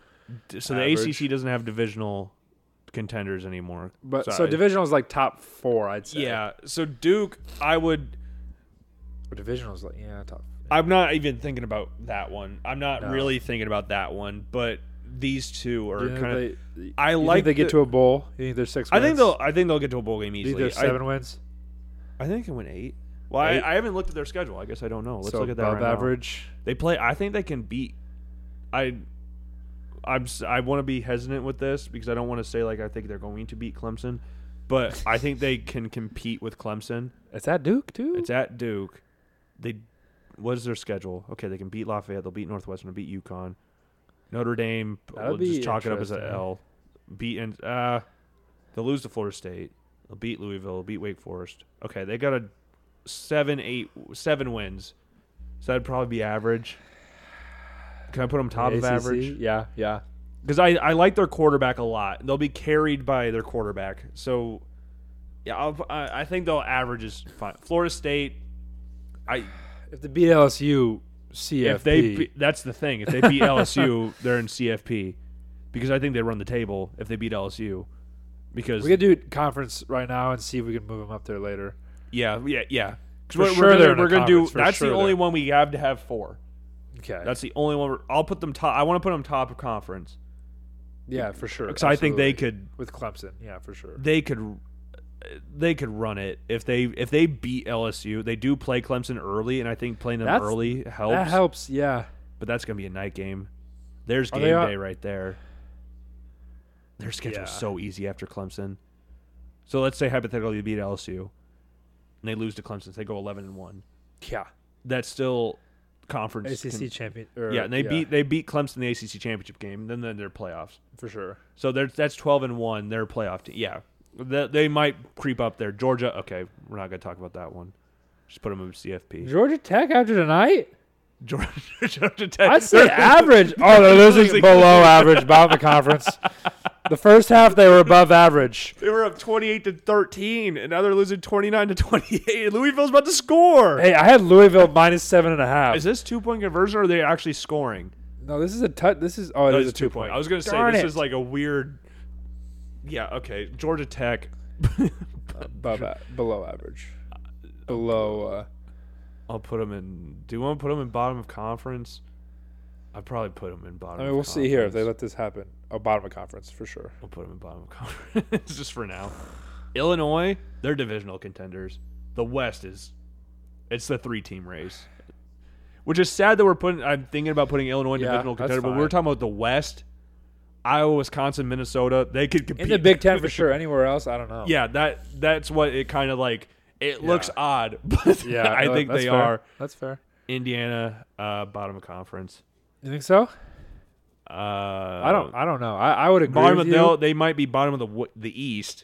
[SPEAKER 2] D- So
[SPEAKER 3] Average.
[SPEAKER 2] the ACC doesn't have divisional contenders anymore.
[SPEAKER 3] But so
[SPEAKER 2] Sorry.
[SPEAKER 3] divisional is like top four, I'd say.
[SPEAKER 2] Yeah, so Duke, I would.
[SPEAKER 3] Or divisional is like yeah, top.
[SPEAKER 2] I'm not even thinking about that one. I'm not
[SPEAKER 3] No.
[SPEAKER 2] really thinking about that one. But these two are
[SPEAKER 3] You think
[SPEAKER 2] kind of.
[SPEAKER 3] they-
[SPEAKER 2] I
[SPEAKER 3] you think
[SPEAKER 2] like
[SPEAKER 3] they get
[SPEAKER 2] the-
[SPEAKER 3] to a bowl. You think they're six?
[SPEAKER 2] I
[SPEAKER 3] Wins?
[SPEAKER 2] think they'll. I think they'll get to a bowl game
[SPEAKER 3] Do you
[SPEAKER 2] easily.
[SPEAKER 3] think
[SPEAKER 2] I-
[SPEAKER 3] they're seven wins?
[SPEAKER 2] I think it went eight. Well, I
[SPEAKER 3] Eight?
[SPEAKER 2] I haven't looked at their schedule. I guess I don't know. Let's
[SPEAKER 3] so
[SPEAKER 2] look at that.
[SPEAKER 3] above
[SPEAKER 2] right now.
[SPEAKER 3] average.
[SPEAKER 2] They play. I think they can beat. I. I'm. s- I want to be hesitant with this because I don't want to say like I think they're going to beat Clemson, but I think they can compete with Clemson.
[SPEAKER 3] It's at Duke too.
[SPEAKER 2] It's at Duke. They. What is their schedule? Okay, they can beat Lafayette. They'll beat Northwestern. They'll beat UConn. Notre Dame.
[SPEAKER 3] That'd
[SPEAKER 2] we'll
[SPEAKER 3] be
[SPEAKER 2] just chalk it up as an
[SPEAKER 3] interesting.
[SPEAKER 2] L. Beat and uh, they'll lose to Florida State. They'll beat Louisville. They'll beat Wake Forest. Okay, they got a seven, eight, seven wins. So that'd probably be average. Can I put them top of
[SPEAKER 3] ACC?
[SPEAKER 2] average?
[SPEAKER 3] Yeah, yeah.
[SPEAKER 2] Because I, I like their quarterback a lot. They'll be carried by their quarterback. So, yeah, I'll, I, I think they'll average is fine. Florida State, I
[SPEAKER 3] If they beat LSU, CFP.
[SPEAKER 2] if they be, that's the thing. If they beat LSU, they're in CFP because I think they run the table if they beat LSU. Because
[SPEAKER 3] we could do conference right now and see if we can move them up there later.
[SPEAKER 2] yeah, yeah, yeah.
[SPEAKER 3] For
[SPEAKER 2] Because we're,
[SPEAKER 3] sure they're
[SPEAKER 2] we're gonna,
[SPEAKER 3] in a
[SPEAKER 2] we're gonna do
[SPEAKER 3] conference, for
[SPEAKER 2] that's
[SPEAKER 3] sure
[SPEAKER 2] the only
[SPEAKER 3] they're-
[SPEAKER 2] one we have to have four.
[SPEAKER 3] Okay.
[SPEAKER 2] That's the only one. We're, I'll put them top. I want to put them top of conference
[SPEAKER 3] yeah, for sure.
[SPEAKER 2] because I think they
[SPEAKER 3] absolutely.
[SPEAKER 2] could
[SPEAKER 3] with Clemson. Yeah, for sure.
[SPEAKER 2] they could they could run it if they if they beat LSU. They do play Clemson early, and I think playing them
[SPEAKER 3] That's-
[SPEAKER 2] early helps.
[SPEAKER 3] That helps. Yeah.
[SPEAKER 2] But that's gonna be a night game. There's
[SPEAKER 3] Are
[SPEAKER 2] game
[SPEAKER 3] they on-
[SPEAKER 2] day right there. Their schedule's
[SPEAKER 3] Yeah.
[SPEAKER 2] so easy after Clemson. So let's say hypothetically they beat LSU, and they lose to Clemson. They go eleven and one.
[SPEAKER 3] Yeah.
[SPEAKER 2] That's still conference.
[SPEAKER 3] ACC
[SPEAKER 2] con-
[SPEAKER 3] champion. or-
[SPEAKER 2] yeah, and they beat they beat Clemson in the ACC championship game. Then then their playoffs.
[SPEAKER 3] for sure.
[SPEAKER 2] So there's that's twelve and one. Their playoff team. Yeah, they, they might creep up there. Georgia. Okay, we're not gonna talk about that one. Just put them in CFP.
[SPEAKER 3] Georgia Tech after tonight.
[SPEAKER 2] Georgia, Georgia Tech.
[SPEAKER 3] I'd say average. Oh, they're losing
[SPEAKER 2] Losing.
[SPEAKER 3] below average about the conference. The first half they were above average.
[SPEAKER 2] They were up 28 to 13, and now they're losing 29 to 28. Louisville's about to score.
[SPEAKER 3] Hey, I had Louisville minus seven and a half.
[SPEAKER 2] Is this two point conversion or are they actually scoring?
[SPEAKER 3] no, this is a tut. This is oh, it is
[SPEAKER 2] it's
[SPEAKER 3] a two point.
[SPEAKER 2] I was going to say,
[SPEAKER 3] Darn
[SPEAKER 2] this
[SPEAKER 3] it.
[SPEAKER 2] is like a weird. Yeah, okay. Georgia Tech.
[SPEAKER 4] Above a- below average.
[SPEAKER 2] Uh,
[SPEAKER 4] Below. Uh,
[SPEAKER 2] I'll put them in. Do you want to put them in bottom of conference? I'd probably put them in bottom
[SPEAKER 4] I mean,
[SPEAKER 2] of
[SPEAKER 4] we'll see here if they
[SPEAKER 2] conference.
[SPEAKER 4] let this happen. Oh, bottom of conference for sure.
[SPEAKER 2] I'll put them in bottom of conference just for now. Illinois, they're divisional contenders. The West is, it's the three team race, which is sad that we're putting. I'm thinking about putting Illinois in
[SPEAKER 3] Yeah,
[SPEAKER 2] divisional
[SPEAKER 3] that's
[SPEAKER 2] contender, but we we're
[SPEAKER 3] fine.
[SPEAKER 2] talking about the West, Iowa, Wisconsin, Minnesota. They could compete
[SPEAKER 3] in the Big Ten for sure. Anywhere else, I don't know.
[SPEAKER 2] Yeah, that that's what it kind of like. It looks odd, but
[SPEAKER 3] yeah.
[SPEAKER 2] I
[SPEAKER 3] no,
[SPEAKER 2] think
[SPEAKER 3] that's
[SPEAKER 2] they
[SPEAKER 3] fair.
[SPEAKER 2] are
[SPEAKER 3] That's fair.
[SPEAKER 2] Indiana uh, bottom of conference.
[SPEAKER 3] You think so?
[SPEAKER 2] Uh,
[SPEAKER 3] I don't. I don't know. I, I would agree
[SPEAKER 2] bottom
[SPEAKER 3] with
[SPEAKER 2] of
[SPEAKER 3] you.
[SPEAKER 2] they'll, they might be bottom of the w- the East,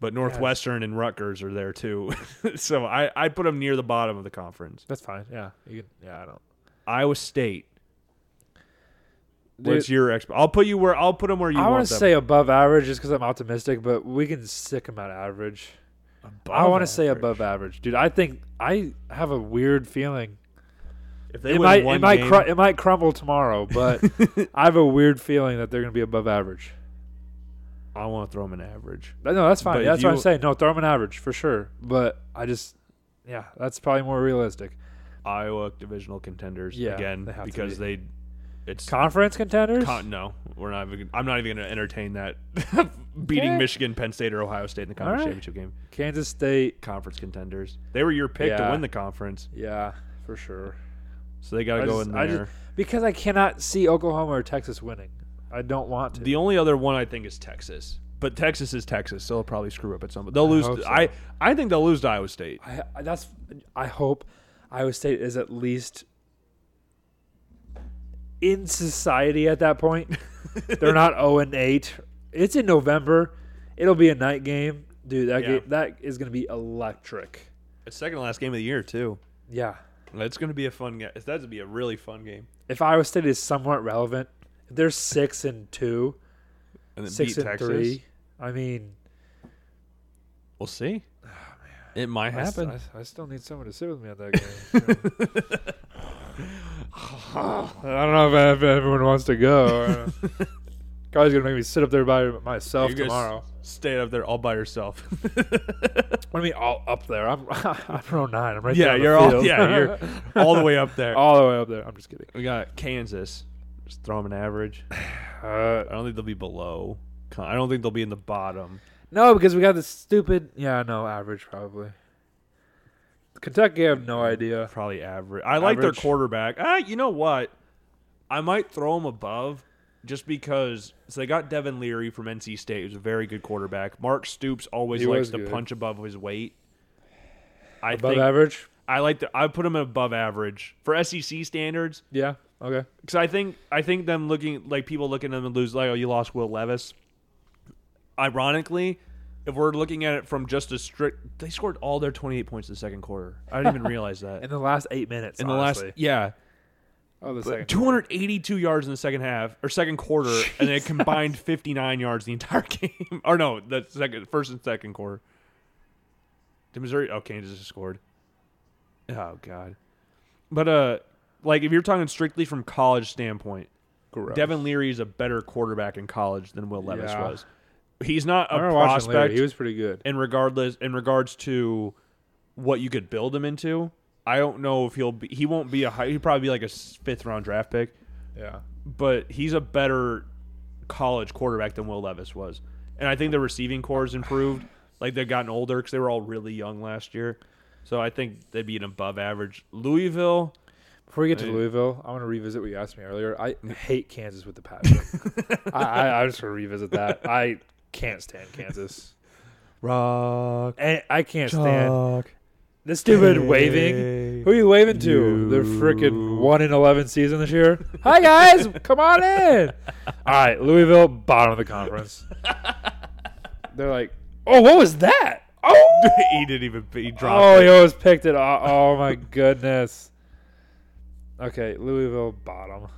[SPEAKER 2] but Northwestern and Rutgers are there too. so I I put them near the bottom of the conference.
[SPEAKER 3] That's fine. Yeah. You can, yeah. I don't.
[SPEAKER 2] Iowa State.
[SPEAKER 3] Dude,
[SPEAKER 2] What's your exp? I'll put you where I'll put them where you
[SPEAKER 3] I
[SPEAKER 2] want
[SPEAKER 3] want to
[SPEAKER 2] them.
[SPEAKER 3] say above average just because I'm optimistic, but we can stick them at average. I want to say
[SPEAKER 2] average.
[SPEAKER 3] above average, dude. I think I have a weird feeling.
[SPEAKER 2] if they
[SPEAKER 3] It
[SPEAKER 2] win
[SPEAKER 3] might,
[SPEAKER 2] one
[SPEAKER 3] it might,
[SPEAKER 2] game,
[SPEAKER 3] cru- it might crumble tomorrow, but I have a weird feeling that they're going to be above average.
[SPEAKER 2] I want to throw them an average.
[SPEAKER 3] But No, that's fine.
[SPEAKER 2] But if
[SPEAKER 3] that's what I'm
[SPEAKER 2] you-
[SPEAKER 3] saying. No, throw them an average for sure. But I just, yeah, that's probably more realistic.
[SPEAKER 2] Iowa divisional contenders
[SPEAKER 3] Yeah,
[SPEAKER 2] again
[SPEAKER 3] they have to
[SPEAKER 2] because they it's
[SPEAKER 3] Conference contenders.
[SPEAKER 2] con- no we're not even I'm not even going to entertain that beating
[SPEAKER 3] Okay.
[SPEAKER 2] Michigan, Penn State, or Ohio State in the conference
[SPEAKER 3] right.
[SPEAKER 2] championship game.
[SPEAKER 3] Kansas State.
[SPEAKER 2] Conference contenders. They were your pick to
[SPEAKER 3] Yeah.
[SPEAKER 2] win the conference,
[SPEAKER 3] Yeah, for sure.
[SPEAKER 2] so they got to
[SPEAKER 3] I
[SPEAKER 2] go
[SPEAKER 3] just-
[SPEAKER 2] in
[SPEAKER 3] I
[SPEAKER 2] there.
[SPEAKER 3] just- because I cannot see Oklahoma or Texas winning. I don't want to.
[SPEAKER 2] The only other one I think is Texas, but Texas is Texas, so they'll probably screw up at some. They'll lose.
[SPEAKER 3] hope so.
[SPEAKER 2] I I think they'll lose to Iowa State.
[SPEAKER 3] I, I- that's. I hope Iowa State is at least in society at that point. They're not zero and eight. It's in November. It'll be a night game, dude. That
[SPEAKER 2] Yeah.
[SPEAKER 3] ga- that is going to be electric.
[SPEAKER 2] It's second to last game of the year too.
[SPEAKER 3] Yeah.
[SPEAKER 2] It's going to be a fun game. That's going to be a really fun game.
[SPEAKER 3] If Iowa State is somewhat relevant, if they're six and two,
[SPEAKER 2] And then
[SPEAKER 3] six
[SPEAKER 2] beat
[SPEAKER 3] and
[SPEAKER 2] Texas.
[SPEAKER 3] three. I mean,
[SPEAKER 2] We'll see. It might
[SPEAKER 3] Oh, I s-
[SPEAKER 2] happen.
[SPEAKER 3] I, s- I still need someone to sit with me at that game. I don't know if, if everyone wants to go. Guy's gonna make me sit up there by myself
[SPEAKER 2] You guys
[SPEAKER 3] tomorrow.
[SPEAKER 2] stay up there all by yourself.
[SPEAKER 3] What do you mean all up there? I'm I'm row nine. I'm right there.
[SPEAKER 2] yeah,
[SPEAKER 3] on the
[SPEAKER 2] you're all
[SPEAKER 3] field.
[SPEAKER 2] yeah, you're all the way up there.
[SPEAKER 3] all the way up there. I'm just kidding.
[SPEAKER 2] We got Kansas. Just throw them an average.
[SPEAKER 3] Uh,
[SPEAKER 2] I don't think they'll be below. Con- I don't think they'll be in the bottom.
[SPEAKER 3] no, because we got this stupid. Yeah, no, average probably. Kentucky, I have no idea.
[SPEAKER 2] probably average. I like their
[SPEAKER 3] Average.
[SPEAKER 2] quarterback. Ah, you know what? I might throw him above just because. So they got Devin Leary from NC State, who's a very good quarterback. Mark Stoops always
[SPEAKER 3] He
[SPEAKER 2] likes
[SPEAKER 3] was
[SPEAKER 2] to
[SPEAKER 3] good.
[SPEAKER 2] punch above his weight. I
[SPEAKER 3] Above
[SPEAKER 2] think
[SPEAKER 3] average.
[SPEAKER 2] I like the, I put him above average for SEC standards
[SPEAKER 3] Yeah. Okay.
[SPEAKER 2] because I think I think them looking like people looking at them and lose like oh you lost Will Levis. Ironically, if we're looking at it from just a strict, they scored all their 28 points in the second quarter. I didn't even realize that.
[SPEAKER 3] in the last eight minutes.
[SPEAKER 2] in the last,
[SPEAKER 3] honestly.
[SPEAKER 2] yeah,
[SPEAKER 4] Oh, the second.
[SPEAKER 2] 282 yards in the second half or second quarter, and they combined 59 yards the entire game. or no, the second, first and second quarter. Did Missouri? Oh, Kansas just scored. Oh God, but uh, like if you're talking strictly from college standpoint,
[SPEAKER 4] Gross.
[SPEAKER 2] Devin Leary is a better quarterback in college than Will Levis
[SPEAKER 4] Yeah.
[SPEAKER 2] was. He's not
[SPEAKER 4] I
[SPEAKER 2] a
[SPEAKER 4] remember watching later.
[SPEAKER 2] prospect
[SPEAKER 4] He was pretty good.
[SPEAKER 2] in regardless in regards to what you could build him into. I don't know if he'll be. He won't be a high. He'll probably be like a s- fifth round draft pick,
[SPEAKER 4] Yeah.
[SPEAKER 2] but he's a better college quarterback than Will Levis was. And I think the receiving core has improved. Like they've gotten older because they were all really young last year. So I think they'd be an above average. Louisville,
[SPEAKER 4] Before we get to
[SPEAKER 2] Hey.
[SPEAKER 4] Louisville, I want to revisit what you asked me earlier. I hate Kansas with the passion. I, I, I just want to revisit that. I can't stand Kansas.
[SPEAKER 2] rock,
[SPEAKER 3] And I can't stand
[SPEAKER 2] rock.
[SPEAKER 3] the stupid waving. Who are you waving to? Their freaking one in eleven season this year. Hi guys, come on in. All right, Louisville, bottom of the conference.
[SPEAKER 4] They're like,
[SPEAKER 3] Oh, what was that? Oh,
[SPEAKER 2] he didn't even. He dropped.
[SPEAKER 3] oh, he always picked it. Oh, oh my goodness.
[SPEAKER 4] okay, Louisville bottom.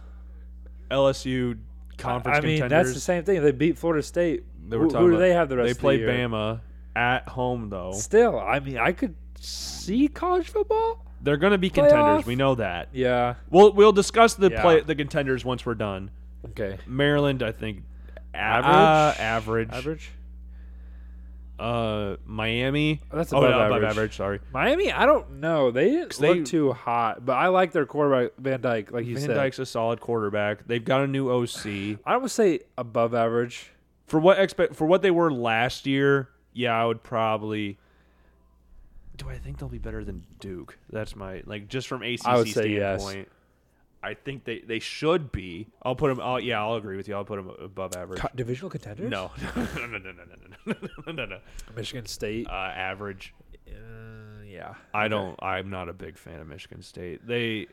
[SPEAKER 2] LSU conference
[SPEAKER 3] I mean, that's
[SPEAKER 2] contenders.
[SPEAKER 3] the same thing. If They beat Florida State.
[SPEAKER 2] They were
[SPEAKER 3] who,
[SPEAKER 2] talking
[SPEAKER 3] who do
[SPEAKER 2] about-
[SPEAKER 3] they have the rest?
[SPEAKER 2] They
[SPEAKER 3] of the
[SPEAKER 2] play
[SPEAKER 3] year?
[SPEAKER 2] Bama at home though.
[SPEAKER 3] Still, I mean, I could see college football.
[SPEAKER 2] They're going to be contenders.
[SPEAKER 3] Playoff?
[SPEAKER 2] We know that.
[SPEAKER 4] Yeah.
[SPEAKER 2] We'll we'll discuss the
[SPEAKER 3] Yeah.
[SPEAKER 2] play the contenders once we're done.
[SPEAKER 4] Okay.
[SPEAKER 2] Maryland, I think
[SPEAKER 3] Average?
[SPEAKER 2] Uh, average.
[SPEAKER 3] Average.
[SPEAKER 2] Uh, Miami.
[SPEAKER 4] Oh, that's
[SPEAKER 2] oh,
[SPEAKER 4] above
[SPEAKER 2] no, above
[SPEAKER 4] average.
[SPEAKER 2] average. Sorry.
[SPEAKER 3] Miami, I
[SPEAKER 4] I don't know. They didn't
[SPEAKER 2] they-
[SPEAKER 4] look too hot, but I like their quarterback Van Dyke. Like you
[SPEAKER 2] Van
[SPEAKER 4] said,
[SPEAKER 2] Dyke's a solid quarterback. They've got a new OC.
[SPEAKER 4] I would say above average.
[SPEAKER 2] For what expect for what they were last year, yeah, I would probably Do I think they'll be better than Duke? That's my like just from ACC
[SPEAKER 3] I would say yes.
[SPEAKER 2] standpoint. I think they, they should be. I'll put them. Oh yeah, I'll agree with you. I'll put them above average.
[SPEAKER 3] divisional contenders.
[SPEAKER 2] No, no, no, no, no, no, no, no, no, no.
[SPEAKER 3] Michigan State.
[SPEAKER 2] Uh, average.
[SPEAKER 4] Uh,
[SPEAKER 3] yeah,
[SPEAKER 2] I don't. I'm not a big fan of Michigan State. They,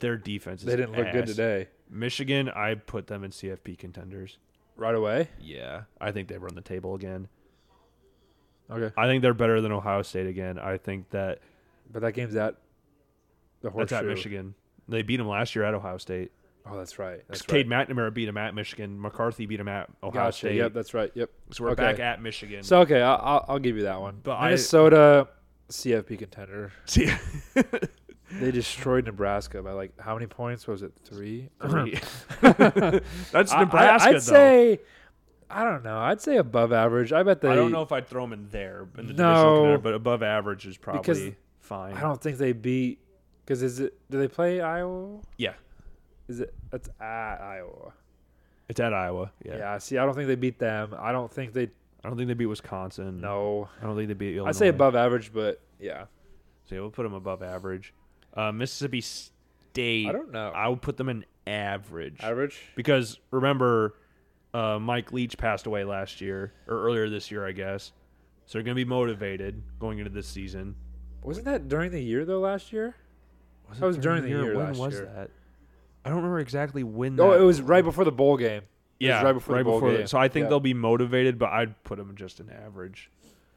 [SPEAKER 2] their defense. Is
[SPEAKER 4] They didn't look good
[SPEAKER 2] ass.
[SPEAKER 4] today.
[SPEAKER 2] Michigan. I put them in CFP contenders.
[SPEAKER 4] Right away.
[SPEAKER 2] Yeah, I think they run the table again.
[SPEAKER 4] Okay.
[SPEAKER 2] I think they're better than Ohio State again. I think that
[SPEAKER 4] But that game's at the horseshoe.
[SPEAKER 2] that's at Michigan. They beat them last year at Ohio State.
[SPEAKER 4] Oh, that's right. That's right.
[SPEAKER 2] Cade McNamara beat them at Michigan. McCarthy beat them at Ohio
[SPEAKER 4] Gotcha.
[SPEAKER 2] State.
[SPEAKER 4] Yep, that's right. Yep.
[SPEAKER 2] so we're
[SPEAKER 4] Okay.
[SPEAKER 2] back at Michigan.
[SPEAKER 4] So okay, I'll, I'll, I'll give you that one.
[SPEAKER 2] But I-
[SPEAKER 4] Minnesota CFP contender.
[SPEAKER 2] See-
[SPEAKER 4] They destroyed Nebraska by like how many points was it? Three.
[SPEAKER 2] that's
[SPEAKER 3] I,
[SPEAKER 2] Nebraska.
[SPEAKER 3] would
[SPEAKER 2] though.
[SPEAKER 3] say, I don't know. I'd say above average. I bet they.
[SPEAKER 2] I don't know if I'd throw them in there, in the divisional
[SPEAKER 3] No.
[SPEAKER 2] contender, but above average is probably
[SPEAKER 3] Because
[SPEAKER 2] fine.
[SPEAKER 3] I don't think they beat. Because is it? Do they play Iowa?
[SPEAKER 2] yeah,
[SPEAKER 3] Is it? That's at Iowa.
[SPEAKER 2] it's at Iowa. Yeah.
[SPEAKER 3] Yeah. See, I don't think they beat them. I don't think they.
[SPEAKER 2] I don't think they beat Wisconsin.
[SPEAKER 3] No.
[SPEAKER 2] I don't think they beat Illinois.
[SPEAKER 4] I'd say above average, but yeah,
[SPEAKER 2] So yeah, we'll put them above average. Uh, Mississippi State.
[SPEAKER 4] I don't know.
[SPEAKER 2] I would put them in average
[SPEAKER 4] average.
[SPEAKER 2] because remember, uh, Mike Leach passed away last year or earlier this year, I guess. So they're gonna be motivated going into this season.
[SPEAKER 3] Wasn't that during the year though? Last year.
[SPEAKER 2] Was
[SPEAKER 3] That was during the year
[SPEAKER 2] When
[SPEAKER 3] last
[SPEAKER 2] was
[SPEAKER 3] year.
[SPEAKER 2] that? I don't remember exactly when.
[SPEAKER 4] Oh,
[SPEAKER 2] that
[SPEAKER 4] it was right before the bowl game. It was
[SPEAKER 2] Yeah,
[SPEAKER 4] right before the bowl game.
[SPEAKER 2] So I think
[SPEAKER 4] Yeah.
[SPEAKER 2] they'll be motivated, but I'd put them just an average.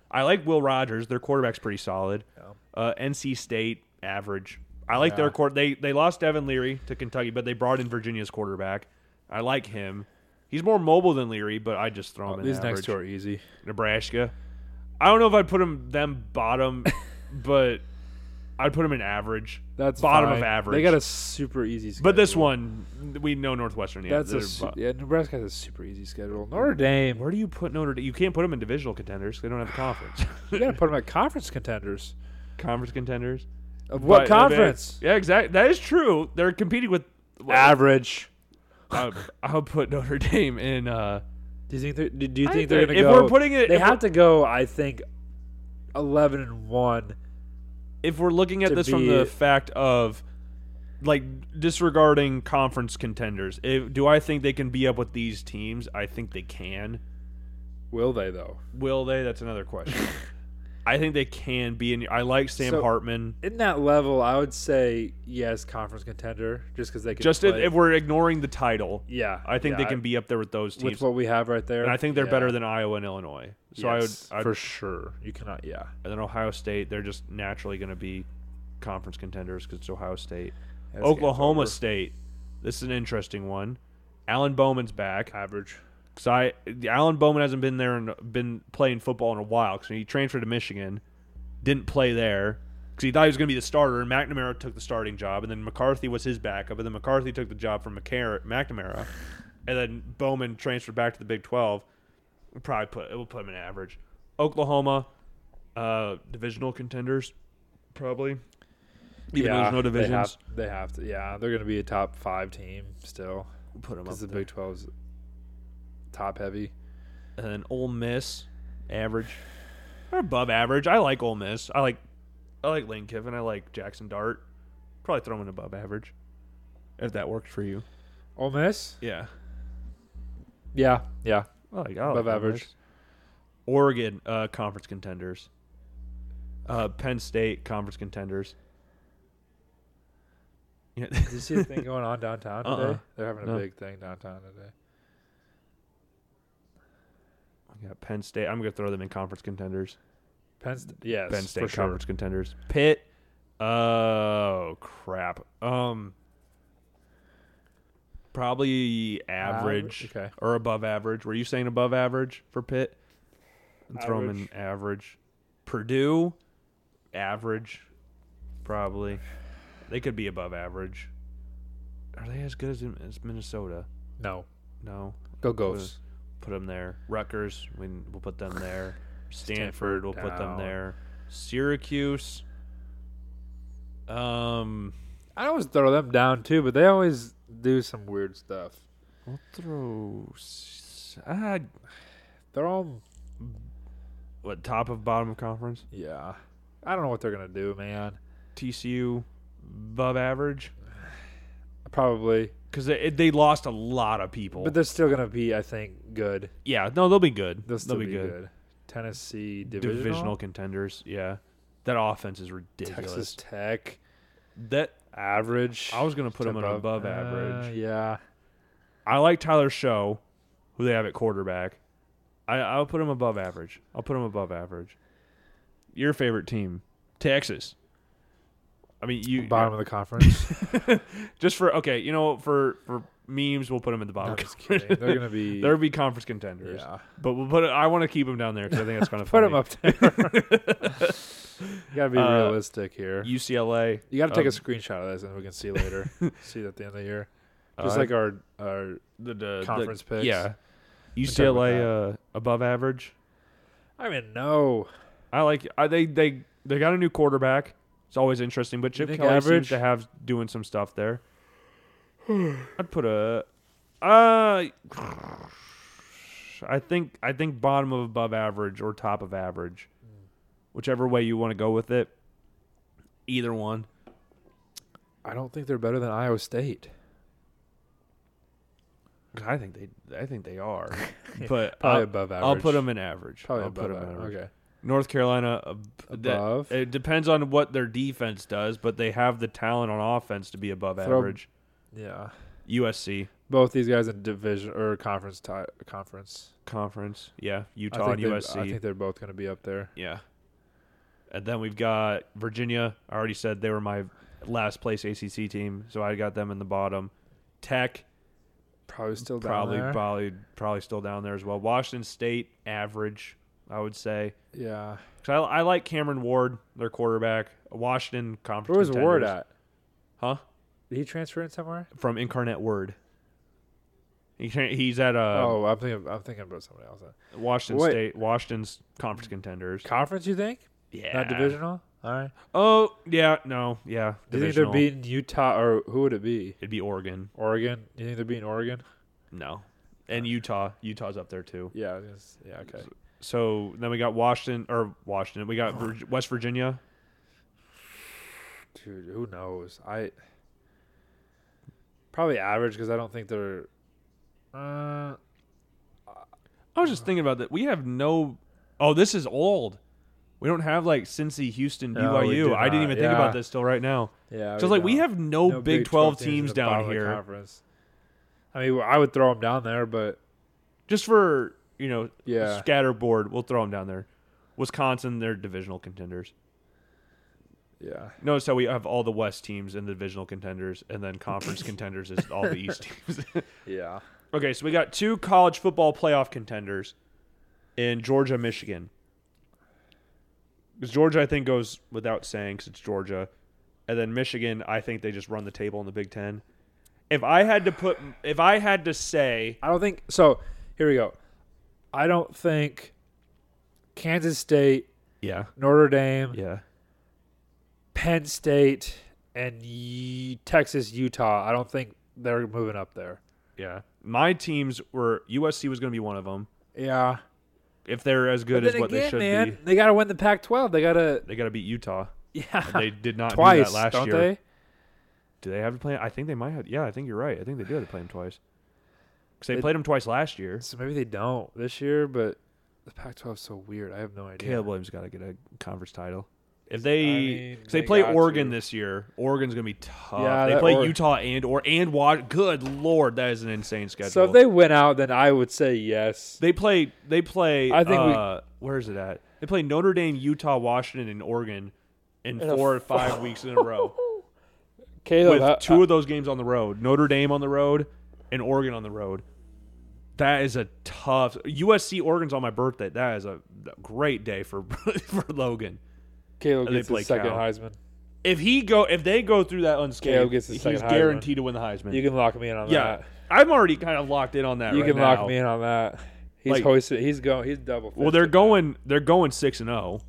[SPEAKER 2] I like Will Rogers. Their quarterback's pretty solid. Uh, NC State average. I like their
[SPEAKER 4] Yeah.
[SPEAKER 2] court. They they lost Devin Leary to Kentucky, but they brought in Virginia's quarterback. I like him. He's more mobile than Leary, but I just throw him in
[SPEAKER 4] These
[SPEAKER 2] average.
[SPEAKER 4] Oh, next two are easy.
[SPEAKER 2] Nebraska. I don't know if I'd put him them bottom, but I'd put him in average.
[SPEAKER 4] That's
[SPEAKER 2] bottom of
[SPEAKER 4] fine.
[SPEAKER 2] average.
[SPEAKER 4] They got a super easy. Schedule.
[SPEAKER 2] but this one we know Northwestern. Yeah,
[SPEAKER 4] that's a
[SPEAKER 2] they're
[SPEAKER 4] su-
[SPEAKER 2] bo-
[SPEAKER 4] yeah. Nebraska has a super easy schedule. Notre Dame.
[SPEAKER 2] Where do you put Notre Dame? You can't put them in divisional contenders. 'cause They don't have a conference.
[SPEAKER 4] You gotta put them at conference contenders.
[SPEAKER 2] conference contenders.
[SPEAKER 4] Of what
[SPEAKER 2] But-
[SPEAKER 4] conference?
[SPEAKER 2] Yeah, exactly. That is true. They're competing with.
[SPEAKER 3] Ah.
[SPEAKER 4] Average.
[SPEAKER 2] I, I would put Notre Dame in. Uh,
[SPEAKER 3] Do you think? They're, do do you
[SPEAKER 2] I
[SPEAKER 3] think
[SPEAKER 2] think
[SPEAKER 3] they're
[SPEAKER 2] that
[SPEAKER 3] going to
[SPEAKER 2] if
[SPEAKER 3] go?
[SPEAKER 2] we're putting it-
[SPEAKER 3] they
[SPEAKER 2] if
[SPEAKER 3] have to go. I think eleven and one.
[SPEAKER 2] if we're looking at
[SPEAKER 3] To
[SPEAKER 2] this from
[SPEAKER 3] be-
[SPEAKER 2] the fact of, like, disregarding conference contenders, if, do I think they can be up with these teams? I think they can.
[SPEAKER 4] Will they though?
[SPEAKER 2] Will they? That's another question. I think they can be in. I like Sam
[SPEAKER 3] So-
[SPEAKER 2] Hartman.
[SPEAKER 3] In that level, I would say yes, conference contender, just because they can.
[SPEAKER 2] Just if,
[SPEAKER 3] play-
[SPEAKER 2] if we're ignoring the title,
[SPEAKER 3] yeah,
[SPEAKER 2] I think
[SPEAKER 3] yeah,
[SPEAKER 2] they can be up there with those teams.
[SPEAKER 3] with what we have right there.
[SPEAKER 2] and I think they're
[SPEAKER 3] yeah.
[SPEAKER 2] better than Iowa and Illinois. So
[SPEAKER 3] Yes,
[SPEAKER 2] I would, I'd,
[SPEAKER 3] for sure. You cannot. Yeah.
[SPEAKER 2] and then Ohio State, they're just naturally going to be conference contenders because it's Ohio State.
[SPEAKER 3] That's game
[SPEAKER 2] Oklahoma
[SPEAKER 3] over.
[SPEAKER 2] State, this is an interesting one. Alan Bowman's back.
[SPEAKER 3] average.
[SPEAKER 2] Cause I Alan Bowman hasn't been there and been playing football in a while because he transferred to Michigan, didn't play there because he thought he was going to be the starter. And McNamara took the starting job, and then McCarthy was his backup, and then McCarthy took the job from McCar- McNamara, and then Bowman transferred back to the Big Twelve. We'll probably put it will put him in average. Oklahoma, uh, divisional contenders, probably. Even though
[SPEAKER 3] yeah,
[SPEAKER 2] there's no
[SPEAKER 3] they have-
[SPEAKER 2] divisions,
[SPEAKER 3] They have, to. Yeah, they're going to be a top five team still
[SPEAKER 2] we'll put them up.
[SPEAKER 3] because the
[SPEAKER 2] there.
[SPEAKER 3] Big 12's top heavy.
[SPEAKER 2] and then Ole Miss, average or above average. I like Ole Miss. I like I like Lane Kiffin. I like Jackson Dart. Probably throw him in above average if that works for you.
[SPEAKER 3] Ole Miss.
[SPEAKER 2] Yeah,
[SPEAKER 3] Yeah, yeah.
[SPEAKER 2] I like, I like
[SPEAKER 3] Above
[SPEAKER 2] Ole
[SPEAKER 3] average.
[SPEAKER 2] Miss. Oregon uh, conference contenders. Uh, Penn State conference contenders. Yeah,
[SPEAKER 3] Did you see the thing going on downtown today?
[SPEAKER 2] Uh-uh.
[SPEAKER 3] They're having a
[SPEAKER 2] No.
[SPEAKER 3] big thing downtown today.
[SPEAKER 2] I got Penn State. I'm gonna throw them in conference contenders.
[SPEAKER 3] Penn State. Yes,
[SPEAKER 2] Penn State
[SPEAKER 3] for sure.
[SPEAKER 2] conference contenders. Pitt. Oh crap. Um, probably average
[SPEAKER 3] okay.
[SPEAKER 2] or above average. Were you saying above average for Pitt? And throw them in
[SPEAKER 3] Average.
[SPEAKER 2] average. Purdue, average, probably. They could be above average. Are they as good as, as Minnesota?
[SPEAKER 3] No.
[SPEAKER 2] No.
[SPEAKER 3] Go Ghosts.
[SPEAKER 2] Put them there. Rutgers, we, we'll put them there. Stanford, we'll put them
[SPEAKER 3] down.
[SPEAKER 2] there. Syracuse. Um,
[SPEAKER 3] I always throw them down too, but they always do some weird stuff.
[SPEAKER 2] we'll throw. s- ah,
[SPEAKER 3] They're all.
[SPEAKER 2] what top of bottom of conference?
[SPEAKER 3] Yeah. I don't know what they're gonna do, man.
[SPEAKER 2] TCU, above average
[SPEAKER 3] Probably,
[SPEAKER 2] because they they lost a lot of people.
[SPEAKER 3] but they're still gonna be, I think, good.
[SPEAKER 2] yeah, no, they'll be good.
[SPEAKER 3] They'll
[SPEAKER 2] They'll,
[SPEAKER 3] still
[SPEAKER 2] be,
[SPEAKER 3] be,
[SPEAKER 2] good.
[SPEAKER 3] good. Tennessee
[SPEAKER 2] Divisional?
[SPEAKER 3] divisional,
[SPEAKER 2] contenders. Yeah, that offense is ridiculous.
[SPEAKER 3] Texas Tech
[SPEAKER 2] That
[SPEAKER 3] average.
[SPEAKER 2] I was gonna put them in above
[SPEAKER 3] uh,
[SPEAKER 2] average.
[SPEAKER 3] yeah,
[SPEAKER 2] I like Tyler Show, who they have at quarterback. I, I'll put him above average. I'll put him above average. Your favorite team, Texas. I mean, you
[SPEAKER 3] bottom of the conference.
[SPEAKER 2] just for okay. You know, for for memes, we'll put him at the bottom.
[SPEAKER 3] I'm just kidding. They're gonna be.
[SPEAKER 2] There'll be conference contenders,
[SPEAKER 3] yeah.
[SPEAKER 2] but we'll put. It, I want to keep him down there because I think that's kind of
[SPEAKER 3] Put them up
[SPEAKER 2] funny.
[SPEAKER 3] there. you gotta be
[SPEAKER 2] Uh,
[SPEAKER 3] realistic here. You,
[SPEAKER 2] UCLA.
[SPEAKER 3] gotta take
[SPEAKER 2] um,
[SPEAKER 3] a screenshot of this, and we can see later. see it at the end of the year,
[SPEAKER 2] uh,
[SPEAKER 3] just like our our.
[SPEAKER 2] the, the
[SPEAKER 3] conference
[SPEAKER 2] the,
[SPEAKER 3] picks.
[SPEAKER 2] Yeah,
[SPEAKER 3] talk about
[SPEAKER 2] UCLA uh, above average.
[SPEAKER 3] I mean, no.
[SPEAKER 2] I like I, they they they got a new quarterback. It's always interesting, but Chip
[SPEAKER 3] think
[SPEAKER 2] Kelly seems
[SPEAKER 3] average?
[SPEAKER 2] to have doing some stuff there. I'd put a uh I think I think bottom of above average or top of average.
[SPEAKER 3] Mm.
[SPEAKER 2] Whichever way you want to go with it. Either one.
[SPEAKER 3] I don't think they're better than Iowa State.
[SPEAKER 2] 'Cause I think they I think they are. But
[SPEAKER 3] Probably
[SPEAKER 2] I'll,
[SPEAKER 3] above average.
[SPEAKER 2] I'll put them in average.
[SPEAKER 3] Probably
[SPEAKER 2] I'll
[SPEAKER 3] above
[SPEAKER 2] put 'em in
[SPEAKER 3] average.
[SPEAKER 2] average.
[SPEAKER 3] Okay.
[SPEAKER 2] North Carolina ab- that-
[SPEAKER 3] Above?
[SPEAKER 2] it depends on what their defense does, but they have the talent on offense to be above
[SPEAKER 3] Throw-
[SPEAKER 2] average.
[SPEAKER 3] Yeah.
[SPEAKER 2] USC
[SPEAKER 3] Both these guys in division or conference tie, conference.
[SPEAKER 2] conference, yeah,
[SPEAKER 3] I
[SPEAKER 2] Utah
[SPEAKER 3] think
[SPEAKER 2] and
[SPEAKER 3] they-
[SPEAKER 2] USC,
[SPEAKER 3] I think they're both going to be up there.
[SPEAKER 2] yeah. And then we've got Virginia. I already said they were my last place ACC team, so I got them in the bottom. Tech
[SPEAKER 3] Probably still down
[SPEAKER 2] probably
[SPEAKER 3] there.
[SPEAKER 2] probably probably still down there as well. Washington State average, I would say.
[SPEAKER 3] yeah.
[SPEAKER 2] 'Cause I, I like Cameron Ward, their quarterback. Washington conference.
[SPEAKER 3] Where was Ward
[SPEAKER 2] contenders.
[SPEAKER 3] at?
[SPEAKER 2] Huh?
[SPEAKER 3] Did he transfer in somewhere?
[SPEAKER 2] from Incarnate Word. He can't, he's at uh,
[SPEAKER 3] oh, I'm thinking. I'm thinking about somebody else.
[SPEAKER 2] Washington
[SPEAKER 3] wait.
[SPEAKER 2] State, Washington's conference contenders.
[SPEAKER 3] Conference, you think?
[SPEAKER 2] Yeah.
[SPEAKER 3] Not divisional. All right.
[SPEAKER 2] Oh yeah, no, yeah.
[SPEAKER 3] Do you think they're
[SPEAKER 2] divisional.
[SPEAKER 3] beating Utah or who would it be?
[SPEAKER 2] It'd be Oregon.
[SPEAKER 3] Oregon. Do you think they're beating Oregon?
[SPEAKER 2] No, and Utah. Utah's up there too.
[SPEAKER 3] Yeah. I guess- Yeah. Okay.
[SPEAKER 2] So then we got Washington or Washington. We got Vir- West Virginia.
[SPEAKER 3] Dude, who knows? I probably average because I don't think they're. Uh,
[SPEAKER 2] I was just thinking about that. We have no. Oh, this is old. We don't have like Cincy, Houston,
[SPEAKER 3] No, we
[SPEAKER 2] BYU.
[SPEAKER 3] do
[SPEAKER 2] I didn't
[SPEAKER 3] not.
[SPEAKER 2] even think about
[SPEAKER 3] Yeah.
[SPEAKER 2] this till right now.
[SPEAKER 3] yeah.
[SPEAKER 2] So it's like we
[SPEAKER 3] don't.
[SPEAKER 2] have no,
[SPEAKER 3] No
[SPEAKER 2] Big, Twelve
[SPEAKER 3] in
[SPEAKER 2] teams
[SPEAKER 3] the bottom
[SPEAKER 2] down
[SPEAKER 3] of the
[SPEAKER 2] here.
[SPEAKER 3] conference. I mean, well, I would throw them down there, but
[SPEAKER 2] just for you know,
[SPEAKER 4] Yeah.
[SPEAKER 2] scatterboard. We'll throw them down there. Wisconsin, they're divisional contenders.
[SPEAKER 4] Yeah.
[SPEAKER 2] Notice how we have all the West teams and the divisional contenders, and then conference contenders is all the East teams.
[SPEAKER 4] Yeah.
[SPEAKER 2] okay, so we got two college football playoff contenders in Georgia, Michigan. 'Cause Georgia, I think, goes without saying because it's Georgia, and then Michigan. I think they just run the table in the Big Ten. If I had to put, if I had to say,
[SPEAKER 4] I don't think
[SPEAKER 3] So here we go. I don't think Kansas State,
[SPEAKER 2] yeah,
[SPEAKER 3] Notre Dame,
[SPEAKER 2] yeah,
[SPEAKER 3] Penn State, and Ye- Texas, Utah. I don't think they're moving up there.
[SPEAKER 2] yeah, my teams were USC was going to be one of them.
[SPEAKER 3] Yeah,
[SPEAKER 2] If they're as good
[SPEAKER 3] but
[SPEAKER 2] as
[SPEAKER 3] then
[SPEAKER 2] what
[SPEAKER 3] again,
[SPEAKER 2] they should
[SPEAKER 3] man,
[SPEAKER 2] be,
[SPEAKER 3] they got to win the Pac-12. They got to
[SPEAKER 2] they got to beat Utah.
[SPEAKER 3] yeah
[SPEAKER 2] They did not do
[SPEAKER 3] twice,
[SPEAKER 2] that last
[SPEAKER 3] don't
[SPEAKER 2] year.
[SPEAKER 3] they?
[SPEAKER 2] Do they have to play? 'em? I think they might have. Yeah, I think you're right. I think they do have to play them twice. Because they
[SPEAKER 3] It-
[SPEAKER 2] played them twice last year.
[SPEAKER 3] So maybe they don't this year, but the Pac-12 is so weird. I have no idea.
[SPEAKER 2] Caleb Williams got to get a conference title. If they,
[SPEAKER 3] mean,
[SPEAKER 2] 'cause they,
[SPEAKER 3] they
[SPEAKER 2] play
[SPEAKER 3] got
[SPEAKER 2] Oregon
[SPEAKER 3] to.
[SPEAKER 2] this year, Oregon's gonna be tough.
[SPEAKER 3] Yeah,
[SPEAKER 2] they
[SPEAKER 3] that
[SPEAKER 2] play
[SPEAKER 3] Or-
[SPEAKER 2] Utah and or and Wash. Good lord, that is an insane schedule.
[SPEAKER 3] So if they win out, then I would say yes.
[SPEAKER 2] They play. They play. I
[SPEAKER 3] I
[SPEAKER 2] think.
[SPEAKER 3] think we-
[SPEAKER 2] Uh, where is it at? They play Notre Dame, Utah, Washington, and Oregon in
[SPEAKER 3] a
[SPEAKER 2] four or five weeks in a row.
[SPEAKER 3] Caleb, uh,
[SPEAKER 2] With
[SPEAKER 3] how,
[SPEAKER 2] two of those games on the road, Notre Dame on the road, and Oregon on the road. That is a tough USC. Oregon's on my birthday. That is a great day for for Logan.
[SPEAKER 3] Caleb
[SPEAKER 2] they
[SPEAKER 3] gets
[SPEAKER 2] play
[SPEAKER 3] his second
[SPEAKER 2] Cal.
[SPEAKER 3] Heisman.
[SPEAKER 2] If he go, if they go through that unscathed,
[SPEAKER 3] Caleb gets his
[SPEAKER 2] he's
[SPEAKER 3] second Heisman.
[SPEAKER 2] guaranteed to win the Heisman.
[SPEAKER 3] You can lock me in on
[SPEAKER 2] yeah,
[SPEAKER 3] that.
[SPEAKER 2] I'm already kind of locked in on that.
[SPEAKER 3] You
[SPEAKER 2] right
[SPEAKER 3] can
[SPEAKER 2] now.
[SPEAKER 3] lock me in on that. He's
[SPEAKER 2] Like-
[SPEAKER 3] hoisted. He's going. He's double.
[SPEAKER 2] Well, they're going. They're going six and zero.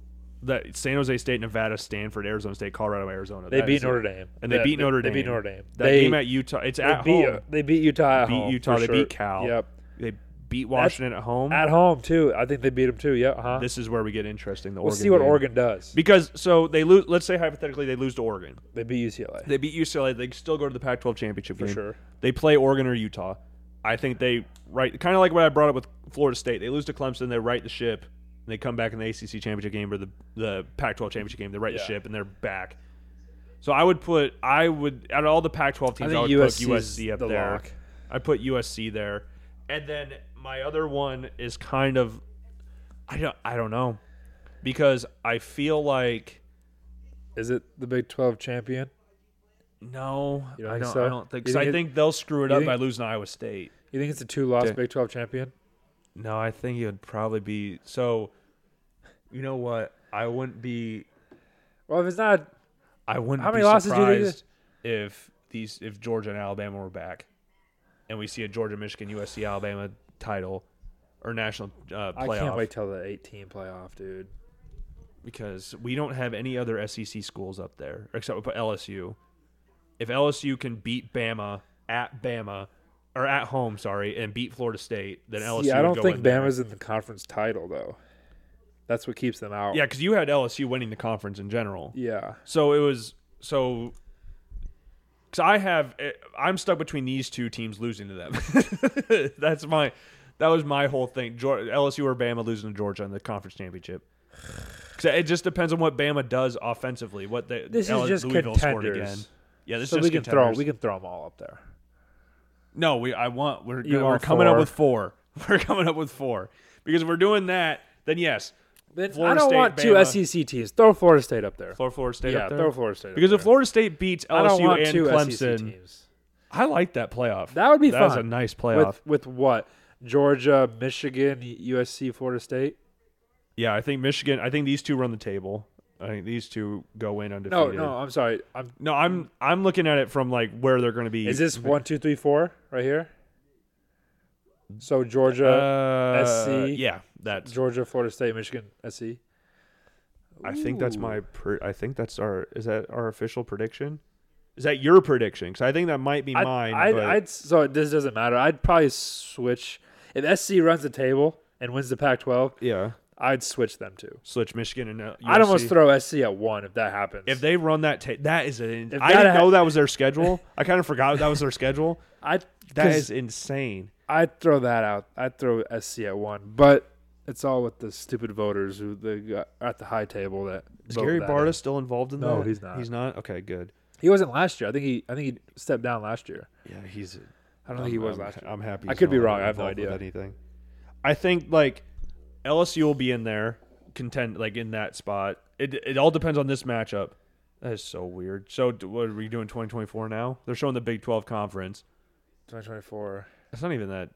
[SPEAKER 2] That San Jose State, Nevada, Stanford, Arizona State, Colorado, Arizona.
[SPEAKER 3] They
[SPEAKER 2] That
[SPEAKER 3] beat
[SPEAKER 2] is it.
[SPEAKER 3] Notre Dame,
[SPEAKER 2] and they
[SPEAKER 3] That-
[SPEAKER 2] beat Notre Dame.
[SPEAKER 3] They beat Notre Dame.
[SPEAKER 2] That
[SPEAKER 3] they,
[SPEAKER 2] game at Utah. It's
[SPEAKER 3] they
[SPEAKER 2] at
[SPEAKER 3] beat,
[SPEAKER 2] home.
[SPEAKER 3] They beat Utah. At
[SPEAKER 2] Beat
[SPEAKER 3] home,
[SPEAKER 2] Utah.
[SPEAKER 3] for
[SPEAKER 2] They
[SPEAKER 3] sure.
[SPEAKER 2] beat Cal.
[SPEAKER 3] Yep.
[SPEAKER 2] They beat Washington at home.
[SPEAKER 3] At home too. I think they beat them too. Yeah. Uh-huh.
[SPEAKER 2] this is where we get interesting. The
[SPEAKER 3] we'll
[SPEAKER 2] Oregon
[SPEAKER 3] see what
[SPEAKER 2] game.
[SPEAKER 3] Oregon does.
[SPEAKER 2] because so they lose. Let's say hypothetically they lose to Oregon.
[SPEAKER 3] they beat UCLA.
[SPEAKER 2] They beat UCLA. They still go to the Pac-12 championship
[SPEAKER 3] For
[SPEAKER 2] game.
[SPEAKER 3] sure.
[SPEAKER 2] They play Oregon or Utah. I think they right kind of like what I brought up with Florida State. They lose to Clemson. They right the ship. And they come back in the ACC championship game or the the Pac-12 championship game. They right the
[SPEAKER 3] Yeah.
[SPEAKER 2] ship and they're back. So I would put I would out of all the Pac-12 teams I,
[SPEAKER 3] think
[SPEAKER 2] would
[SPEAKER 3] USC
[SPEAKER 2] put
[SPEAKER 3] is
[SPEAKER 2] USC up
[SPEAKER 3] the
[SPEAKER 2] there.
[SPEAKER 3] lock.
[SPEAKER 2] I put USC there, and then my other one is kind of I don't I don't know because I feel like
[SPEAKER 3] Is it the Big Twelve champion?
[SPEAKER 2] no
[SPEAKER 3] don't
[SPEAKER 2] I
[SPEAKER 3] think
[SPEAKER 2] don't
[SPEAKER 3] so?
[SPEAKER 2] I don't think
[SPEAKER 3] You
[SPEAKER 2] 'cause
[SPEAKER 3] think
[SPEAKER 2] I
[SPEAKER 3] it-
[SPEAKER 2] think they'll screw it
[SPEAKER 3] you
[SPEAKER 2] up
[SPEAKER 3] think-
[SPEAKER 2] by losing to Iowa State.
[SPEAKER 3] You think it's a two-loss
[SPEAKER 2] Dude.
[SPEAKER 3] Big Twelve champion?
[SPEAKER 2] No, I think it would probably be so. You know what? I wouldn't be.
[SPEAKER 3] Well, if it's not,
[SPEAKER 2] I wouldn't.
[SPEAKER 3] How
[SPEAKER 2] be
[SPEAKER 3] many losses do they
[SPEAKER 2] surprised if these if Georgia and Alabama were back, and we see a Georgia, Michigan, USC, Alabama title or national uh, playoff?
[SPEAKER 3] I can't wait till the 18 playoff, dude.
[SPEAKER 2] because we don't have any other SEC schools up there except for LSU. If LSU can beat Bama at Bama or at home, sorry, and beat Florida State, then LSU.
[SPEAKER 3] yeah, I
[SPEAKER 2] would
[SPEAKER 3] don't
[SPEAKER 2] go
[SPEAKER 3] think
[SPEAKER 2] in there.
[SPEAKER 3] Bama's in the conference title though. That's what keeps them out.
[SPEAKER 2] Yeah, because you had LSU winning the conference in general.
[SPEAKER 3] Yeah.
[SPEAKER 2] So it was so. Because I have, eh, I'm stuck between these two teams losing to them. That's my, that was my whole thing. Geor- LSU or Bama losing to Georgia in the conference championship. 'Cause it just depends on what Bama does offensively. What they
[SPEAKER 3] This is
[SPEAKER 2] L-
[SPEAKER 3] just
[SPEAKER 2] Louisville scored
[SPEAKER 3] contenders.
[SPEAKER 2] again. Yeah, this
[SPEAKER 3] so
[SPEAKER 2] is just
[SPEAKER 3] we can throw
[SPEAKER 2] contenders.
[SPEAKER 3] we can throw them all up there.
[SPEAKER 2] No, we. I want. We're
[SPEAKER 3] You
[SPEAKER 2] we're
[SPEAKER 3] want
[SPEAKER 2] coming up
[SPEAKER 3] four.
[SPEAKER 2] with four. We're coming up with four because if we're doing that, then yes,
[SPEAKER 3] Then I
[SPEAKER 2] Florida
[SPEAKER 3] don't
[SPEAKER 2] State,
[SPEAKER 3] want
[SPEAKER 2] Bama.
[SPEAKER 3] two SEC teams. Throw Florida State up there.
[SPEAKER 2] Florida, Florida State.
[SPEAKER 3] yeah,
[SPEAKER 2] up there.
[SPEAKER 3] throw Florida State.
[SPEAKER 2] Because
[SPEAKER 3] up
[SPEAKER 2] if
[SPEAKER 3] there.
[SPEAKER 2] Florida State beats
[SPEAKER 3] I don't
[SPEAKER 2] LSU
[SPEAKER 3] want
[SPEAKER 2] and
[SPEAKER 3] two E SEC
[SPEAKER 2] Clemson,
[SPEAKER 3] teams.
[SPEAKER 2] I like that playoff.
[SPEAKER 3] That would be
[SPEAKER 2] that
[SPEAKER 3] fun.
[SPEAKER 2] was a nice playoff.
[SPEAKER 3] With, with what? Georgia, Michigan, USC, Florida State.
[SPEAKER 2] yeah, I think Michigan. I think these two run the table. I think these two go in
[SPEAKER 3] No,
[SPEAKER 2] undefeated.
[SPEAKER 3] no, I'm sorry. I'm,
[SPEAKER 2] no. I'm I'm looking at it from like where they're going to be.
[SPEAKER 3] is this one, two, three, four right here? So Georgia,
[SPEAKER 2] uh,
[SPEAKER 3] SC?
[SPEAKER 2] Yeah, that's.
[SPEAKER 3] Georgia, Florida State, Michigan, E? SC.
[SPEAKER 2] I think that's my. Pre- I think that's our. Is that our official prediction? Is that your prediction? Because I think that might be
[SPEAKER 3] I'd,
[SPEAKER 2] mine.
[SPEAKER 3] I'd,
[SPEAKER 2] but
[SPEAKER 3] I'd- so this doesn't matter. I'd probably switch if SC runs the table and wins the Pac-12.
[SPEAKER 2] yeah,
[SPEAKER 3] I'd switch them too.
[SPEAKER 2] Slitch Michigan and uh,
[SPEAKER 3] I'd almost
[SPEAKER 2] USC.
[SPEAKER 3] throw SC at one if that happens.
[SPEAKER 2] If they run that, ta- that is an.
[SPEAKER 3] If
[SPEAKER 2] I
[SPEAKER 3] that
[SPEAKER 2] didn't
[SPEAKER 3] ha-
[SPEAKER 2] know that was their schedule. I kind of forgot that was their schedule.
[SPEAKER 3] I'd
[SPEAKER 2] That
[SPEAKER 3] 'cause
[SPEAKER 2] is insane.
[SPEAKER 3] I'd throw that out. I'd throw SC at one, but it's all with the stupid voters who they got at the high table that
[SPEAKER 2] Is
[SPEAKER 3] vote
[SPEAKER 2] Gary
[SPEAKER 3] that
[SPEAKER 2] Barta
[SPEAKER 3] in.
[SPEAKER 2] still involved in that?
[SPEAKER 3] No, he's not.
[SPEAKER 2] He's not. Okay, good.
[SPEAKER 3] He wasn't last year. I think he I think he stepped down last year.
[SPEAKER 2] Yeah, he's.
[SPEAKER 3] I don't think he was
[SPEAKER 2] I'm,
[SPEAKER 3] last year.
[SPEAKER 2] I'm happy.
[SPEAKER 3] I
[SPEAKER 2] he's
[SPEAKER 3] could be
[SPEAKER 2] not
[SPEAKER 3] wrong. I have no
[SPEAKER 2] involved with
[SPEAKER 3] idea.
[SPEAKER 2] Anything. I think like LSU will be in there, contend like in that spot. It it all depends on this matchup. That is so weird. So d- what are we doing? Twenty twenty four now? They're showing the Big Twelve conference.
[SPEAKER 3] 2024.
[SPEAKER 2] That's not even that.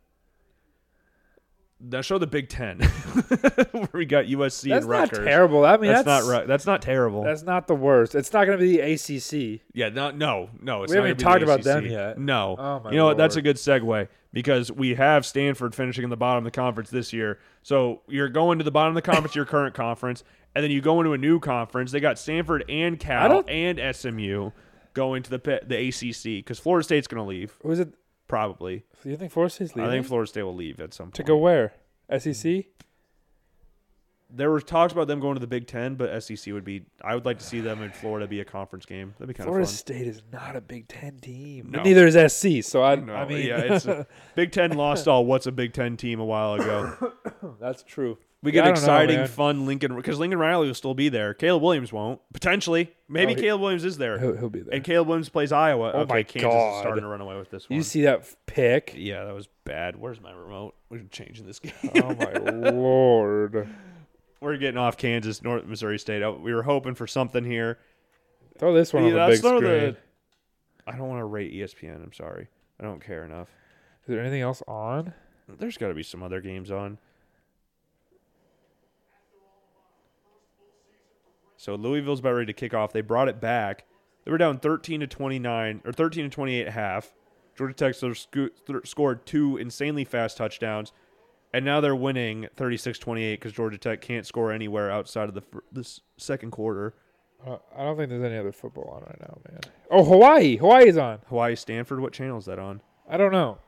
[SPEAKER 2] Now show the Big Ten. Where we got USC
[SPEAKER 3] That's
[SPEAKER 2] and
[SPEAKER 3] not
[SPEAKER 2] Rutgers.
[SPEAKER 3] terrible. I mean,
[SPEAKER 2] that's,
[SPEAKER 3] that's,
[SPEAKER 2] not right. That's not terrible.
[SPEAKER 3] That's not the worst. It's not going to be the ACC.
[SPEAKER 2] Yeah, no, no, no. It's
[SPEAKER 3] We haven't
[SPEAKER 2] not gonna be
[SPEAKER 3] even
[SPEAKER 2] the
[SPEAKER 3] talked about
[SPEAKER 2] ACC.
[SPEAKER 3] them yet.
[SPEAKER 2] No.
[SPEAKER 3] Oh, my
[SPEAKER 2] you know what? That's a
[SPEAKER 3] Lord.
[SPEAKER 2] good segue because we have Stanford finishing in the bottom of the conference this year. So you're going to the bottom of the conference, your current conference, and then you go into a new conference. They got Stanford and Cal
[SPEAKER 3] don't-
[SPEAKER 2] and SMU going to the pe- the ACC because Florida State's going to leave
[SPEAKER 3] Was it?
[SPEAKER 2] probably.
[SPEAKER 3] Do you think Florida State's leaving?
[SPEAKER 2] I think Mm, Florida State will leave at some point.
[SPEAKER 3] to go where? E SEC.
[SPEAKER 2] There were talks about them going to the Big Ten, but SEC would be. I would like to see them in Florida be a conference game. That'd be kind
[SPEAKER 3] Florida
[SPEAKER 2] of fun.
[SPEAKER 3] State is not a Big Ten team.
[SPEAKER 2] No.
[SPEAKER 3] But Neither is SC. So I,
[SPEAKER 2] No,
[SPEAKER 3] I mean,
[SPEAKER 2] yeah, it's uh, Big Ten lost all. What's a Big Ten team a while ago?
[SPEAKER 3] that's true.
[SPEAKER 2] We
[SPEAKER 3] Yeah,
[SPEAKER 2] get
[SPEAKER 3] I don't know,
[SPEAKER 2] exciting,
[SPEAKER 3] man.
[SPEAKER 2] fun Lincoln because Lincoln Riley will still be there. Caleb Williams won't potentially. Maybe
[SPEAKER 3] Oh, he-
[SPEAKER 2] Caleb Williams is there,
[SPEAKER 3] He'll, he'll be there.
[SPEAKER 2] and Caleb Williams plays Iowa.
[SPEAKER 3] Oh
[SPEAKER 2] okay,
[SPEAKER 3] my
[SPEAKER 2] Kansas is
[SPEAKER 3] God.
[SPEAKER 2] starting to run away with this one.
[SPEAKER 3] you see that f- pick?
[SPEAKER 2] yeah, that was bad. Where's my remote? We're changing this game.
[SPEAKER 3] Oh my lord!
[SPEAKER 2] We're getting off Kansas, North Missouri State. Oh, We were hoping for something here.
[SPEAKER 3] Throw this one
[SPEAKER 2] Yeah,
[SPEAKER 3] on the
[SPEAKER 2] that's
[SPEAKER 3] big
[SPEAKER 2] not
[SPEAKER 3] screen.
[SPEAKER 2] the- I don't want to rate E ESPN. I'm sorry. I don't care enough.
[SPEAKER 3] Is there anything else on?
[SPEAKER 2] There's got to be some other games on. So Louisville's about ready to kick off. They brought it back. They were down 13 to 29 or 13 to 28 at half. Georgia Tech sort of sco- th- scored two insanely fast touchdowns, and now they're winning 36-28 because Georgia Tech can't score anywhere outside of the fir- this second quarter.
[SPEAKER 3] Uh, I don't think there's any other football on right now, man. Oh, Hawaii. Hawaii's on.
[SPEAKER 2] Hawaii Stanford. What channel is that on?
[SPEAKER 3] I don't know.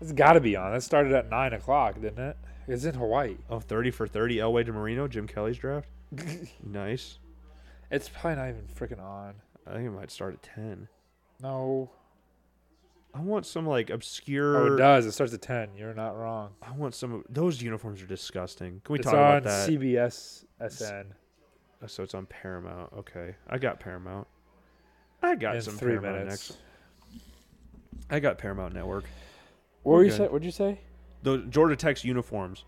[SPEAKER 3] It's got to be on. That started at nine o'clock, didn't it? It's in Hawaii.
[SPEAKER 2] Oh, 30 for 30. Elway to Marino. Jim Kelly's draft. nice.
[SPEAKER 3] It's probably not even freaking on.
[SPEAKER 2] I think it might start at 10.
[SPEAKER 3] No.
[SPEAKER 2] I want some like
[SPEAKER 3] Oh,
[SPEAKER 2] obscure.
[SPEAKER 3] it does. It starts at ten. You're not wrong.
[SPEAKER 2] I want some. Those uniforms are disgusting. Can we
[SPEAKER 3] it's
[SPEAKER 2] talk
[SPEAKER 3] on
[SPEAKER 2] about that?
[SPEAKER 3] CBS SN
[SPEAKER 2] Oh, so it's on Paramount. Okay, I got Paramount. I got
[SPEAKER 3] in
[SPEAKER 2] some
[SPEAKER 3] three
[SPEAKER 2] Paramount
[SPEAKER 3] minutes.
[SPEAKER 2] Next. I got Paramount Network.
[SPEAKER 3] What were you
[SPEAKER 2] Okay.
[SPEAKER 3] say? What'd you say?
[SPEAKER 2] The Georgia Tech's uniforms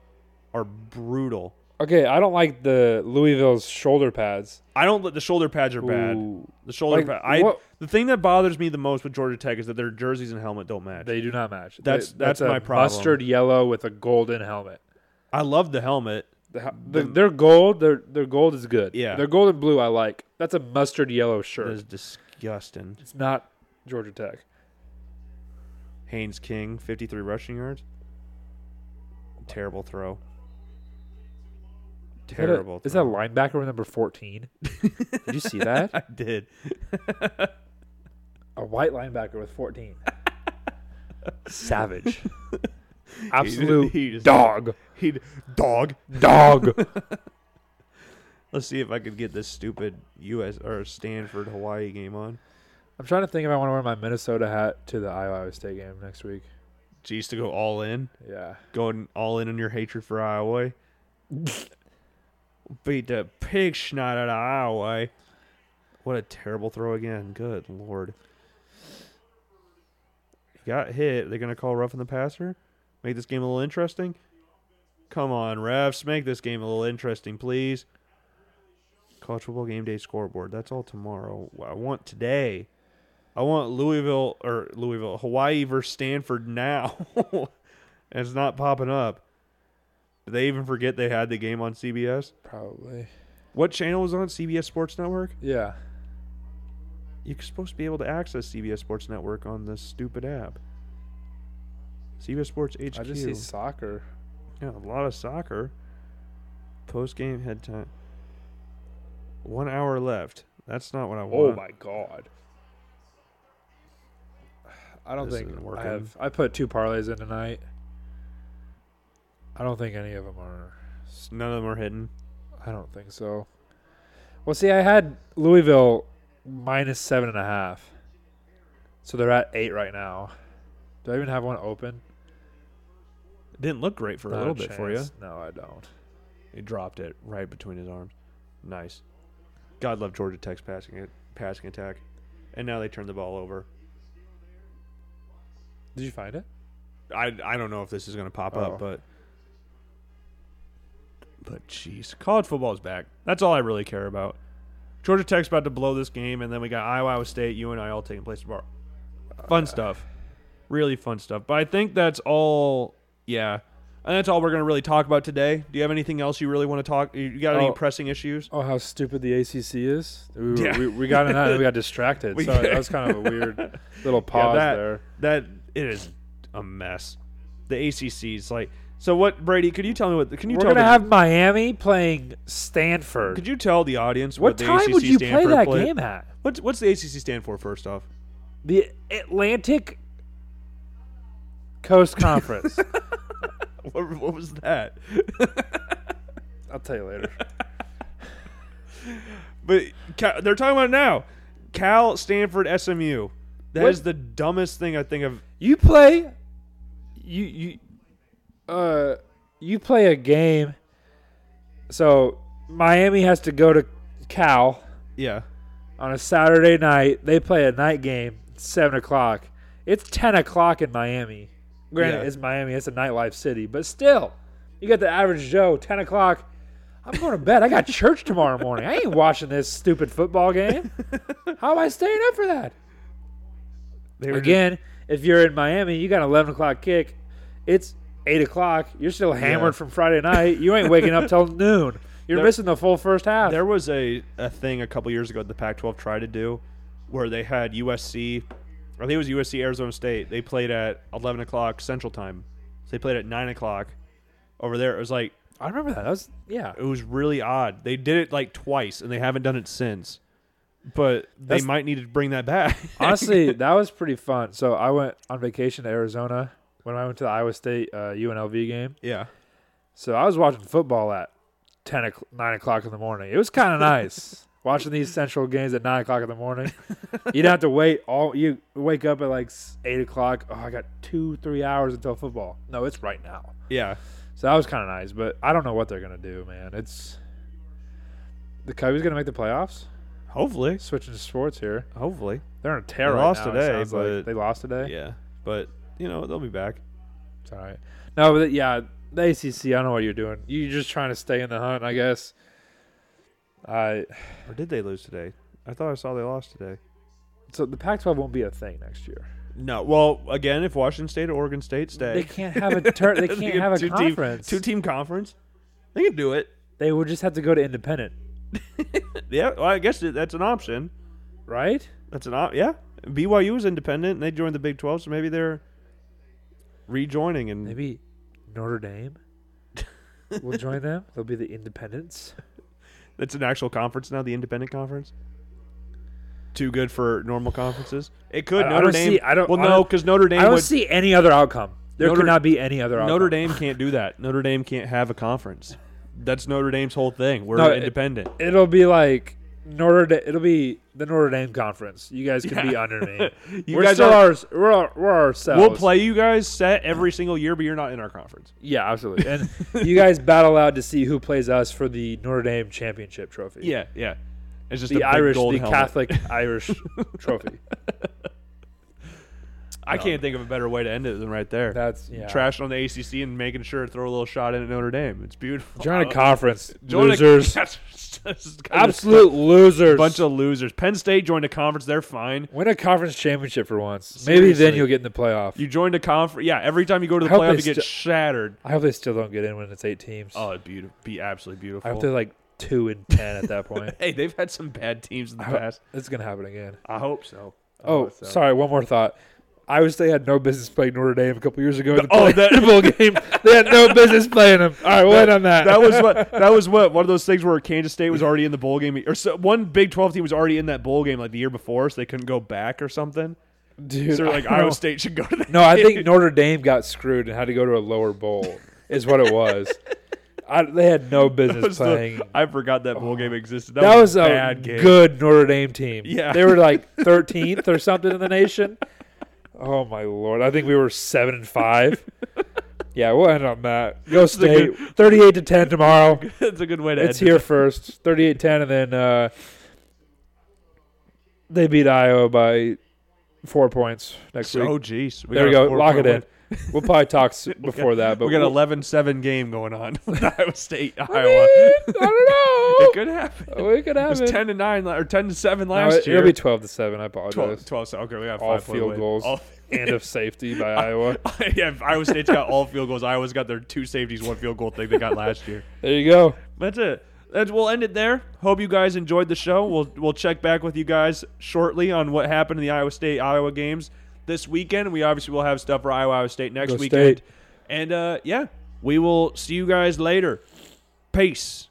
[SPEAKER 2] are brutal.
[SPEAKER 3] Okay, I don't like the Louisville's shoulder pads.
[SPEAKER 2] I don't. let The shoulder pads are bad.
[SPEAKER 3] Ooh.
[SPEAKER 2] The shoulder
[SPEAKER 3] Like,
[SPEAKER 2] pad. I.
[SPEAKER 3] what-
[SPEAKER 2] The thing that bothers me the most with Georgia Tech is that their jerseys and helmet don't match.
[SPEAKER 3] They do not match. They-
[SPEAKER 2] That's- that's
[SPEAKER 3] a
[SPEAKER 2] my problem.
[SPEAKER 3] Mustard yellow with a golden helmet.
[SPEAKER 2] I love the helmet.
[SPEAKER 3] The, hel- the, their gold, their their gold is good.
[SPEAKER 2] Yeah.
[SPEAKER 3] their gold and blue I like. That's a mustard yellow
[SPEAKER 2] That
[SPEAKER 3] shirt.
[SPEAKER 2] is disgusting.
[SPEAKER 3] It's not Georgia Tech.
[SPEAKER 2] Haynes King, 53 rushing yards. Terrible throw.
[SPEAKER 3] Is that a-
[SPEAKER 2] Terrible.
[SPEAKER 3] Is that
[SPEAKER 2] throw.
[SPEAKER 3] a linebacker with number fourteen? Did you see that?
[SPEAKER 2] I did.
[SPEAKER 3] A white linebacker with fourteen. Savage. Absolute
[SPEAKER 2] he just-
[SPEAKER 3] dog.
[SPEAKER 2] He dog.
[SPEAKER 3] Dog.
[SPEAKER 2] Let's see if I could get this stupid U.S. or Stanford Hawaii game on.
[SPEAKER 3] I'm trying to think if I want to wear my Minnesota hat to the Iowa State game next week.
[SPEAKER 2] Geez, to go all in,
[SPEAKER 3] Yeah.
[SPEAKER 2] going all in on your hatred for Iowa. Beat the pig snot out of Iowa. What a terrible throw again. Good lord. He got hit. They're gonna call roughing the passer. Make this game a little interesting. Come on, refs, make this game a little interesting, please. College football game day scoreboard. That's all tomorrow. I want today. I want Louisville or Louisville, Hawaii versus Stanford now. and it's not popping up. Did they even forget they had the game on CBS?
[SPEAKER 3] Probably.
[SPEAKER 2] What channel was on CBS Sports Network?
[SPEAKER 3] Yeah.
[SPEAKER 2] You're supposed to be able to access CBS Sports Network on this stupid app. CBS Sports HQ.
[SPEAKER 3] I just see soccer.
[SPEAKER 2] Yeah, a lot of soccer. Post game head time. One hour left. That's not what I want.
[SPEAKER 3] Oh my god. I don't
[SPEAKER 2] This
[SPEAKER 3] think
[SPEAKER 2] isn't
[SPEAKER 3] I
[SPEAKER 2] working.
[SPEAKER 3] have. I put two parlays in tonight. I don't think any of them are.
[SPEAKER 2] None of them are hidden.
[SPEAKER 3] I don't think so. Well, see, I had Louisville minus seven and a half, so they're at eight right now. Do I even have one open?
[SPEAKER 2] Didn't look great for a
[SPEAKER 3] Not
[SPEAKER 2] little bit for you.
[SPEAKER 3] chance. No, I don't.
[SPEAKER 2] He dropped it right between his arms. Nice. God love Georgia Tech's passing it, passing attack. And now they turn the ball over.
[SPEAKER 3] Did you find it?
[SPEAKER 2] I I don't know if this is gonna pop
[SPEAKER 3] Oh.
[SPEAKER 2] up, but but jeez, college football is back. That's all I really care about. Georgia Tech's about to blow this game, and then we got Iowa, Iowa State, you and I all taking place tomorrow.
[SPEAKER 3] Uh,
[SPEAKER 2] Fun stuff, really fun stuff. But I think that's all. Yeah, and that's all we're gonna really talk about today. Do you have anything else you really want to talk? You got any
[SPEAKER 3] Oh.
[SPEAKER 2] pressing issues?
[SPEAKER 3] Oh, how stupid the ACC is! We, were-
[SPEAKER 2] Yeah.
[SPEAKER 3] we, we got in that and we got distracted.
[SPEAKER 2] We-
[SPEAKER 3] so that was kind of a weird little
[SPEAKER 2] Yeah,
[SPEAKER 3] pause
[SPEAKER 2] that
[SPEAKER 3] there.
[SPEAKER 2] that it is a mess. The ACC's like so. What Brady? Could you tell me what? Can you
[SPEAKER 3] We're
[SPEAKER 2] tell
[SPEAKER 3] gonna
[SPEAKER 2] the-
[SPEAKER 3] have Miami playing Stanford.
[SPEAKER 2] Could you tell the audience
[SPEAKER 3] what
[SPEAKER 2] the
[SPEAKER 3] time
[SPEAKER 2] ACC
[SPEAKER 3] would you
[SPEAKER 2] stand
[SPEAKER 3] play
[SPEAKER 2] for?
[SPEAKER 3] that game at?
[SPEAKER 2] What's what's the ACC stand for? First off,
[SPEAKER 3] The Atlantic Coast Conference.
[SPEAKER 2] what, what was that?
[SPEAKER 3] I'll tell you later.
[SPEAKER 2] But Ca- they're talking about it now. Cal, Stanford, SMU. That is
[SPEAKER 3] What?
[SPEAKER 2] the dumbest thing I think of.
[SPEAKER 3] You play you you uh you play a game. So Miami has to go to Cal
[SPEAKER 2] Yeah,
[SPEAKER 3] on a Saturday night. They play a night game, seven o'clock. It's ten o'clock in Miami. Granted,
[SPEAKER 2] Yeah.
[SPEAKER 3] it's Miami, it's a nightlife city, but still, you got the average Joe, ten o'clock. I'm going to bed. I got church tomorrow morning. I ain't watching this stupid football game. How am I staying up for that?
[SPEAKER 2] they were
[SPEAKER 3] Again, if you're in Miami, you got an 11 o'clock kick. It's 8 o'clock. You're still hammered from Friday night. You ain't waking up till noon. You're
[SPEAKER 2] There-
[SPEAKER 3] missing the full first half.
[SPEAKER 2] There was a, a thing a couple years ago that the Pac-12 tried to do, where they had USC, I think it was USC Arizona State. They played at eleven o'clock Central Time, so they played at nine o'clock over there. It was like
[SPEAKER 3] I remember that. That was, yeah.
[SPEAKER 2] it was really odd. They did it like twice, and they haven't done it since. But they
[SPEAKER 3] That's-
[SPEAKER 2] might need to bring that back.
[SPEAKER 3] Honestly, that was pretty fun. So I went on vacation to Arizona when I went to the Iowa State uh, UNLV game.
[SPEAKER 2] yeah,
[SPEAKER 3] So I was watching football at 10 o'clock, 9 o'clock in the morning. It was kind of nice. Watching these central games at nine o'clock in the morning, you don't have to wait all. You wake up at like s- eight o'clock. Oh, I got two, three hours until football. No, it's right now.
[SPEAKER 2] yeah.
[SPEAKER 3] So that was kind of nice, but I don't know what they're gonna do, man. It's the Cubbies gonna make the playoffs.
[SPEAKER 2] Hopefully,
[SPEAKER 3] Switching to sports here,
[SPEAKER 2] hopefully.
[SPEAKER 3] they're in a tear.
[SPEAKER 2] They
[SPEAKER 3] right
[SPEAKER 2] lost
[SPEAKER 3] now, it
[SPEAKER 2] today,
[SPEAKER 3] sounds
[SPEAKER 2] but-
[SPEAKER 3] like. they lost today.
[SPEAKER 2] Yeah, but you know they'll be back.
[SPEAKER 3] It's all right. No, but yeah, the ACC. I don't know what you're doing. You're just trying to stay in the hunt, I guess. I
[SPEAKER 2] Or did they lose today? I thought I saw they lost today.
[SPEAKER 3] so the Pac-12 won't be a thing next year.
[SPEAKER 2] No. Well, again, if Washington State or Oregon State stay,
[SPEAKER 3] They can't have a tur- they can't have a
[SPEAKER 2] two
[SPEAKER 3] conference.
[SPEAKER 2] Team, two team conference. They can do it.
[SPEAKER 3] They would just have to go to independent,
[SPEAKER 2] Yeah. Well, I guess that's an option.
[SPEAKER 3] right?
[SPEAKER 2] That's an op. Yeah. BYU is independent and they joined the Big Twelve, so maybe they're rejoining and
[SPEAKER 3] Maybe Notre Dame will join them. They'll be the independents.
[SPEAKER 2] It's an actual conference now, the independent conference. Too good for normal conferences. It could.
[SPEAKER 3] I- I
[SPEAKER 2] Notre
[SPEAKER 3] don't
[SPEAKER 2] Dame.
[SPEAKER 3] see- I don't-
[SPEAKER 2] well,
[SPEAKER 3] I
[SPEAKER 2] no,
[SPEAKER 3] don't-
[SPEAKER 2] because Notre
[SPEAKER 3] I
[SPEAKER 2] Dame
[SPEAKER 3] don't
[SPEAKER 2] would.
[SPEAKER 3] see any other outcome. There
[SPEAKER 2] Notre-
[SPEAKER 3] could not be any other outcome.
[SPEAKER 2] Notre Dame can't do that. Notre Dame can't have a conference. That's Notre Dame's whole thing. We're
[SPEAKER 3] No, it-
[SPEAKER 2] independent.
[SPEAKER 3] It'll be like Notre Dame. It'll be the Notre Dame conference. You guys can be under me.
[SPEAKER 2] You
[SPEAKER 3] we're
[SPEAKER 2] guys
[SPEAKER 3] still
[SPEAKER 2] are-
[SPEAKER 3] ours. We're, our- we're ourselves.
[SPEAKER 2] we'll play you guys set every single year, but you're not in our conference.
[SPEAKER 3] Yeah, absolutely. And you guys battle out to see who plays us for the Notre Dame championship trophy.
[SPEAKER 2] Yeah, yeah. It's just
[SPEAKER 3] the
[SPEAKER 2] a big
[SPEAKER 3] Irish,
[SPEAKER 2] gold
[SPEAKER 3] the
[SPEAKER 2] helmet.
[SPEAKER 3] Catholic Irish trophy.
[SPEAKER 2] I can't think of a better way to end it than right there.
[SPEAKER 3] Oh. That's yeah.
[SPEAKER 2] Trash on the ACC and making sure to throw a little shot in at Notre Dame. It's beautiful. Uh,
[SPEAKER 3] Join a conference,
[SPEAKER 2] Join a-
[SPEAKER 3] losers, absolute losers.
[SPEAKER 2] bunch of losers. Penn State joined a conference; they're fine.
[SPEAKER 3] win a conference championship for once. Maybe then
[SPEAKER 2] Seriously.
[SPEAKER 3] you'll get in the playoff.
[SPEAKER 2] You joined a conference. Yeah, every time you go to the
[SPEAKER 3] I hope
[SPEAKER 2] playoff,
[SPEAKER 3] they
[SPEAKER 2] you get
[SPEAKER 3] sti-
[SPEAKER 2] shattered.
[SPEAKER 3] I hope they still don't get in when it's eight teams.
[SPEAKER 2] Oh, it'd be, be absolutely beautiful.
[SPEAKER 3] I hope they're like two and ten at that point.
[SPEAKER 2] hey, they've had some bad teams in the
[SPEAKER 3] I hope-
[SPEAKER 2] past.
[SPEAKER 3] It's gonna happen again.
[SPEAKER 2] I hope so.
[SPEAKER 3] Oh, sorry. One more thought. Iowa State had no business playing Notre Dame a couple years ago in the play-
[SPEAKER 2] Oh, that-
[SPEAKER 3] bowl game. They had no business playing them. All right, we'll end on that.
[SPEAKER 2] That was what. That was what. One of those things where Kansas State was already in the bowl game, or so, one Big Twelve team was already in that bowl game like the year before, so they couldn't go back or something.
[SPEAKER 3] dude.
[SPEAKER 2] So they're like
[SPEAKER 3] I
[SPEAKER 2] Iowa
[SPEAKER 3] don't-
[SPEAKER 2] State should go to that.
[SPEAKER 3] No, I think Notre Dame got screwed and had to go to a lower bowl. is what it was. I, they had no business
[SPEAKER 2] was the-
[SPEAKER 3] playing.
[SPEAKER 2] I forgot that bowl game existed. That,
[SPEAKER 3] that was
[SPEAKER 2] a
[SPEAKER 3] a
[SPEAKER 2] bad game.
[SPEAKER 3] good Notre Dame team.
[SPEAKER 2] Yeah.
[SPEAKER 3] they were like 13th or something in the nation. Oh my lord! I think we were seven and five. yeah, we'll end on that. Go State, 38 to 10 tomorrow.
[SPEAKER 2] That's a good way to
[SPEAKER 3] It's
[SPEAKER 2] end.
[SPEAKER 3] here first, 38-10, and then uh, they beat Iowa by four points next week.
[SPEAKER 2] oh, jeez.
[SPEAKER 3] there we
[SPEAKER 2] got a
[SPEAKER 3] go. Lock
[SPEAKER 2] four-point
[SPEAKER 3] it
[SPEAKER 2] win.
[SPEAKER 3] in. We'll probably talk s- before that, but
[SPEAKER 2] we got
[SPEAKER 3] we'll-
[SPEAKER 2] an 11-7 game going on. Iowa State,
[SPEAKER 3] I
[SPEAKER 2] Iowa.
[SPEAKER 3] mean, I don't know.
[SPEAKER 2] It could happen.
[SPEAKER 3] Oh, it could
[SPEAKER 2] It
[SPEAKER 3] happen.
[SPEAKER 2] was 10 to 9 la- or 10 to 7
[SPEAKER 3] No,
[SPEAKER 2] last
[SPEAKER 3] it-
[SPEAKER 2] year.
[SPEAKER 3] It'll be twelve to seven. I apologize.
[SPEAKER 2] 12, 12 so okay, we got a
[SPEAKER 3] All
[SPEAKER 2] five point
[SPEAKER 3] field
[SPEAKER 2] win.
[SPEAKER 3] goals
[SPEAKER 2] All-
[SPEAKER 3] and of safety by Iowa.
[SPEAKER 2] yeah, Iowa State's got all field goals. Iowa's got their two safeties, one field goal thing they got last year.
[SPEAKER 3] There you go.
[SPEAKER 2] That's it. That's, we'll end it there. Hope you guys enjoyed the show. We'll we'll check back with you guys shortly on what happened in the Iowa State Iowa games this weekend. We obviously will have stuff for Iowa Iowa State next
[SPEAKER 3] Go
[SPEAKER 2] weekend.
[SPEAKER 3] State.
[SPEAKER 2] And uh, yeah, we will see you guys later. Peace.